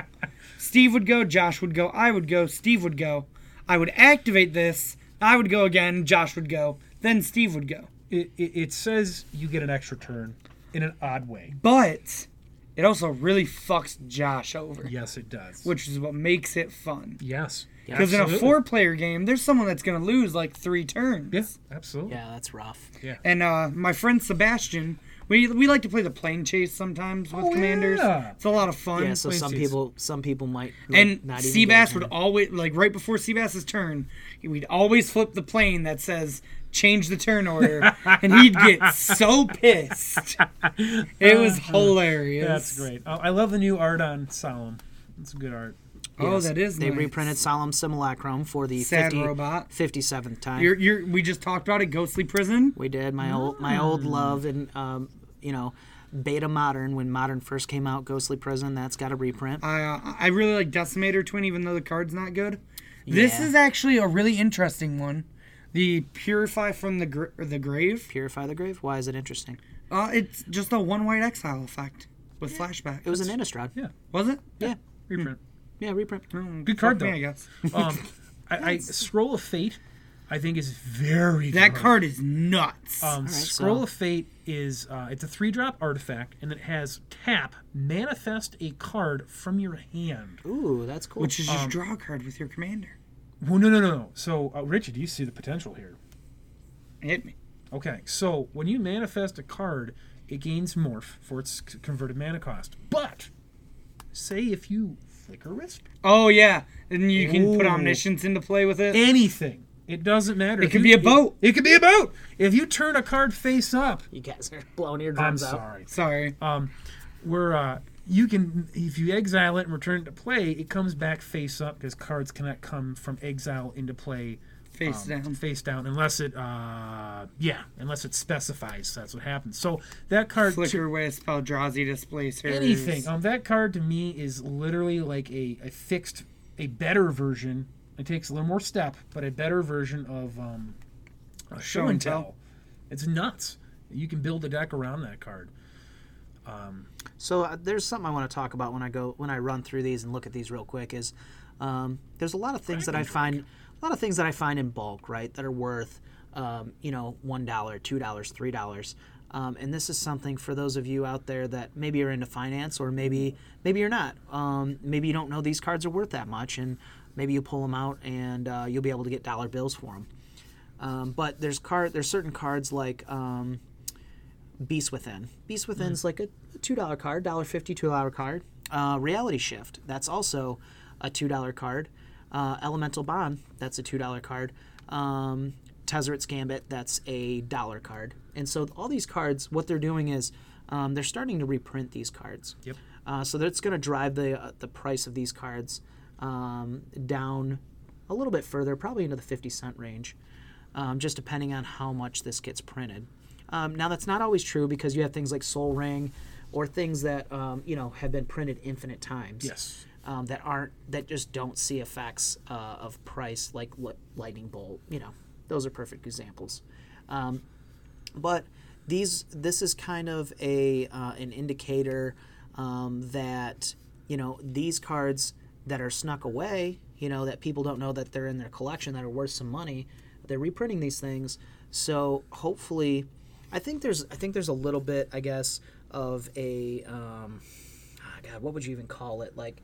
Speaker 1: Steve would go, Josh would go, I would go, Steve would go. I would activate this, I would go again, Josh would go, then Steve would go.
Speaker 2: it, it, it says you get an extra turn in an odd way.
Speaker 1: But it also really fucks Josh over,
Speaker 2: Yes, it does.
Speaker 1: which is what makes it fun.
Speaker 2: yes.
Speaker 1: Because in a
Speaker 2: absolutely.
Speaker 1: four player game, there's someone that's going to lose like three turns.
Speaker 2: Yeah, absolutely.
Speaker 3: Yeah, that's rough.
Speaker 1: And uh, my friend Sebastian, we, we like to play the plane chase sometimes with
Speaker 2: Oh,
Speaker 1: commanders.
Speaker 2: yeah.
Speaker 1: It's a lot of fun.
Speaker 3: Yeah, so
Speaker 2: Plain
Speaker 3: some
Speaker 2: seats.
Speaker 3: people some people might like,
Speaker 1: and
Speaker 3: not even get
Speaker 1: Seabass
Speaker 3: a
Speaker 1: would
Speaker 3: turn.
Speaker 1: always, like right before Seabass's turn, we'd always flip the plane that says change the turn order. and he'd get so pissed. It was hilarious.
Speaker 2: That's great. Oh, I love the new art on Solemn. It's good art.
Speaker 1: Oh,
Speaker 3: Yes.
Speaker 1: that is
Speaker 3: They
Speaker 1: nice.
Speaker 3: reprinted Solemn Simulacrum for the
Speaker 1: Sad
Speaker 3: 50,
Speaker 1: Robot.
Speaker 3: 57th time.
Speaker 1: You're, you're, we just talked about it, Ghostly Prison.
Speaker 3: we did my old my old
Speaker 1: Mm.
Speaker 3: love and um, you know beta modern when modern first came out ghostly prison that's got a reprint
Speaker 1: I uh, I really like Decimator Twin, even though the card's not good. This
Speaker 3: Yeah.
Speaker 1: is actually a really interesting one. The purify from the gr- the grave.
Speaker 3: Purify the Grave? Why is it interesting?
Speaker 1: Uh, it's just a one white exile effect with flashback.
Speaker 3: It was an Innistrad.
Speaker 2: Yeah.
Speaker 1: Was it?
Speaker 3: Yeah.
Speaker 2: Reprint.
Speaker 3: Yeah, reprint.
Speaker 1: Oh,
Speaker 2: Good
Speaker 1: fuck
Speaker 2: card,
Speaker 1: me,
Speaker 2: though.
Speaker 1: I guess
Speaker 2: Um, I, I Scroll of Fate, I think is very
Speaker 1: that
Speaker 2: good.
Speaker 1: card is nuts.
Speaker 2: Um,
Speaker 3: right,
Speaker 2: Scroll
Speaker 3: so-
Speaker 2: of Fate is uh, it's a three drop artifact, and it has tap manifest a card from your hand.
Speaker 3: Ooh, that's cool.
Speaker 1: which is
Speaker 2: um,
Speaker 1: just draw a card with your commander.
Speaker 2: Well, no, no, no, no. So, uh, Richard, you see the potential here.
Speaker 1: Hit me.
Speaker 2: Okay, so when you manifest a card, it gains morph for its c- converted mana cost. But say if you flicker wisp
Speaker 1: Oh yeah, and you can put
Speaker 2: Ooh.
Speaker 1: omniscience into play with it.
Speaker 2: anything, it doesn't matter.
Speaker 1: It
Speaker 2: If
Speaker 1: could
Speaker 2: you-
Speaker 1: be a boat.
Speaker 2: It, could be a boat. If you turn a card face up,
Speaker 4: You guys are blowing your
Speaker 2: I'm
Speaker 4: drums out.
Speaker 2: sorry.
Speaker 1: Sorry.
Speaker 2: Um, where uh, you can, if you exile it and return it to play, it comes back face up because cards cannot come from exile into play
Speaker 1: Face
Speaker 2: um,
Speaker 1: down.
Speaker 2: face down, unless it, uh, yeah, unless it specifies that's what happens. So that card, to-
Speaker 1: Flicker Wisp, Eldrazi Displacer.
Speaker 2: anything, um, that card to me is literally like a, a fixed, a better version. It takes a little more step, but a better version of um, a show, and tell. It's nuts. You can build a deck around that card.
Speaker 3: So uh, there's something I want to talk about when I go when I run through these and look at these real quick is um, there's a lot of things that I find a lot of things that I find in bulk right that are worth um, you know one dollar two dollars three dollars um, and this is something for those of you out there that maybe you're into finance or maybe maybe you're not um, maybe you don't know these cards are worth that much and maybe you pull them out and uh, you'll be able to get dollar bills for them um, but there's card there's certain cards like um, Beast Within. Beast Within's like a two dollar card, dollar fifty, two dollar card. Uh, Reality Shift. That's also a two dollar card. Uh, Elemental Bond. That's a two dollar card. Um, Tezzeret's Gambit. That's a dollar card. And so all these cards, what they're doing is um, they're starting to reprint these cards.
Speaker 2: Yep.
Speaker 3: Uh, so that's going to drive the uh, the price of these cards um, down a little bit further, probably into the fifty cent range, um, just depending on how much this gets printed. Um, now that's not always true because you have things like Soul Ring, or things that um, you know have been printed infinite times.
Speaker 2: Yes.
Speaker 3: Um, that aren't that just don't see effects uh, of price like li- lightning bolt. You know, those are perfect examples. Um, but these this is kind of a uh, an indicator um, that you know these cards that are snuck away you know that people don't know that they're in their collection that are worth some money they're reprinting these things so hopefully i think there's i think there's a little bit i guess of a um, ah, god what would you even call it like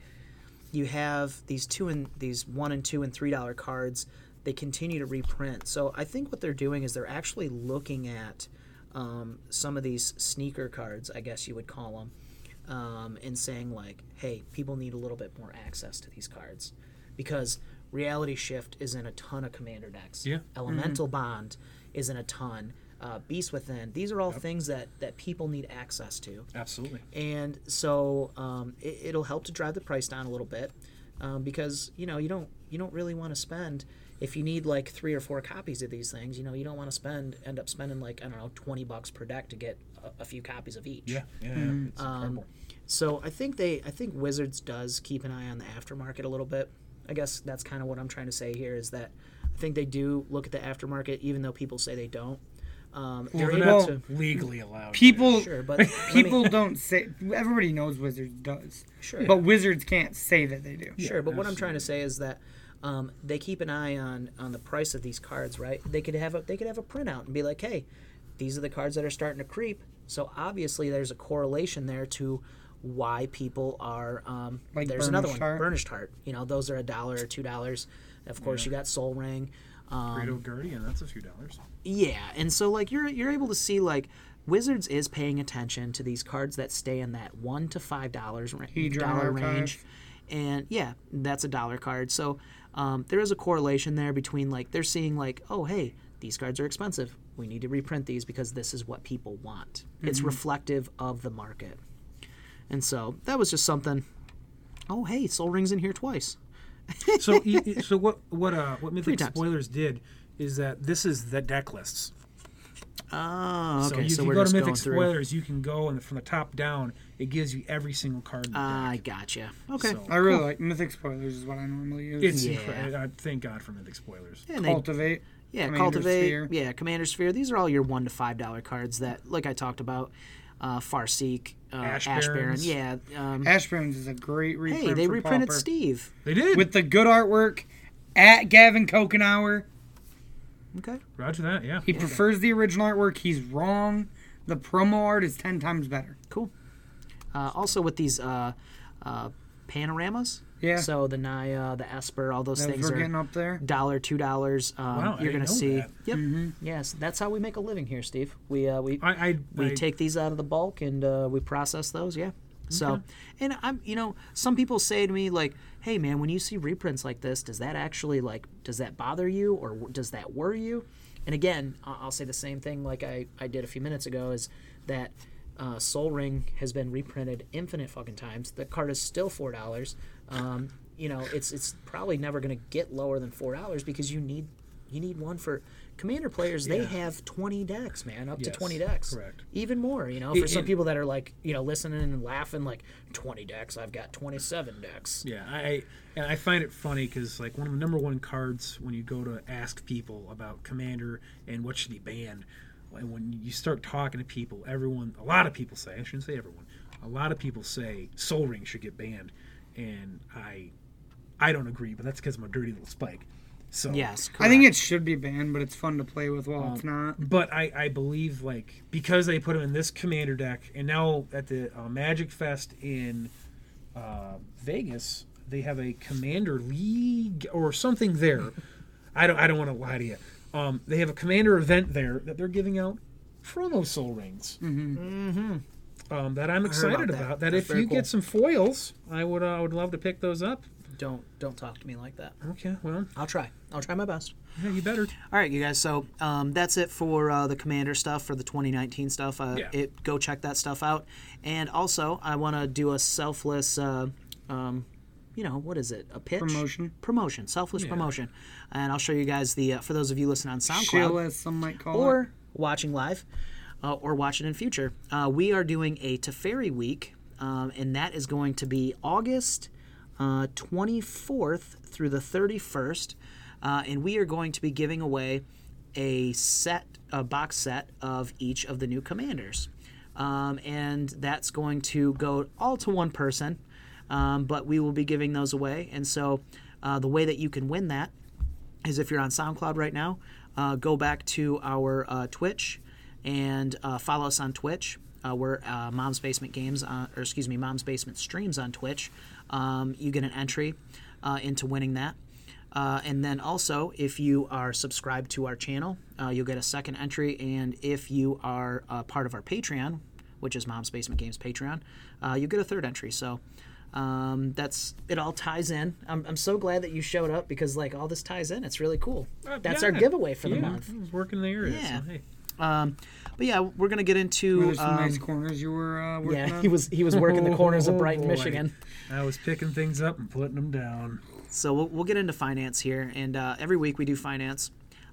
Speaker 3: you have these two and these one and two and three dollar cards they continue to reprint so i think what they're doing is they're actually looking at um, some of these sneaker cards i guess you would call them um, and saying like hey people need a little bit more access to these cards because reality shift is in a ton of commander decks
Speaker 2: Yeah.
Speaker 3: elemental bond is in a ton uh, beast within these are all things that that people need access to
Speaker 2: Absolutely.
Speaker 3: and so um, it, it'll help to drive the price down a little bit um, because you know you don't you don't really want to spend if you need like three or four copies of these things you know you don't want to spend end up spending like i don't know 20 bucks per deck to get a, a few copies of each Um,
Speaker 2: Yeah. Yeah.
Speaker 3: Hmm.
Speaker 2: It's
Speaker 3: Uh,
Speaker 2: incredible.
Speaker 3: so I think they, I think Wizards does keep an eye on the aftermarket a little bit. I guess that's kind of what I'm trying to say here is that I think they do look at the aftermarket, even though people say they don't. Um, they're
Speaker 2: They're
Speaker 1: they
Speaker 3: able
Speaker 2: not
Speaker 1: don't-
Speaker 3: to,
Speaker 2: legally allowed.
Speaker 1: People,
Speaker 3: sure, but let me-
Speaker 1: people don't say. Everybody knows Wizards does.
Speaker 3: Sure.
Speaker 1: But Wizards can't say that they do.
Speaker 3: Sure, but what I'm trying to say is that um, they keep an eye on on the price of these cards, right? They could have a they could have a printout and be like, hey, these are the cards that are starting to creep. So obviously, there's a correlation there to why people are. Um,
Speaker 1: Like
Speaker 3: there's another one,
Speaker 1: Burnished Heart?
Speaker 3: Burnished Heart. You know, those are a dollar or two dollars. Of course, you got Soul Ring. Um,
Speaker 2: Burrito Guardian, that's a few dollars.
Speaker 3: yeah, and so like you're you're able to see like Wizards is paying attention to these cards that stay in that one to five dollars ra- dollar
Speaker 1: Hedron Archive.
Speaker 3: range, and yeah, that's a dollar card. So um, there is a correlation there between like they're seeing like oh hey these cards are expensive we need to reprint these because this is what people want. It's reflective of the market, and so that was just something. Oh hey, Soul Ring's in here twice.
Speaker 2: So, e- e- so what? What? Uh, what Mythic
Speaker 3: times.
Speaker 2: spoilers did is that this is the deck lists.
Speaker 3: Oh,
Speaker 2: so
Speaker 3: okay.
Speaker 2: you,
Speaker 3: So,
Speaker 2: if you
Speaker 3: we're
Speaker 2: go
Speaker 3: just
Speaker 2: to
Speaker 3: going
Speaker 2: Mythic
Speaker 3: through.
Speaker 2: Spoilers, you can go and from the top down, it gives you every single card. In the
Speaker 3: I
Speaker 2: deck.
Speaker 3: gotcha. Uh, Okay.
Speaker 2: So-
Speaker 1: I really like Mythic Spoilers is what I normally use.
Speaker 2: It's
Speaker 3: Yeah.
Speaker 2: incredible. I thank God for Mythic Spoilers.
Speaker 3: and they,
Speaker 1: Cultivate.
Speaker 3: yeah,
Speaker 1: Commander
Speaker 3: cultivate.
Speaker 1: Sphere.
Speaker 3: Yeah, Commander Sphere. These are all your one to five dollar cards that, like I talked about, uh, Farseek, uh,
Speaker 2: Ash
Speaker 3: Ash, Baron.
Speaker 2: Barons.
Speaker 3: Yeah. Um,
Speaker 1: Ash Barons is a great reprint.
Speaker 3: hey, they
Speaker 1: for
Speaker 3: reprinted
Speaker 1: Pauper.
Speaker 3: Steve.
Speaker 2: They did.
Speaker 1: with the good artwork at Gavin Kokenauer.
Speaker 3: Okay.
Speaker 2: Roger that. Yeah.
Speaker 1: He prefers the original artwork. He's wrong. The promo art is ten times better.
Speaker 3: Cool. Uh, also with these uh, uh, panoramas.
Speaker 1: Yeah,
Speaker 3: So the Naya, the Esper, all those
Speaker 1: those
Speaker 3: things
Speaker 1: we're
Speaker 3: are
Speaker 1: getting up there.
Speaker 3: dollar, two dollars. Um,
Speaker 2: Wow, I
Speaker 3: you're
Speaker 2: didn't
Speaker 3: gonna
Speaker 2: know
Speaker 3: see.
Speaker 2: that.
Speaker 3: Yep. Yes, that's how we make a living here, Steve. We uh, we
Speaker 2: I. I,
Speaker 3: we
Speaker 2: I-
Speaker 3: take these out of the bulk and uh, we process those. Yeah. So, and I'm you know some people say to me like, hey man, when you see reprints like this, does that actually like does that bother you or w- does that worry you? And again, I- I'll say the same thing like I I did a few minutes ago is that. Uh, Soul Ring has been reprinted infinite fucking times. The card is still four dollars. Um, you know, it's it's probably never going to get lower than four dollars because you need you need one for commander players. They have twenty decks, man, up
Speaker 2: Yes,
Speaker 3: to twenty decks
Speaker 2: correct.
Speaker 3: even more you know for some people that are like you know listening and laughing like 20 decks i've got 27 decks
Speaker 2: Yeah, I I- and I find it funny because like one of the number one cards when you go to ask people about Commander and what should be banned, and when you start talking to people, everyone, a lot of people say, I shouldn't say everyone, a lot of people say Soul Ring should get banned, and I, I don't agree, but that's because I'm a dirty little spike. So
Speaker 3: yes
Speaker 1: I think it should be banned, but it's fun to play with while
Speaker 3: Um,
Speaker 1: it's not.
Speaker 2: but I, I believe like because they put him in this commander deck, and now at the uh, Magic Fest in uh, Vegas, they have a commander league or something there. I don't I don't want to lie to you. Um, they have a commander event there that they're giving out promo soul rings. Mm-hmm. Um, that I'm excited
Speaker 3: about that.
Speaker 2: about. That
Speaker 3: That's
Speaker 2: if
Speaker 3: very
Speaker 2: you
Speaker 3: cool.
Speaker 2: get some foils, I would uh, I would love to pick those up.
Speaker 3: don't don't talk to me like that
Speaker 2: Okay, well,
Speaker 3: i'll try i'll try my best
Speaker 2: yeah, you better.
Speaker 3: all right you guys so um, that's it for uh, the commander stuff for the 2019 stuff uh,
Speaker 2: Yeah.
Speaker 3: it, go check that stuff out and also i want to do a selfless uh, um, you know what is it a pitch
Speaker 1: Promotion.
Speaker 3: promotion selfless promotion and i'll show you guys the uh, for those of you listening on soundcloud
Speaker 1: Chill, as some might call it.
Speaker 3: or watching live uh, or watching in future. Uh, we are doing a Teferi week, um, and that is going to be August uh, 24th through the 31st. Uh, and we are going to be giving away a set, a box set of each of the new commanders. Um, and that's going to go all to one person, um, but we will be giving those away. And so uh, the way that you can win that is if you're on SoundCloud right now, uh, go back to our uh, Twitch and uh, follow us on Twitch. Uh, we're uh, Mom's Basement Games, on, or excuse me, Mom's Basement Streams on Twitch. Um, you get an entry uh, into winning that. Uh, and then also, if you are subscribed to our channel, uh, you'll get a second entry. And if you are uh, part of our Patreon, which is Mom's Basement Games Patreon, uh, you get a third entry. So um, that's it. All ties in. I'm, I'm so glad that you showed up because like all this ties in. It's really cool.
Speaker 1: Uh,
Speaker 3: that's our
Speaker 2: uh, Yeah.
Speaker 3: giveaway for the
Speaker 2: Yeah,
Speaker 3: month.
Speaker 2: I was working in the area.
Speaker 3: Yeah.
Speaker 2: So, hey.
Speaker 3: Um, but yeah, we're gonna get into.
Speaker 1: There's some
Speaker 3: Um,
Speaker 1: nice corners you were uh, working
Speaker 3: yeah,
Speaker 1: on.
Speaker 3: he was he was working the corners of Brighton,
Speaker 2: Oh, boy.
Speaker 3: Michigan.
Speaker 2: I was picking things up and putting them down.
Speaker 3: So we'll, we'll get into finance here, and uh, every week we do finance.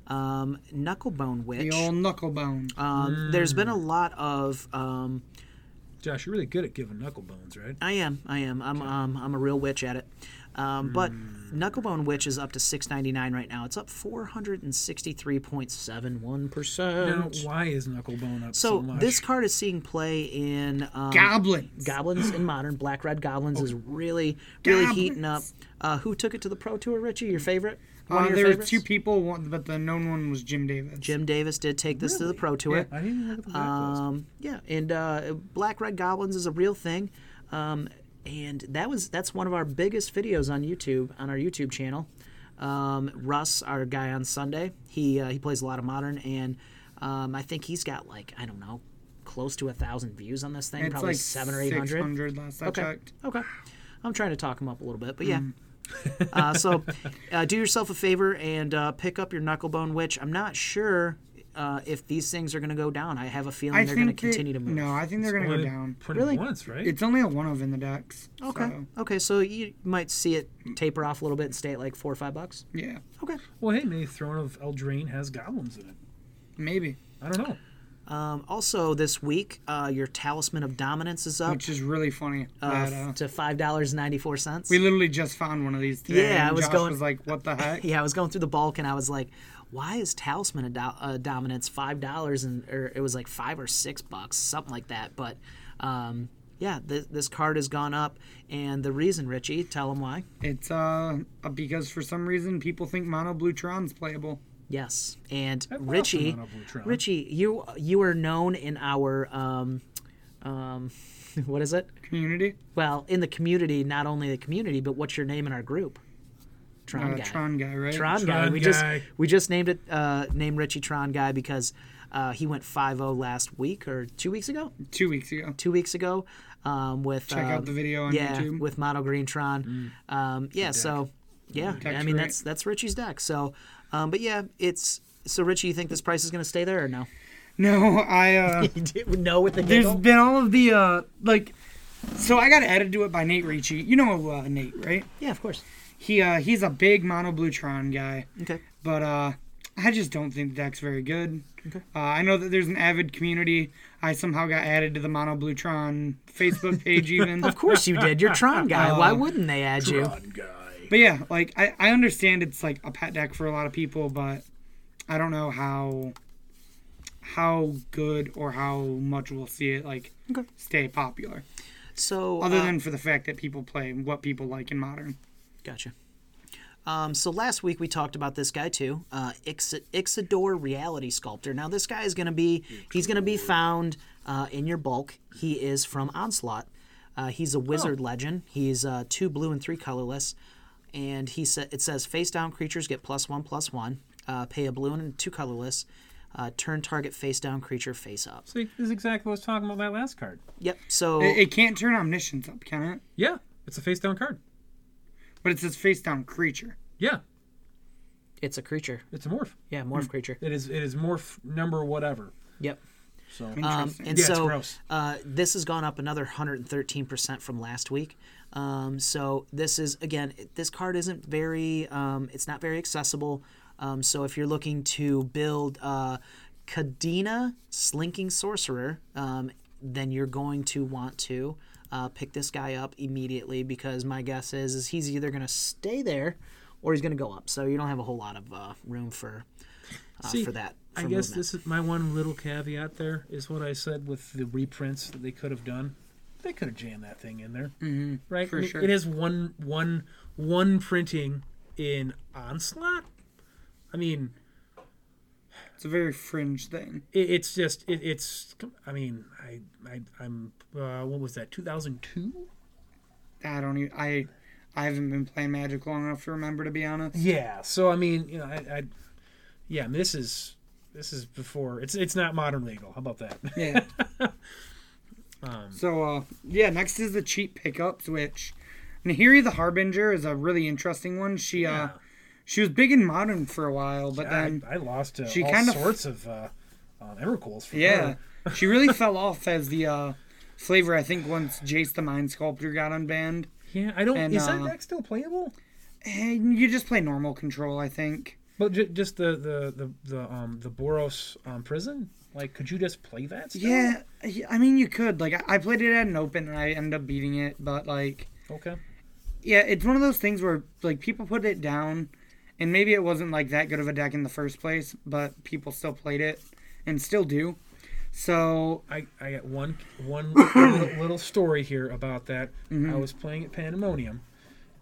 Speaker 3: Um, Knucklebone
Speaker 1: the
Speaker 3: Witch.
Speaker 1: old Mm. knucklebone.
Speaker 3: Um, There's been a lot of. Um,
Speaker 2: Josh, you're really good at giving knuckle bones, right?
Speaker 3: I am. I am. I'm. Um, I'm a real witch at it. Um, But
Speaker 1: Hmm.
Speaker 3: Knucklebone Witch is up to 6.99 right now. It's up 463.71
Speaker 2: Now,
Speaker 3: percent.
Speaker 2: why is knucklebone up so,
Speaker 3: So
Speaker 2: much?
Speaker 3: this card is seeing play in um,
Speaker 1: Goblins. Oh.
Speaker 3: goblins in modern. Black red goblins is really, really
Speaker 1: Goblins.
Speaker 3: heating up. Uh, who took it to the pro tour, Richie? Your favorite? One
Speaker 1: Uh,
Speaker 3: of your
Speaker 1: there were
Speaker 3: favorites?
Speaker 1: two people, one, but the known one was Jim Davis.
Speaker 3: Jim Davis did take this to the pro tour.
Speaker 2: I didn't even look at the backlist.
Speaker 3: Um, yeah, and uh, Black Red Goblins is a real thing, um, and that was that's one of our biggest videos on YouTube on our YouTube channel. Um, Russ, our guy on Sunday, he uh, he plays a lot of modern, and um, I think he's got like I don't know, close to a thousand views on this thing,
Speaker 1: it's
Speaker 3: probably
Speaker 1: like
Speaker 3: seven or eight hundred.
Speaker 1: 600 last I checked.
Speaker 3: Okay. I'm trying to talk him up a little bit, but yeah.
Speaker 1: Mm.
Speaker 3: uh, so uh, do yourself a favor and uh, pick up your knucklebone witch. I'm not sure uh, if these things are going to go down. I have a feeling
Speaker 1: I
Speaker 3: they're
Speaker 1: think
Speaker 3: going to
Speaker 1: they-
Speaker 3: continue to move.
Speaker 1: No, I think they're going to
Speaker 2: Only
Speaker 1: go down.
Speaker 2: Put
Speaker 3: Really?
Speaker 2: it once, right?
Speaker 1: It's only a one of in the decks.
Speaker 3: Okay.
Speaker 1: so,
Speaker 3: Okay. So you might see it taper off a little bit and stay at like four or five bucks.
Speaker 1: yeah,
Speaker 3: Okay.
Speaker 2: well, hey, maybe Throne of Eldraine has goblins in it.
Speaker 1: maybe.
Speaker 2: I don't know.
Speaker 3: Um, also, this week, uh, your Talisman of Dominance is up
Speaker 1: which is really funny.
Speaker 3: uh,
Speaker 1: But, uh,
Speaker 3: to $5.94.
Speaker 1: we literally just found one of these today.
Speaker 3: Yeah, I
Speaker 1: and
Speaker 3: was
Speaker 1: Josh
Speaker 3: going-
Speaker 1: was like, "What the heck?"
Speaker 3: yeah, I was going through the bulk and I was like, why is Talisman of Do- uh, Dominance five dollars and or it was like five or six bucks, something like that. But um, yeah, th- this card has gone up, and the reason, Richie, tell them why.
Speaker 1: It's uh because for some reason people think Mono Blue Tron's playable.
Speaker 3: Yes, and
Speaker 2: I've lost
Speaker 3: Richie,
Speaker 2: him on Oblutron.
Speaker 3: Richie, you you are known in our um, um, what is it?
Speaker 1: Community,
Speaker 3: Well, in the community, not only the community, but what's your name in our group? Tron
Speaker 1: uh,
Speaker 3: guy.
Speaker 1: Tron guy, right?
Speaker 3: Tron, guy.
Speaker 2: Tron
Speaker 3: We
Speaker 2: guy.
Speaker 3: just we just named it uh, named Richie Tron guy because uh, he went 5-0 last week or two weeks ago,
Speaker 1: Two weeks ago.
Speaker 3: two weeks ago. Um, with
Speaker 1: Check out the video on
Speaker 3: yeah,
Speaker 1: YouTube.
Speaker 3: with Mono Green Tron.
Speaker 2: Mm.
Speaker 3: Um, yeah, so yeah, I mean
Speaker 1: right.
Speaker 3: that's that's Richie's deck. So, um, but yeah, it's so Richie. You think this price is going to stay there or no?
Speaker 1: No, I. uh
Speaker 3: no, with the
Speaker 1: There's
Speaker 3: giggle.
Speaker 1: been all of the uh like. So I got added to it by Nate Ricci. You know uh, Nate, right?
Speaker 3: Yeah, of course.
Speaker 1: He uh he's a big Mono Blue Tron guy.
Speaker 3: Okay.
Speaker 1: but uh, I just don't think the deck's very good. Uh, I know that there's an avid community. I somehow got added to the Mono Blutron Facebook page, even.
Speaker 3: Of course you did. You're Tron guy. Why wouldn't they add you?
Speaker 1: But yeah, like I, I understand it's like a pet deck for a lot of people, but I don't know how how good or how much we'll see it like
Speaker 3: Okay.
Speaker 1: stay popular.
Speaker 3: So
Speaker 1: Other
Speaker 3: uh,
Speaker 1: than for the fact that people play what people like in modern.
Speaker 3: Gotcha. Um, so last week we talked about this guy too, uh, Ix- Ixidor Reality Sculptor. Now this guy is going to be he's going to be found uh, in your bulk. He is from Onslaught. Uh, he's
Speaker 1: Oh.
Speaker 3: a wizard legend. He's uh, two blue and three colorless, and he sa- it says face down creatures get plus one plus one. Uh, pay a blue and two colorless. Uh, turn target face down creature face up.
Speaker 2: See, this is exactly what I was talking about that last card.
Speaker 3: Yep. So
Speaker 1: It, it can't turn omniscience up, can it?
Speaker 2: Yeah, it's a face down card.
Speaker 1: But it says face down creature.
Speaker 2: Yeah,
Speaker 3: it's a creature.
Speaker 2: it's a morph.
Speaker 3: Yeah, morph creature.
Speaker 2: It is it is morph number whatever.
Speaker 3: Yep.
Speaker 2: So
Speaker 3: Um,
Speaker 1: Interesting.
Speaker 3: and
Speaker 2: Yeah, it's
Speaker 3: so
Speaker 2: gross.
Speaker 3: uh, this has gone up another 113% from last week. Um, so this is, again, it- this card isn't very, um, it's not very accessible. Um, so if you're looking to build uh, Kadena Slinking Sorcerer, um, then you're going to want to uh, pick this guy up immediately because my guess is, is he's either going to stay there or he's going to go up. So you don't have a whole lot of uh, room for, uh,
Speaker 2: See,
Speaker 3: for that.
Speaker 2: I
Speaker 3: for
Speaker 2: guess
Speaker 3: movement.
Speaker 2: this is my one little caveat. There is what I said with the reprints that they could have done. They could have jammed that thing in there, mm-hmm, right? I mean,
Speaker 1: sure.
Speaker 2: It is one one one printing in onslaught. I mean,
Speaker 1: It's a very fringe thing.
Speaker 2: it, it's just it, it's. I mean, I, I I'm uh, what was that? Two thousand two.
Speaker 1: I don't even. I I haven't been playing Magic long enough to remember, to be honest.
Speaker 2: Yeah. So I mean, you know, I, I yeah, I mean, this is this is before it's it's not modern legal. How about that?
Speaker 1: Yeah.
Speaker 2: Um,
Speaker 1: so uh, yeah, next is the cheap pickups, which Nahiri the Harbinger is a really interesting one. She uh, she was big in modern for a while, but
Speaker 2: I,
Speaker 1: then
Speaker 2: I lost to
Speaker 1: she
Speaker 2: all
Speaker 1: kinda-
Speaker 2: sorts of uh, um, Evercools for
Speaker 1: yeah,
Speaker 2: her.
Speaker 1: she really fell off as the uh, flavor. I think once Jace the Mind Sculptor got unbanned,
Speaker 2: Yeah, I don't.
Speaker 1: And,
Speaker 2: is that
Speaker 1: uh,
Speaker 2: deck still playable?
Speaker 1: and you just play normal control, I think.
Speaker 2: But j- just the the the the um the Boros um, prison. Like, could you just play that? Still?
Speaker 1: Yeah, I- I mean you could. Like I I played it at an open and I ended up beating it, but like
Speaker 2: Okay.
Speaker 1: yeah, it's one of those things where like people put it down, and maybe it wasn't like that good of a deck in the first place, but people still played it and still do. So
Speaker 2: I, I got one one little, little story here about that. I was playing at Pandemonium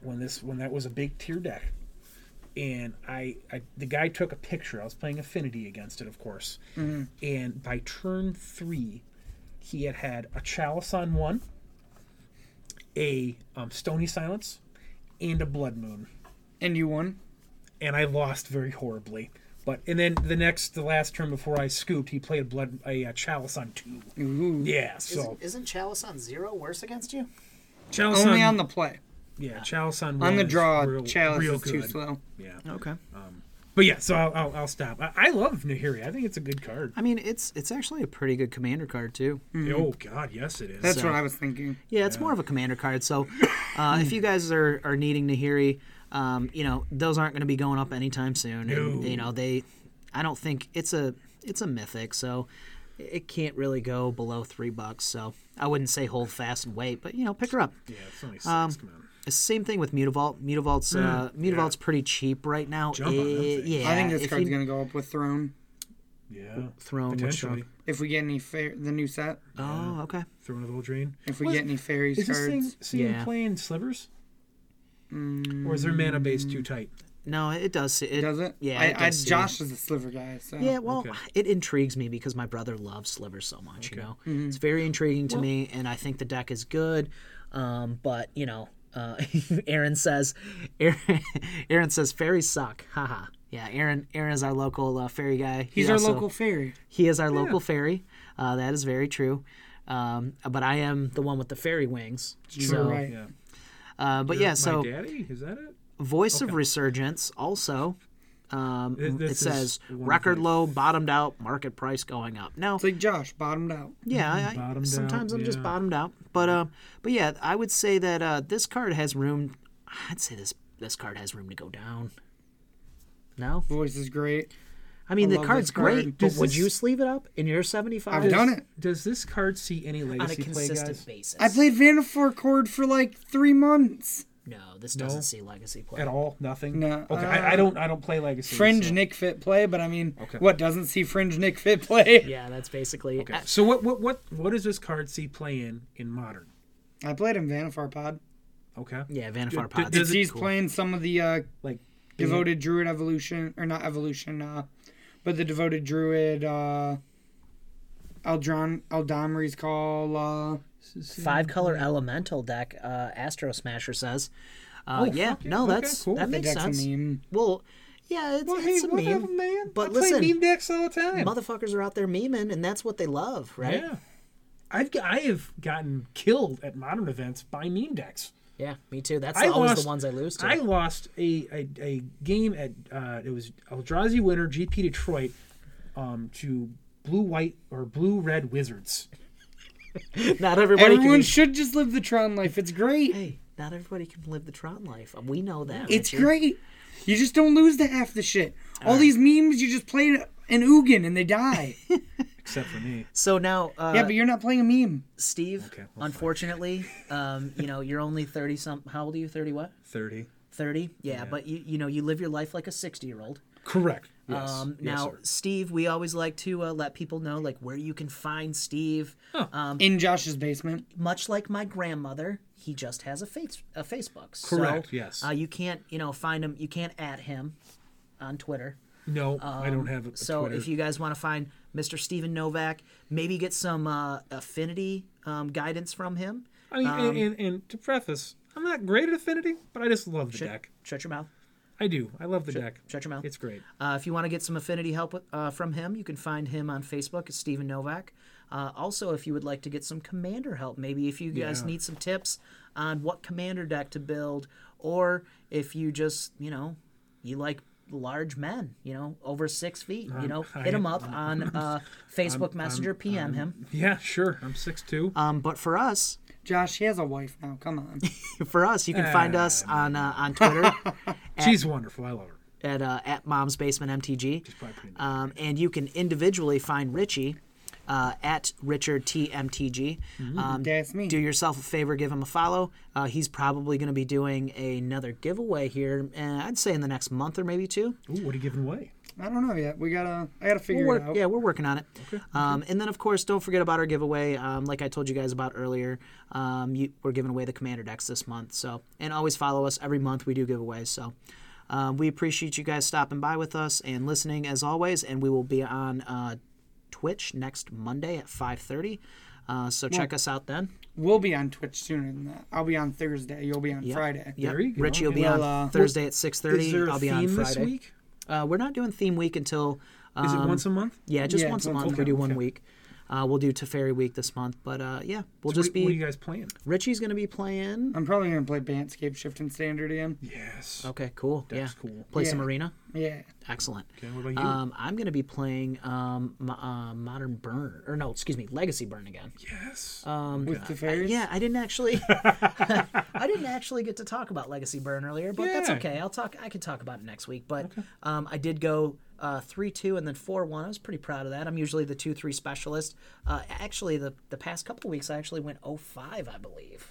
Speaker 2: when this when that was a big tier deck, and I, I the guy took a picture. I was playing Affinity against it, of course, and by turn three, he had had a Chalice on one, a um, Stony Silence, and a Blood Moon
Speaker 1: and you won.
Speaker 2: and I lost very horribly. But and then the next, the last turn before I scooped, he played blood a, uh chalice on two. Yeah, so
Speaker 3: Isn't, isn't Chalice on zero worse against you?
Speaker 2: chalice
Speaker 1: Only on the play.
Speaker 2: yeah chalice on one
Speaker 1: On the
Speaker 2: is
Speaker 1: draw,
Speaker 2: real-
Speaker 1: Chalice
Speaker 2: real
Speaker 1: is too
Speaker 2: good.
Speaker 1: slow.
Speaker 2: Yeah, Um,
Speaker 3: Okay.
Speaker 2: but yeah, so I'll, I'll, I'll stop. I, I love Nahiri. I think it's a good card.
Speaker 3: I mean, it's it's actually a pretty good commander card too.
Speaker 2: Oh God, yes it is.
Speaker 1: That's what I was thinking.
Speaker 3: Yeah, it's more of a commander card. So, uh, if you guys are, are needing Nahiri, um, you know those aren't going to be going up anytime soon. And,
Speaker 2: No.
Speaker 3: you know they, I don't think it's a it's a mythic. So, it can't really go below three bucks. So I wouldn't say hold fast and wait, but you know, pick her up.
Speaker 2: Yeah, it's only six.
Speaker 3: Um,
Speaker 2: come on.
Speaker 3: It's Same thing with Mutavault. Mutavolt's uh, Mutavault's pretty cheap right now.
Speaker 2: Jump on them
Speaker 3: Eh,
Speaker 2: things.
Speaker 3: yeah,
Speaker 1: I think this
Speaker 3: if
Speaker 1: card's
Speaker 3: you-
Speaker 1: gonna go up with Throne
Speaker 2: Yeah,
Speaker 3: Throne, which
Speaker 2: potentially.
Speaker 3: one?
Speaker 1: if we get any fair the new set.
Speaker 3: Oh, okay.
Speaker 2: Throw another little drain.
Speaker 1: If we
Speaker 2: What-
Speaker 1: get any fairies
Speaker 2: Is this
Speaker 1: cards, Mm.
Speaker 2: thing seeing
Speaker 3: Yeah.
Speaker 2: play in slivers? Or is their mana base too tight?
Speaker 3: No, it does. It
Speaker 1: does it?
Speaker 3: Yeah.
Speaker 1: I,
Speaker 3: it
Speaker 1: I,
Speaker 3: does seem-
Speaker 1: Josh is a sliver guy, so
Speaker 3: Yeah, well,
Speaker 2: Oh, Okay.
Speaker 3: it intrigues me because my brother loves slivers so much. You know, it's very intriguing to me, and I think the deck is good. Um, but you know, uh, Aaron says, Aaron, Aaron says fairies suck. Haha. Yeah, Aaron. Aaron is our local uh, fairy guy. He
Speaker 1: he's our
Speaker 3: also-
Speaker 1: local fairy.
Speaker 3: He is our local fairy. Uh, that is very true. Um, but I am the one with the fairy wings.
Speaker 1: You're
Speaker 3: So,
Speaker 1: right.
Speaker 2: Yeah.
Speaker 3: uh, but yeah, so
Speaker 2: My daddy? Is that it?
Speaker 3: Voice of Resurgence also. Um,
Speaker 2: Th-
Speaker 3: it
Speaker 2: this
Speaker 3: says
Speaker 2: is one of
Speaker 3: record
Speaker 2: my-
Speaker 3: low, bottomed out, market price going up. Now,
Speaker 1: It's like Josh bottomed out.
Speaker 3: yeah, I, I,
Speaker 2: Bottomed
Speaker 3: sometimes
Speaker 2: out,
Speaker 3: I'm just
Speaker 2: yeah.
Speaker 3: bottomed out, but um, but yeah, I would say that uh, this card has room. I'd say this this card has room to go down. No,
Speaker 1: Voice is great.
Speaker 3: I mean the
Speaker 1: love
Speaker 3: card's
Speaker 1: this card.
Speaker 3: great, but
Speaker 2: This
Speaker 3: would
Speaker 2: is-
Speaker 3: you sleeve it up in your 75?
Speaker 1: I've done it.
Speaker 2: Does this card see any
Speaker 4: on a
Speaker 2: legacy play,
Speaker 4: consistent
Speaker 2: guys?
Speaker 4: basis.
Speaker 1: I played Vanafor chord for like three months.
Speaker 3: No, this doesn't
Speaker 2: No.
Speaker 3: see legacy play.
Speaker 2: At all? Nothing.
Speaker 1: No, uh,
Speaker 2: Okay, I, I don't. I don't play legacy.
Speaker 1: Fringe
Speaker 2: so-
Speaker 1: Nick fit play, but I mean,
Speaker 2: Okay.
Speaker 1: what doesn't see Fringe Nick fit play?
Speaker 3: Yeah, that's basically.
Speaker 2: Okay. Uh, So what? What? What? What does this card see play in in modern?
Speaker 1: I played in Vanifar Pod.
Speaker 2: Okay.
Speaker 3: yeah,
Speaker 2: D-
Speaker 3: Vanifar
Speaker 2: d-
Speaker 3: Pods.
Speaker 2: does
Speaker 1: It's
Speaker 2: it-
Speaker 1: he's playing some of the uh,
Speaker 2: Like
Speaker 1: devoted druid evolution or not evolution, uh, but the devoted druid uh, Eldron Eldamri's call. Uh,
Speaker 3: five color elemental deck. Uh, Astro Smasher says, uh,
Speaker 2: Oh,
Speaker 3: yeah,
Speaker 2: fuck yeah.
Speaker 3: no,
Speaker 2: Okay,
Speaker 3: that's
Speaker 2: cool.
Speaker 3: that
Speaker 1: the
Speaker 3: makes
Speaker 1: deck's a
Speaker 3: sense.
Speaker 1: meme.
Speaker 3: Well, yeah, it's,
Speaker 2: Well, hey,
Speaker 3: it's a meme.
Speaker 2: whatever, man.
Speaker 3: But
Speaker 2: I
Speaker 3: listen,
Speaker 2: play meme decks all the time.
Speaker 3: motherfuckers are out there memeing, and that's what they love, right?
Speaker 2: Yeah. I've g- I have gotten killed at modern events by meme decks.
Speaker 3: Yeah, me too. That's
Speaker 2: I
Speaker 3: always
Speaker 2: lost-
Speaker 3: the ones I lose to.
Speaker 2: I lost a, a, a game at uh, it was Eldrazi winner GP Detroit um, to blue white or blue red wizards.
Speaker 3: not everybody
Speaker 1: Everyone
Speaker 3: can. Be,
Speaker 1: should just live the Tron life. It's great.
Speaker 3: hey, not everybody can live the Tron life. We know that.
Speaker 1: It's
Speaker 3: Richard.
Speaker 1: great. You just don't lose to half the shit. All these memes, you just play an Ugin and they die.
Speaker 2: Except for me.
Speaker 4: So now, uh,
Speaker 1: yeah, but you're not playing a meme.
Speaker 4: Steve,
Speaker 2: Okay, well, fine.
Speaker 4: unfortunately, um, you know, you're only 30 some. How old are you? 30 what?
Speaker 2: Thirty.
Speaker 4: 30? Yeah, but you, you know, you live your life like a 60 year old.
Speaker 2: Correct. Yes.
Speaker 4: Um,
Speaker 2: yes,
Speaker 4: now,
Speaker 2: sir.
Speaker 4: Steve, we always like to uh, let people know like where you can find Steve. Um,
Speaker 1: In Josh's basement.
Speaker 4: much like my grandmother, he just has a face a Facebook.
Speaker 2: Correct,
Speaker 4: So,
Speaker 2: yes.
Speaker 4: Uh, you can't you know find him. You can't at him on Twitter.
Speaker 2: no, I don't have a,
Speaker 3: um,
Speaker 2: a
Speaker 4: So
Speaker 2: Twitter.
Speaker 4: if you guys want to find Mr. Steven Novak, maybe get some uh, affinity um, guidance from him.
Speaker 2: I mean, and, and, and to preface, I'm not great at Affinity, but I just love the deck.
Speaker 4: Shut your mouth.
Speaker 2: I do. I love the deck.
Speaker 4: shut your mouth.
Speaker 2: It's great.
Speaker 4: Uh, if you want to get some affinity help with, uh, from him, you can find him on Facebook at Steven Novak. Uh, also, if you would like to get some commander help, maybe if you guys
Speaker 2: Yeah.
Speaker 4: need some tips on what commander deck to build, or if you just, you know, you like large men, you know, over six feet, you know, hit him up on uh, Facebook Messenger, PM him.
Speaker 2: Yeah, sure. I'm six two.
Speaker 3: Um, but for us,
Speaker 1: Josh, he has a wife now. Come on.
Speaker 3: for us, you can find us on uh, on Twitter
Speaker 2: She's wonderful. I love her.
Speaker 3: at uh, at Mom's Basement MTG.
Speaker 2: probably pretty nice.
Speaker 3: Um, and you can individually find Richie uh, at Richard T MTG.
Speaker 2: Mm-hmm.
Speaker 3: Um,
Speaker 1: That's me.
Speaker 3: do yourself a favor, give him a follow. Uh, he's probably going to be doing another giveaway here, and I'd say in the next month or maybe two.
Speaker 2: Ooh, what are you giving away?
Speaker 1: I don't know yet. We gotta. I gotta figure
Speaker 3: We'll
Speaker 1: it
Speaker 3: work,
Speaker 1: out.
Speaker 3: yeah, we're working on it. Um, and then, of course, don't forget about our giveaway. Um, like I told you guys about earlier, um, you, we're giving away the commander decks this month. So, and always follow us. Every month we do giveaways. So, um, we appreciate you guys stopping by with us and listening as always. And we will be on uh, Twitch next Monday at five thirty. Uh, so check us out then.
Speaker 1: We'll be on Twitch sooner than that. I'll be on Thursday. You'll be on Friday.
Speaker 3: Yep.
Speaker 2: There you go.
Speaker 3: Richie will be
Speaker 1: Well,
Speaker 3: on
Speaker 1: uh,
Speaker 3: Thursday at six
Speaker 2: Is there
Speaker 3: thirty.
Speaker 2: a
Speaker 3: I'll be on
Speaker 2: theme this
Speaker 3: Friday.
Speaker 2: week?
Speaker 3: Uh, we're not doing theme week until
Speaker 2: Is it once a month?
Speaker 3: Yeah, just
Speaker 1: Yeah,
Speaker 3: once a
Speaker 1: once a
Speaker 3: month. we
Speaker 1: month,
Speaker 3: do one
Speaker 2: okay.
Speaker 3: week. Uh, we'll do Teferi week this month, but uh, yeah, we'll
Speaker 2: What,
Speaker 3: just
Speaker 2: what are
Speaker 3: be.
Speaker 2: you guys playing?
Speaker 3: Richie's gonna be playing.
Speaker 1: I'm probably gonna play Bantscape Shift and Standard again.
Speaker 2: Yes.
Speaker 3: Okay, cool.
Speaker 2: That's
Speaker 3: yeah,
Speaker 2: cool.
Speaker 3: Play some
Speaker 1: Yeah.
Speaker 3: arena.
Speaker 1: Yeah.
Speaker 3: Excellent.
Speaker 2: Okay, what about you?
Speaker 3: Um, I'm gonna be playing um, mo- uh, modern burn or no, excuse me, legacy burn again.
Speaker 2: yes.
Speaker 3: Um,
Speaker 1: With the fairies.
Speaker 3: yeah, I didn't actually, I didn't actually get to talk about legacy burn earlier, but that's
Speaker 2: Yeah.
Speaker 3: okay. I'll talk. I can talk about it next week. But um, I did go uh, 3 2 and then 4 1. I was pretty proud of that. I'm usually the 2 3 specialist. Uh, actually, the, the past couple weeks, I actually went 0 5, I believe,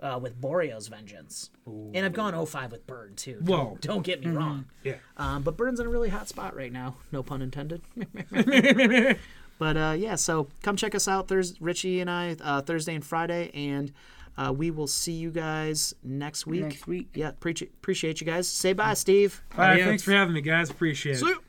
Speaker 3: uh, with Boreo's Vengeance. And I've gone 0 5 with Burn, too. Don't-
Speaker 2: Whoa. Mm-hmm.
Speaker 3: Don't, get me wrong.
Speaker 2: Yeah.
Speaker 3: Um, but Burn's in a really hot spot right now. No pun intended. but uh, yeah, so come check us out. Thurs Richie and I uh, Thursday and Friday, and uh, we will see you guys next week.
Speaker 1: Next week.
Speaker 3: Yeah, preach- appreciate you guys. Say bye, Steve.
Speaker 2: All right,
Speaker 1: Adios.
Speaker 2: thanks for having me, guys. Appreciate it.
Speaker 3: See ya.